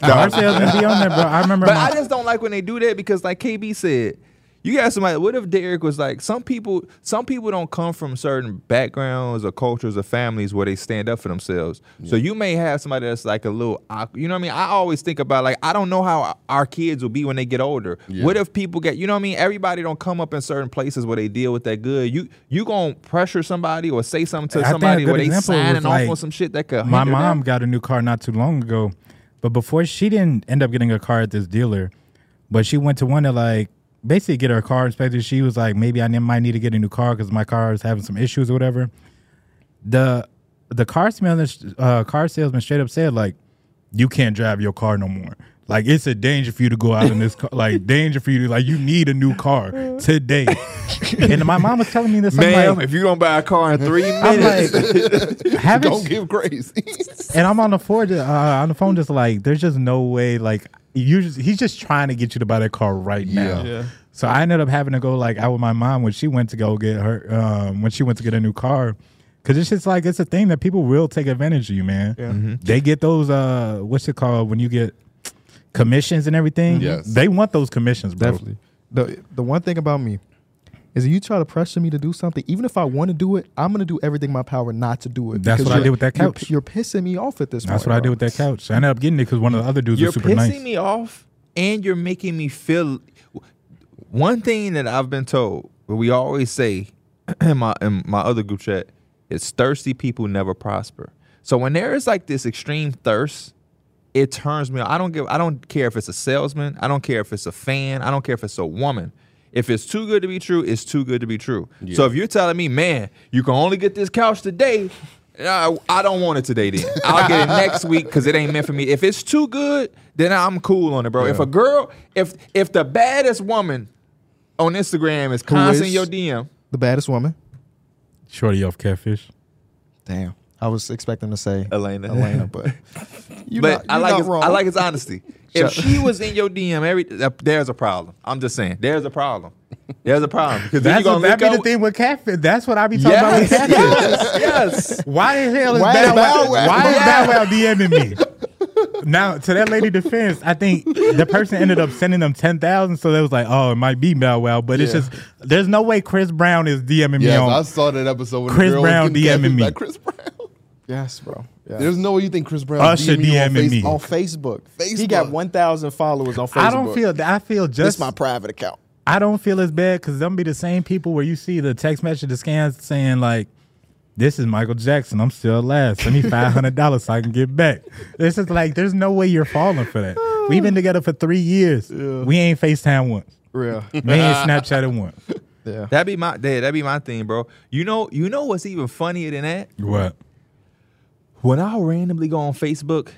C: our salesman be on there, bro. I remember.
B: But
C: my-
B: I just don't like when they do that because, like KB said, you got somebody. What if Derek was like, some people, some people don't come from certain backgrounds or cultures or families where they stand up for themselves. So you may have somebody that's like a little, awk- you know what I mean? I always think about like, I don't know how our kids will be when they get older. What if people get, you know what I mean? Everybody don't come up in certain places where they deal with that good. You you gonna pressure somebody or say something
C: I
B: to
C: think a
B: somebody
C: good
B: where they
C: example was,
B: signing off
C: like,
B: on some shit that could.
C: my
B: hinder them?
C: mom got a new car not too long ago, but before she didn't end up getting a car at this dealer, but she went to one to like basically get her car inspected. She was like, maybe I ne- might need to get a new car because my car is having some issues or whatever. The the car salesman, uh, car salesman straight up said like, you can't drive your car no more. Like it's a danger for you to go out in this car. Like danger for you to like you need a new car today. and my mom was telling me this. I'm
B: Ma'am,
C: like,
B: if you don't buy a car in three minutes,
C: I'm like, haven't
D: don't give crazy.
C: and I'm on the phone, uh, on the phone, just like there's just no way. Like you, just, he's just trying to get you to buy that car right now.
D: Yeah.
C: So I ended up having to go like out with my mom when she went to go get her um, when she went to get a new car. Cause it's just like it's a thing that people will take advantage of you, man.
D: Mm-hmm.
C: They get those uh, what's it called when you get commissions and everything.
D: Yes.
C: they want those commissions, bro.
A: Definitely. The the one thing about me is if you try to pressure me to do something, even if I want to do it, I'm gonna do everything in my power not to do it.
C: That's
A: because
C: what I
A: you're-
C: did with that
A: you're-
C: couch.
A: You're, pissing me off at this point.
C: That's what I did
A: bro.
C: with that couch. I ended up getting it because one of the other dudes
B: you're
C: was super
B: pissing
C: nice.
B: me off and you're making me feel one thing that i've been told what we always say in my in my other group chat is thirsty people never prosper so when there is like this extreme thirst it turns me i don't give i don't care if it's a salesman i don't care if it's a fan i don't care if it's a woman if it's too good to be true it's too good to be true so if you're telling me man you can only get this couch today I, I don't want it today then i'll get it next week because it ain't meant for me if it's too good then i'm cool on it bro if a girl if if the baddest woman on instagram is constant in
A: is?
B: your dm
A: The Baddest Woman.
C: Shorty off catfish.
A: Damn. I was expecting to say
B: Elena.
A: Elena, but you not,
B: but I
A: you're
B: like
A: not
B: his,
A: wrong.
B: I like his honesty. if
A: Shut-
B: she was in your DM, every uh, there's a problem. I'm just saying, there's a problem. There's a problem because then you
C: That's
B: gonna
C: what,
B: link
C: that be
B: up
C: the
B: with-
C: thing with catfish. That's what I be talking about with
B: Yes, yes,
C: catfish.
B: yes.
C: Why the hell is
A: Why
C: Bow
A: is
C: Wow?
A: Bow Wow-
C: Why is Bow Wow DMing me? Now, to that lady defense, I think the person ended up sending them ten thousand, so they was like, "Oh, it might be Bow Wow," but it's
D: Yeah.
C: just there's no way Chris Brown is DMing me
D: Yes, I
C: on.
D: saw that episode when
C: Chris
D: the girl
C: Brown
D: was getting
C: DMing
D: catfished
C: me.
D: by Chris Brown.
A: yes, bro. Yes.
D: There's no way you think Chris Brown
C: Usher
D: DMing you on
C: DMing me.
A: on
D: Facebook.
A: Facebook. He got
D: Facebook.
A: 1,000 followers on Facebook.
C: I don't feel. I feel
A: That's
C: just.
A: my private account.
C: I don't feel as bad because them be the same people where you see the text message, the scans saying like, "This is Michael Jackson. I'm still alive. Send me five hundred dollars so I can get back." This is like, there's no way you're falling for that. We've been together for three years. We ain't Facetime once.
A: Real.
C: Me and Snapchat one.
A: Yeah.
B: That be my that that be my thing, bro. You know, you know what's even funnier than that?
C: What?
B: When I'll randomly go on Facebook,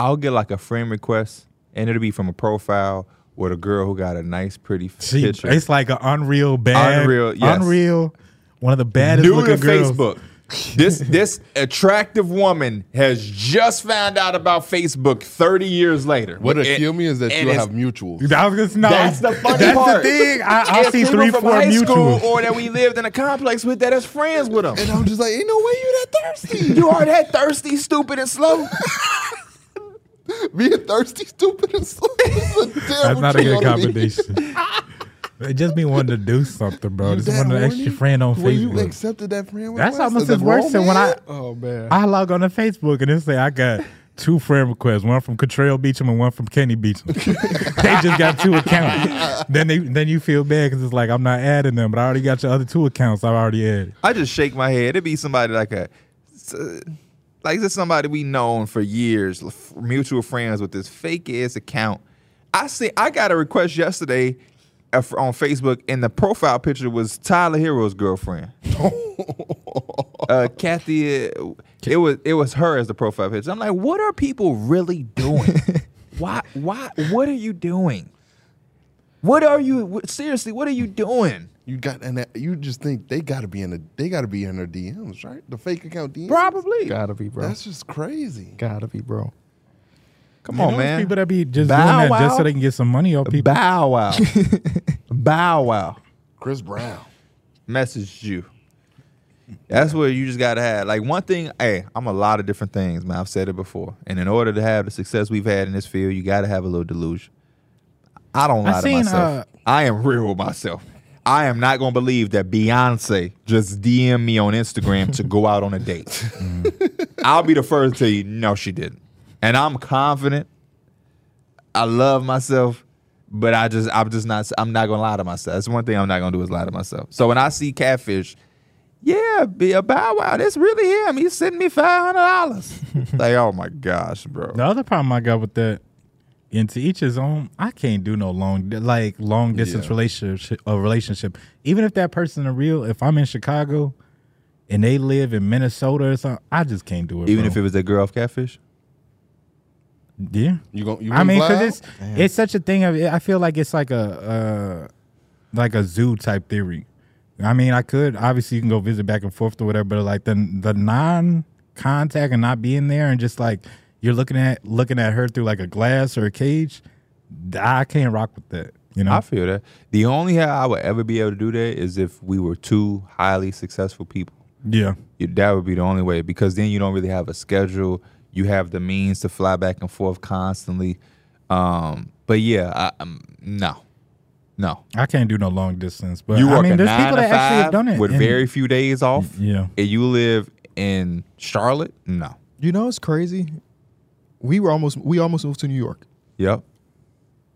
B: I'll get like a friend request, and it'll be from a profile with a girl who got a nice, pretty
C: She,
B: picture.
C: it's like an unreal bad,
B: Unreal, yes.
C: unreal. One of the baddest
B: New to
C: looking girls.
B: Facebook. this this attractive woman has just found out about Facebook 30 years later.
D: What'll
B: And-
D: kill me is that
B: and
D: you
B: it's-
D: have mutuals.
C: I was gonna, no,
B: That's the funny
C: that's
B: part.
C: the thing. I, I
B: it's
C: see
B: people
C: three,
B: from
C: four
B: high
C: mutuals.
B: school or that we lived in a complex with that as friends with them.
D: And I'm just like, ain't no way you that thirsty.
B: you are that thirsty, stupid, and slow.
D: Being thirsty, stupid, and slow is a terrible
C: That's not
D: trait
C: a good
D: ought to be.
C: combination. It just be wanting to do something, bro.
D: You
C: Just
D: that
C: wanting an
D: horny?
C: extra friend on
D: When you
C: Facebook.
D: accepted that friend
C: That's
D: request
C: almost
D: a
C: as worse than when I-
D: grown man? Oh man.
C: I log on to Facebook and it say I got two friend requests, one from Cottrell Beacham and one from Kenny Beacham. they just got two accounts. then they then you feel bad because it's like I'm not adding them, but I already got your other two accounts. I already added.
B: I just shake my head. It'd be somebody like a, s- uh, like this somebody we known for years, l- f- mutual friends with this fake ass account. I see. I got a request yesterday uh, f- on Facebook, and the profile picture was Tyler Hero's girlfriend. uh, Kathy, uh, it was it was her as the profile picture. I'm like, what are people really doing? why why what are you doing? What are you w- seriously? What are you doing?
D: You got and that, you just think they gotta be in the they gotta be in their DMs, right? The fake account DMs.
B: Probably.
A: Gotta be, bro.
D: That's just crazy.
A: Gotta be, bro.
B: Come on,
C: You know,
B: man.
C: People that be just
B: Bow
C: doing that just
B: Wow?
C: so they can get some money off people.
B: Bow Wow. Bow Wow
D: Chris Brown.
B: messaged you. That's where you just gotta have like one thing. Hey, I'm a lot of different things, man. I've said it before, and in order to have the success we've had in this field, you gotta have a little delusion. I don't
C: I
B: lie
C: seen,
B: to myself.
C: uh,
B: I am real with myself. I am not gonna believe that Beyonce just DM me on Instagram to go out on a date.
C: Mm-hmm.
B: I'll be the first to tell you, no, she didn't. And I'm confident. I love myself, but I just I'm just not I'm not gonna lie to myself. That's one thing I'm not gonna do is lie to myself. So when I see catfish, yeah, be a bow wow. That's really him. He's sending me five hundred dollars. like, oh my gosh, bro.
C: The other problem I got with that, and to each his own. I can't do no long, like long distance
D: Yeah.
C: relationship. A relationship, even if that person is real. If I'm in Chicago, and they live in Minnesota or something, I just can't do it.
B: Even
C: bro.
B: if it was a girl off catfish,
C: yeah.
D: You gon' you
C: I
D: wouldn't
C: mean,
D: fly
C: because
D: out?
C: it's it's such a thing of. I feel like it's like a uh, like a zoo type theory. I mean, I could obviously you can go visit back and forth or whatever, but like the the non contact and not being there and just like you're looking at looking at her through like a glass or a cage. I can't rock with that. You know,
B: I feel that. The only how I would ever be able to do that is if we were two highly successful people.
C: yeah.
B: You- that would be the only way because then you don't really have a schedule. You have the means to fly back and forth constantly. Um, but yeah, I, um, no, no.
C: I can't do no long distance. But
B: you
C: I
B: work
C: mean,
B: a
C: there's
B: nine
C: people
B: to
C: that actually have
B: five
C: done it
B: with
C: and-
B: very few days off.
C: yeah.
B: and you live in Charlotte. No.
A: You know it's crazy? We were almost we almost moved to New York.
B: Yep.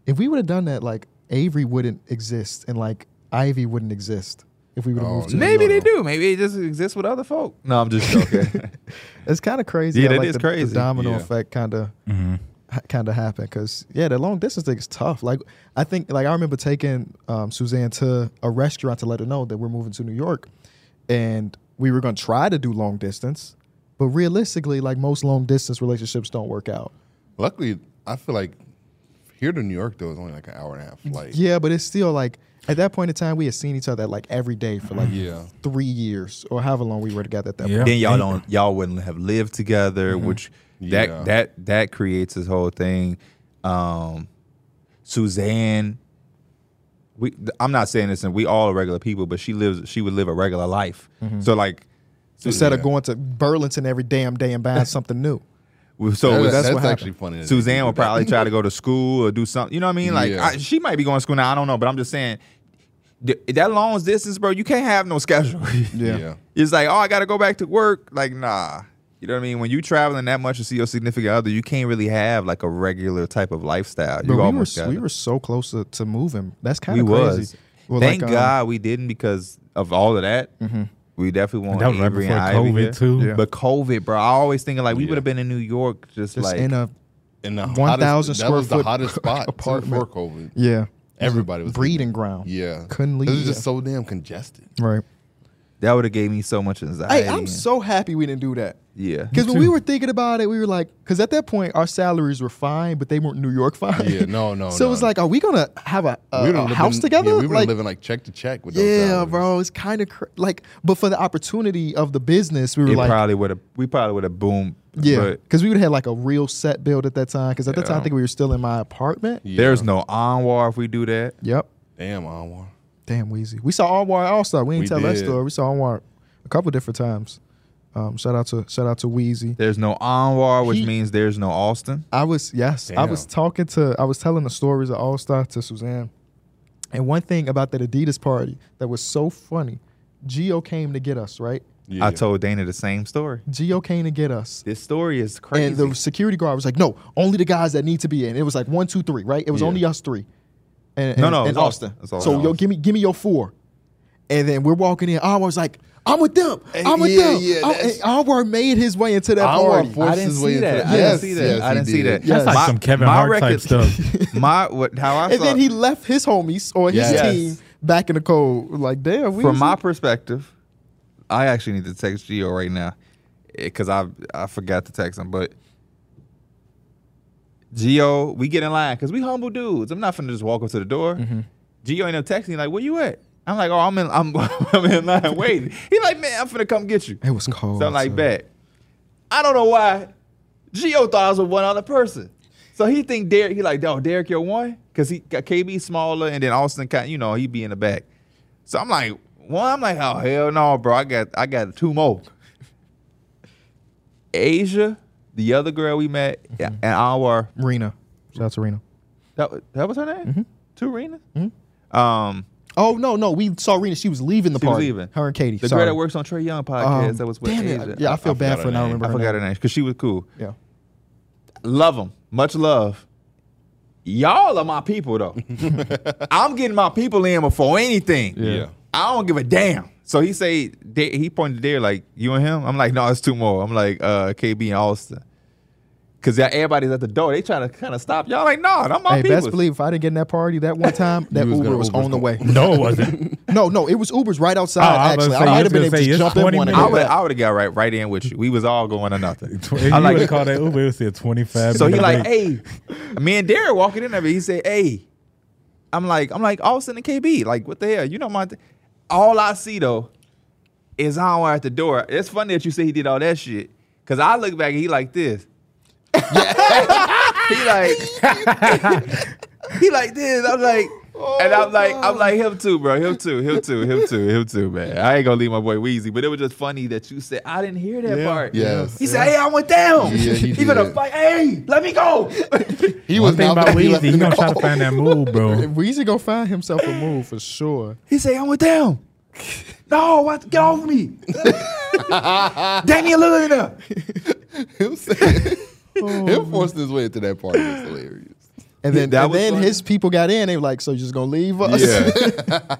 A: If we would have done that, like Avery wouldn't exist and like Ivy wouldn't exist if we would have moved to
B: Oh, Maybe
A: New
B: they
A: York.
B: do. Maybe it just exists with other folk. No, I'm just joking.
A: It's kind of crazy.
B: Yeah,
A: how,
B: that
A: like,
B: is
A: the,
B: crazy.
A: The domino
D: Yeah.
A: effect kind of kind of happened because yeah, the long distance thing is tough. Like I think like I remember taking um, Suzanne to a restaurant to let her know that we're moving to New York, and we were going to try to do long distance, but realistically, like most long distance relationships don't work out.
D: luckily I feel like here to New York though is only like an hour and a half flight.
A: Yeah, but it's still like At that point in time, we had seen each other like every day for like
D: Yeah.
A: three years or however long we were together at that
C: Yeah.
A: point.
B: Then y'all don't y'all wouldn't have lived together,
C: Mm-hmm.
B: which that
D: Yeah.
B: that that creates this whole thing. Um Suzanne we th- I'm not saying this and we all are regular people, but she lives she would live a regular life.
C: Mm-hmm.
B: So like
A: Instead of going to Burlington every damn day and buying something new.
B: we- so
D: That's-
B: it's-
D: that's That's what actually happened. funny that they
B: Suzanne
D: do
B: would
D: that.
B: probably try to go to school or do something. You know what I mean? Like
D: Yeah.
B: I, she might be going to school now. I don't know, but I'm just saying th- that long distance, bro. You can't have no schedule.
D: Yeah. Yeah.
B: It's like, oh, I got to go back to work. Like, nah. You know what I mean? When you traveling that much to see your significant other, you can't really have like a regular type of lifestyle.
A: But
B: you
A: we were,
B: almost got
A: we were so close to, to moving. That's kind
B: we
A: of crazy.
B: was.
A: Well,
B: Thank
A: like, um,
B: God we didn't because of all of that. We definitely want
C: That was right
B: Avery and
C: before
B: Ivy
C: COVID,
B: here.
C: too. Yeah.
B: But COVID, bro, I always thinking like we would have been in New York just,
A: Just
B: like
A: in a
D: And the
A: 1,000
D: hottest-
A: square
D: That was the
A: foot
D: hottest spot too, before
A: apartment.
D: COVID.
A: yeah.
D: Everybody was
A: breeding
D: leaving.
A: ground.
D: Yeah,
A: Couldn't leave.
D: It was just so damn congested.
A: right.
B: that would have gave me so much anxiety.
A: Hey, I'm
B: and-
A: so happy we didn't do that.
B: yeah.
A: Because when we were thinking about it, we were like, because at that point our salaries were fine, but they weren't New York fine.
D: Yeah, no, no,
A: So it was
D: no.
A: like, are we gonna have a, a,
D: would've
A: a
D: lived
A: house
D: in-
A: together?
D: Yeah, we were
A: like,
D: living like check to check with those.
A: yeah,
D: salaries.
A: bro, it's kind of cr- like, but for the opportunity of the business, we were
B: it
A: like,
B: probably would have. We probably would have boomed.
A: yeah,
B: but
A: because we would have had like a real set build at that time. Because at that time, I think we were still in my apartment.
D: Yeah.
B: there's no Anwar if we do that.
A: Yep.
D: Damn, Anwar.
A: Damn, Wheezy. We saw Anwar also. We didn't
D: We
A: tell that
D: did.
A: story. We saw Anwar a couple different times. Um, shout out to shout out to Wheezy.
B: There's no Anwar, which
A: He-
B: means there's no Austin.
A: I was yes, I was
D: Damn.
A: talking to I was telling the stories of All Star to Suzanne, and one thing about that Adidas party that was so funny, Geo came to get us right.
D: Yeah.
B: I told Dana the same story.
A: Geo came to get us,
B: This story is crazy.
A: and the security guard was like, "No, only the guys that need to be in." It was like one, two, three, right? It was
D: Yeah.
A: only us three. And,
B: No,
A: and-
B: no,
A: and
B: it's Austin.
A: Austin.
B: It's Austin.
A: So yo, give me give me your four, and then we're walking in. I was like. I'm with them. I'm with
D: yeah,
A: them.
D: yeah,
A: I-
D: that's-
A: and Anwar made his way into that
D: Anwar
A: party.
D: forced
B: I didn't
D: his
B: see
D: way into
B: that.
D: the-
B: I
D: Yes,
B: didn't see that.
D: yes,
B: I didn't
D: he
B: see
D: did.
B: that.
A: That's like
B: My-
C: some Kevin
B: my
C: Hart type
B: record-
C: stuff.
B: my what? How I
A: and
B: saw
A: then he left his homies or his
D: Yes.
A: team back in the cold. Like, damn, we
B: from
A: was-
B: my perspective, I actually need to text Gio right now because I I forgot to text him. But Gio, we get in line because we humble dudes. I'm not finna just walk up to the door.
A: Mm-hmm.
B: Gio ain't up texting like, "Where you at?" I'm like, "Oh, I'm in I'm, I'm in line waiting." He like, "Man, I'm finna come get you."
A: It was cold.
B: Something like
A: too.
B: that. I don't know why. Gio thought I was with one other person. So he think Derek, he like, oh, Derek, you're one? Because he got KB smaller and then Austin kind you know, he be in the back. So I'm like, one, I'm like, oh hell no, bro. I got I got two more. Asia, the other girl we met,
A: Mm-hmm.
B: yeah, and our
A: Rena. Shout out to Rena.
B: that, wa- that was her name?
A: Mm-hmm.
B: Two Rena? Um
A: Oh no, no, we saw Rena. She was leaving the
B: she was
A: party.
B: leaving.
A: Her and Katie.
B: The
A: sorry.
B: girl that works on Trey Young podcast
A: Um,
B: that was with
A: damn it.
B: Asia.
A: Yeah, I
B: I,
A: feel
D: I
A: bad
D: forgot
A: for
D: her
A: not
D: name.
A: remembering.
B: I forgot her name because she was cool.
A: Yeah.
B: Love them. Much love. Y'all are my people though. I'm getting my people in before anything.
D: Yeah.
B: I don't give a damn. So he say they- he pointed there like you and him. I'm like, no, it's two more. I'm like, uh, KB and Austin. Cause y'all- everybody's at the door. They trying to kind of stop y'all. Like, nah, I'm my
A: Hey,
B: people.
A: best believe if I didn't get in that party that one time, that
D: was
A: Uber
D: gonna
A: was
D: Uber's
A: on the way.
C: No, it wasn't.
A: No, no, it was Ubers right outside.
C: I was
A: actually,
C: gonna
A: Oh, I
C: say,
A: might
C: you
A: have been
C: was
A: able to
C: gonna say, it's
A: jump in
C: 20
A: one. and
B: I
A: go
C: minutes.
B: would
A: back.
B: I would have got right right in with you. We was all going or nothing.
C: I like to call that Uber. It was a 25.
B: So he
C: minute
B: like,
C: wait.
B: hey, me and Derek walking in there. He said, hey, I'm like, I'm like Austin and KB. Like, what the hell? You know my. Th- all I see though is Anwar at the door. It's funny that you say he did all that shit because I look back and he like this. he like, he like this. I'm like. and
A: Oh,
B: I'm like, I'm like him too, bro. Him too, him too, him too, him too, man. I ain't gonna leave my boy Weezy, but it was just funny that you said I didn't hear that
A: Yeah.
B: part.
D: Yes.
B: He said, "Hey, I went down.
D: Yeah, he
B: he gonna
D: did.
B: fight. Hey, let me go."
D: He
C: One
D: was
C: thing
D: not
C: about
D: he left
C: Weezy, he
D: in
C: gonna
D: the
C: try to
D: cold.
C: find that move, bro.
A: We used to go find himself a move for sure.
B: He said, I went down. No, what? get off me. Damian Lillard in there.
D: Him saying- him forcing his way into that party was hilarious.
A: And then,
B: That
A: and
B: was
A: then
B: funny.
A: his people got in. They were like, "So you just gonna leave us?"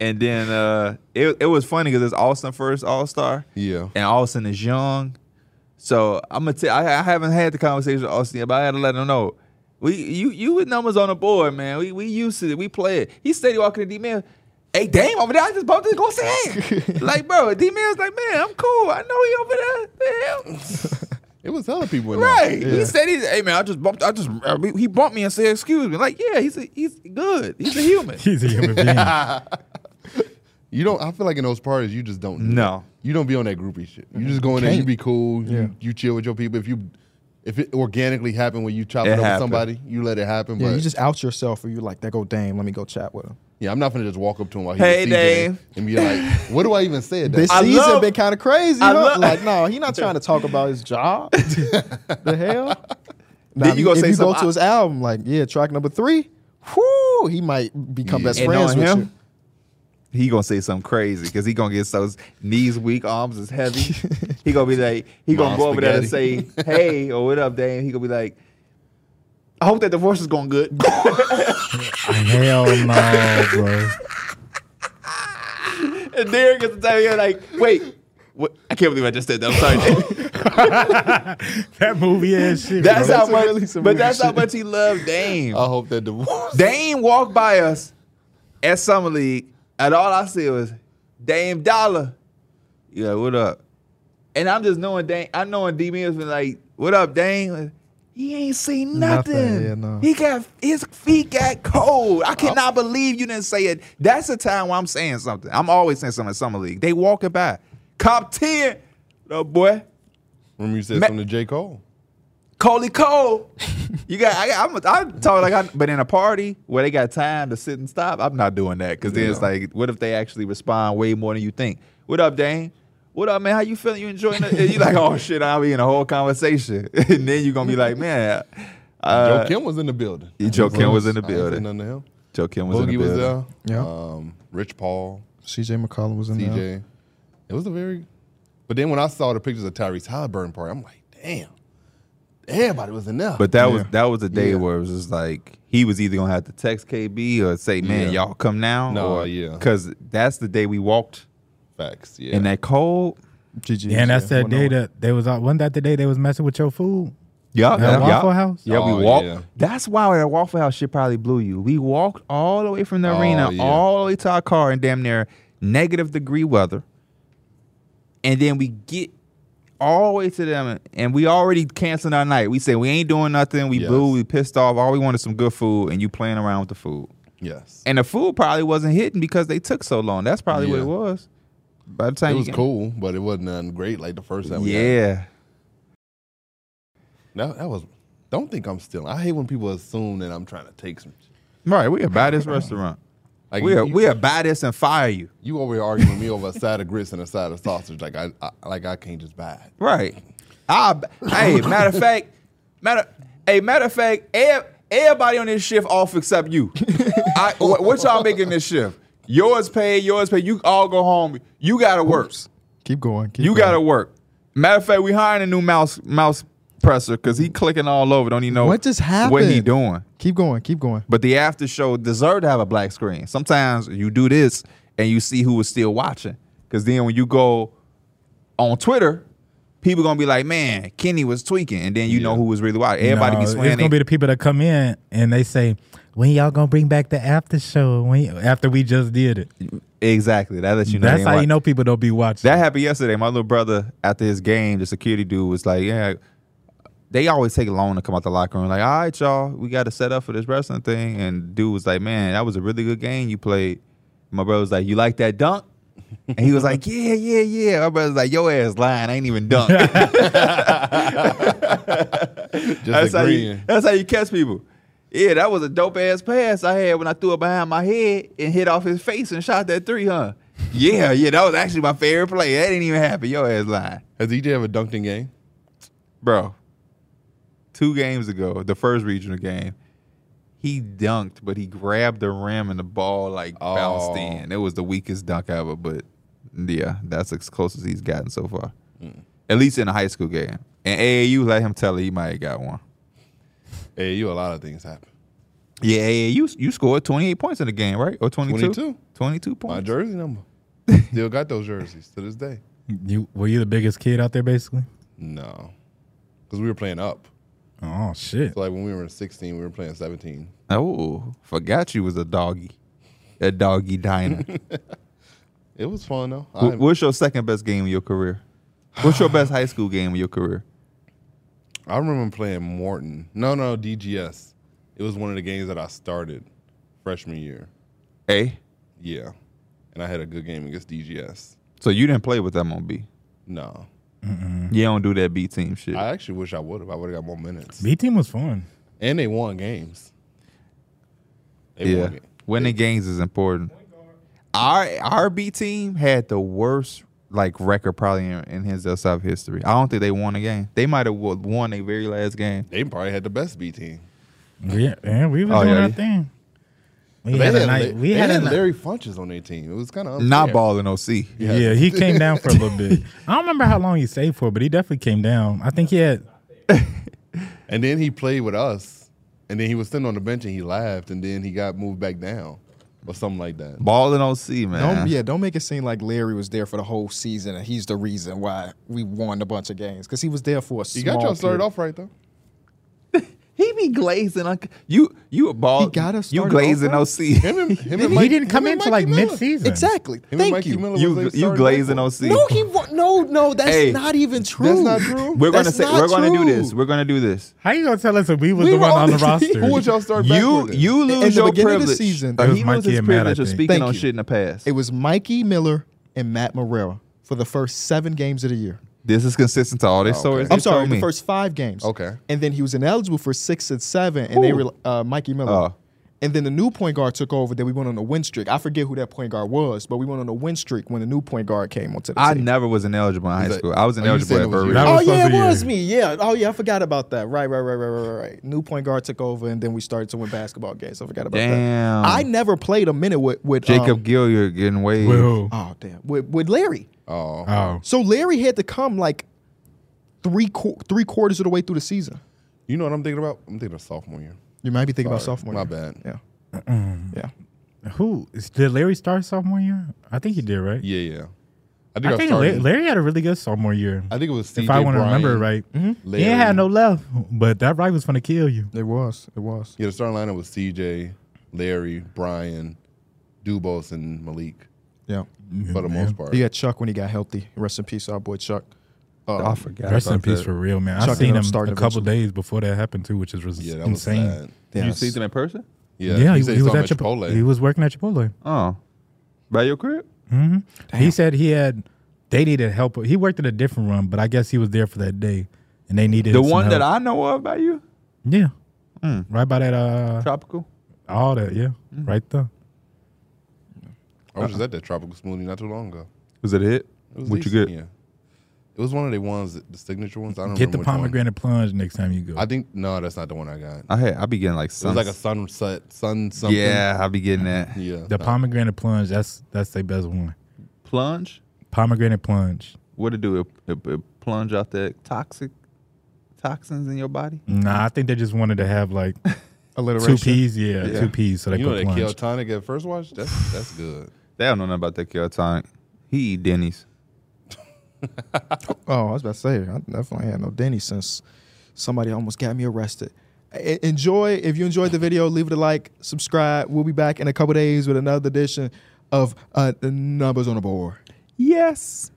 B: and then uh, it, it was funny because it's Austin first All Star.
D: Yeah.
B: And Austin is young. So I'm gonna tell I, I haven't had the conversation with Austin, yet, but I had to let him know. We you you with numbers on the board, man. We we used to it. We play it. He steady walking to D man. Hey, damn, over there, I just bumped this. Go say hey. like, bro, D man's like, man, I'm cool. I know he over there. The hell?
D: It was other people in
B: Right.
D: there.
B: He said, he, "Hey man, I just bumped. I just I mean, he bumped me and said, excuse me.' Like, yeah, he's a, he's good. He's a human.
C: He's a human being.
D: You don't. I feel like in those parties, you just don't. do
B: No.
D: that. you don't be on that groupie shit. You just go in there, you be cool. You, you chill with your people. If you, if it organically happened when you chop
B: It
D: it up with
B: happened.
D: somebody, you let it happen.
A: Yeah,
D: but
A: you just out yourself, or you like that. Go, damn, let me go chat with him.
D: yeah, I'm not gonna just walk up to him while he's
B: Hey,
D: CJ
B: Dave.
D: and be like, "What do I even say?" At that?
A: This
B: I
A: season
B: love-
A: been kind of crazy.
B: I
A: huh?
B: love-
A: like, no, he not trying to talk about his job. the hell? Nah,
B: Then
A: if
B: you gonna
A: if
B: say
A: you go
B: something-
A: to his album, like, yeah, track number three. Whoo, he might become best
B: And
A: friends
B: on
A: with
B: him?
A: you.
B: He gonna say something crazy because he gonna get those knees weak, arms is heavy. he gonna be like, he gonna
D: Mom
B: go over there and say,
D: spaghetti.
B: "Hey, or what up, Dame?" He gonna be like, "I hope that divorce is going good."
C: Hell no, bro.
B: and Derek is the time you're like, "Wait, what? I can't believe I just said that. I'm sorry." Dame."
C: That movie ass shit.
B: that's
C: bro.
B: how
A: That's
B: much,
A: really some
B: but
A: weird
B: that's how
A: shit.
B: much he loved Dame.
D: I hope that divorce.
B: Dame walked by us at Summer League, and all I see was Dame Dollar. Yeah, what up? And I'm just knowing Dame. I knowing D Mills been like, "What up, Dame?" Like, he ain't seen nothing.
A: Nothing, yeah, no. Oh.
B: He got his feet got cold. I cannot believe you didn't say it. That's the time where I'm saying something. I'm always saying something at Summer League. They walking by, cop ten, little boy.
D: Remember you said
B: Ma-
D: something to J Cole.
B: Coley Cole. You got I I'm I talk like I but in a party where they got time to sit and stop, I'm not doing that. Cause then it's like, what if they actually respond way more than you think? What up, Dane? What up, man? How you feeling? You enjoying it? And you like, oh shit, I'll be in a whole conversation. and then you're gonna be like, man, uh,
D: Joe Kim was in the building.
B: Joe Kim was in the
D: I ain't said
B: building.
D: nothing to him.
B: Joe Kim was in the
D: Boogie was
B: building.
D: there.
A: Yeah.
D: Um, Rich Paul,
A: CJ McCollum was in there.
D: DJ. It was a very. But then when I saw the pictures of Tyrese Halliburton party, I'm like, damn, everybody was in there.
B: But that was that was a day where it was just like he was either gonna have to text KB or say, man,
D: Yeah.
B: y'all come now.
D: No,
B: or,
D: yeah.
B: Cause that's the day we walked
D: facts, yeah.
B: in that cold.
A: GG.
C: Yeah, and that's that
A: One
C: day
A: on one.
C: that they was out. Wasn't that the day they was messing with your food?
B: Yeah,
C: At Waffle House?
B: Yeah, we
D: Oh,
B: walked.
D: yeah.
B: That's why that Waffle House shit probably blew you. We walked all the way from the
D: Oh,
B: arena,
D: yeah.
B: all the way to our car in damn near negative degree weather, and then we get all the way to them, and we already canceling our night. We say we ain't doing nothing. We
D: Yes.
B: blew. We pissed off. All we wanted was some good food, and you playing around with the food.
D: yes.
B: And the food probably wasn't hitting because they took so long. That's probably what
D: Yeah.
B: it was. By the time
D: it
B: you
D: was
B: get-
D: cool, but it wasn't nothing great like the first time. we had it.
B: yeah.
D: That, that was. Don't think I'm stealing. I hate when people assume that I'm trying to take some. shit.
B: Right, we about this restaurant.
D: Like
B: We are,
D: you,
B: we are buy this and fire you.
D: you over here arguing with me over a side of grits and a side of sausage. Like I, I like I can't just buy it.
B: Right. I hey, matter of fact, matter hey, matter of fact, ev- everybody on this shift off except you. I, what, what y'all making this shift? Yours paid, yours paid. You all go home. You gotta work.
A: Keep going. Keep
B: You
A: going.
B: gotta work. Matter of fact, we hiring a new mouse mouse presser because he clicking all over. Don't even know
A: What just happened?
B: What he doing?
A: Keep going. Keep going.
B: But the after show deserved to have a black screen. Sometimes you do this and you see who was still watching. Cause then when you go on Twitter, people gonna be like, Man, Kenny was tweaking, and then you know who was really watching. Everybody
C: No,
B: be
C: It's
B: swearing.
C: gonna
B: they-
C: be the people that come in and they say, "When y'all gonna bring back the after show? When y- after we just did it?"
B: exactly. That lets you know. they
C: That's
B: ain't
C: how
B: watch-
C: you know people don't be watching.
B: That happened yesterday. My little brother after his game, the security dude was like, "Yeah." They always take long to come out the locker room. Like, all right, y'all, we got to set up for this wrestling thing. And dude was like, "Man, that was a really good game you played." My brother was like, "You like that dunk?" And he was like, "Yeah, yeah, yeah." My brother's like, "Your ass lying. I ain't even dunk."
D: Just
B: that's how
D: agreeing.
B: you. That's how you catch people. Yeah, that was a dope ass pass I had when I threw it behind my head and hit off his face and shot that three, huh? Yeah, yeah, that was actually my favorite play. That didn't even happen. Your ass lying.
D: Has EJ ever dunked in game?
B: bro. Two games ago, the first regional game, he dunked, but he grabbed the rim and the ball like
D: Oh.
B: bounced in. It was the weakest dunk ever, but yeah, that's as close as he's gotten so far.
D: Mm.
B: At least in a high school game. And AAU let him tell it he might have got one.
D: Hey, you a lot of things happen.
B: Yeah, AAU, you scored 28 points in the game, right? Or 22?
D: 22.
B: 22
D: My
B: points.
D: jersey number. Still got those jerseys to this day.
C: You were you the biggest kid out there, basically?
D: No, because we were playing up.
C: Oh shit!
D: So like when we were in 16, we were playing 17.
B: oh, forgot you was a doggy. A doggy diner.
D: It was fun though.
B: Wh-
D: I-
B: What's your second best game in your career? What's your best high school game in your career?
D: I remember playing Morton. No, no, DGS. It was one of the games that I started freshman year.
B: A.
D: Yeah. And I had a good game against DGS.
B: So you didn't play with them on B.
D: No.
A: Mm-hmm.
B: You don't do that B team shit.
D: I actually wish I would have. I would have got more minutes.
C: B team was fun.
D: And they won games. They
B: yeah,
D: won games.
B: winning games is important. Our our B team had the worst like record probably in, in his Del South history. I don't think they won a game. They might have wo- won their very last game.
D: They probably had the best B team.
C: Yeah, and we was
B: Oh,
C: doing
B: yeah.
C: our thing. We
D: They
C: had,
D: had,
C: a night.
D: La-
C: We
D: they
C: had, a
D: had
C: night.
D: Larry Funches on their team. It was kind of
B: Not balling OC.
C: Yeah. he came down for a little bit. I don't remember how long he stayed for, but he definitely came down. I think he had.
D: And then he played with us. And then he was sitting on the bench and he laughed. And then he got moved back down or something like that.
B: Balling OC, man.
A: Don't, yeah, don't make it seem like Larry was there for the whole season and he's the reason why we won a bunch of games because he was there for a
D: You
A: small.
D: got y'all started
A: period.
D: off right though.
B: He be glazing like you. You a ball.
A: He got us
B: You
A: started
B: glazing
A: off
B: OC.
D: Him and, him
C: He
D: and Mike,
C: didn't come
D: him and
C: in till
D: Mikey
C: like
D: Miller.
C: mid season.
A: Exactly.
D: Him and
A: Thank
D: Mikey
A: you.
D: Miller was their
B: You you
D: starting
B: glazing
D: backcourt.
B: OC.
A: No, he wa- no no. That's
B: Hey,
A: not even true.
D: That's not true.
B: We're gonna
A: That's
B: say
A: not
B: we're gonna do
A: true.
B: this. We're gonna do this.
C: How you gonna tell us that we was
A: We
C: the
A: were
C: one
A: on
C: on the
A: the team.
C: roster?
D: Who would y'all start backcourt
B: You
D: then?
B: you
A: the
B: lose
A: beginning
B: your
A: of the
B: privilege.
A: season-
B: Uh,
C: It was
B: he loses
C: Mikey
B: his
C: and Matt, I
B: privilege of
C: think.
B: speaking
A: Thank
B: on
A: you.
B: shit in the past.
A: It was Mikey Miller and Matt Morera for the first seven games of the year.
B: This is consistent to all their stories.
A: I'm
B: they
A: sorry,
B: told me.
A: the first five games.
D: Okay.
A: And then he was ineligible for six and seven, and they were uh, Mikey Miller.
B: Oh.
A: And then the new point guard took over. Then we went on a win streak. I forget who that point guard was, but we went on a win streak when the new point guard came onto the
B: I
A: team.
B: never was ineligible in high
D: like-
B: school. I was
D: Oh, you
B: ineligible
D: said
B: at
D: it was you.
B: Burry.
C: That
A: Oh
C: was
A: yeah,
C: supposed
A: it
C: to be
A: was
C: it.
A: me. Yeah. Oh yeah, I forgot about that. Right, right, right, right, right, right, right. New point guard took over, and then we started to win basketball games. I forgot about
B: Damn.
A: that. I never played a minute with with
B: Jacob
A: um,
B: Gilliard getting waived.
C: Will.
A: oh damn, with, with Larry.
D: Oh,
C: Oh,
A: So Larry had to come like three qu- three quarters of the way through the season.
D: you know what I'm thinking about? I'm thinking of sophomore year.
A: You might be thinking about
D: Sorry,
A: sophomore.
D: my
A: year.
D: bad.
A: Yeah. yeah.
C: who did Larry start sophomore year? I think he did, right?
D: Yeah, yeah. I think I,
C: I think La-
D: started.
C: Larry had a really good sophomore year.
D: I think it was. CJ
C: if I want to
D: Bryan,
C: remember right,
D: Larry.
C: he ain't had no left, but that right was gonna kill you.
A: It was. It was.
D: Yeah, the starting lineup was CJ, Larry, Brian, Dubos, and Malik
A: Yeah.
D: for the most part.
A: He had Chuck when he got healthy. Rest in peace, our boy Chuck.
B: I forgot.
C: Rest in
B: about
C: peace
B: that.
C: for real, man. I
A: Chuck
C: seen
A: ended
C: him
A: up
C: a
A: starting
C: couple days before that happened too, which is res-
D: Yeah, that was
C: insane.
D: sad.
B: You see them in person?
D: Yeah,
C: yeah,
D: you
C: he,
D: said
C: he was
D: saw
C: at
D: him
C: Chipotle. He was working at Chipotle.
B: Oh, by your crib?
C: He said he had they needed help. He worked at a different room, but I guess he was there for that day, and they needed
B: The
C: some
B: one that
C: help.
B: I know of by you?
C: yeah, right by that uh
B: Tropical?
C: all that yeah right there.
D: I was just at that tropical smoothie not too long ago.
B: Was it a hit?
D: It was
B: What you
D: decent,
B: get?
D: Yeah, it was one of the ones, that- the signature ones. I don't
C: Get
D: remember
C: the
D: which one.
C: pomegranate plunge next time you go.
D: I think no, that's not the one I got.
B: I had. I be getting like
D: It
B: some.
D: was like a sunset, sun something.
B: yeah, I be getting that
D: yeah.
C: the pomegranate plunge that's that's the best one.
B: plunge.
C: Pomegranate plunge.
B: What it do? It, it, it plunge out the toxic toxins in your body.
C: Nah, I think they just wanted to have like two
A: Alliteration.
C: peas. Yeah,
B: Yeah.
C: two peas. So they
D: you know
C: could
D: that
C: plunge.
D: Kale Tonic at first watch? That's that's good.
B: They don't know nothing about that ketotonic. He eat Denny's.
A: Oh, I was about to say, I definitely had no Denny since somebody almost got me arrested. E- enjoy. If you enjoyed the video, leave it a like, subscribe. We'll be back in a couple days with another edition of uh, Numbers on the Board.
B: Yes.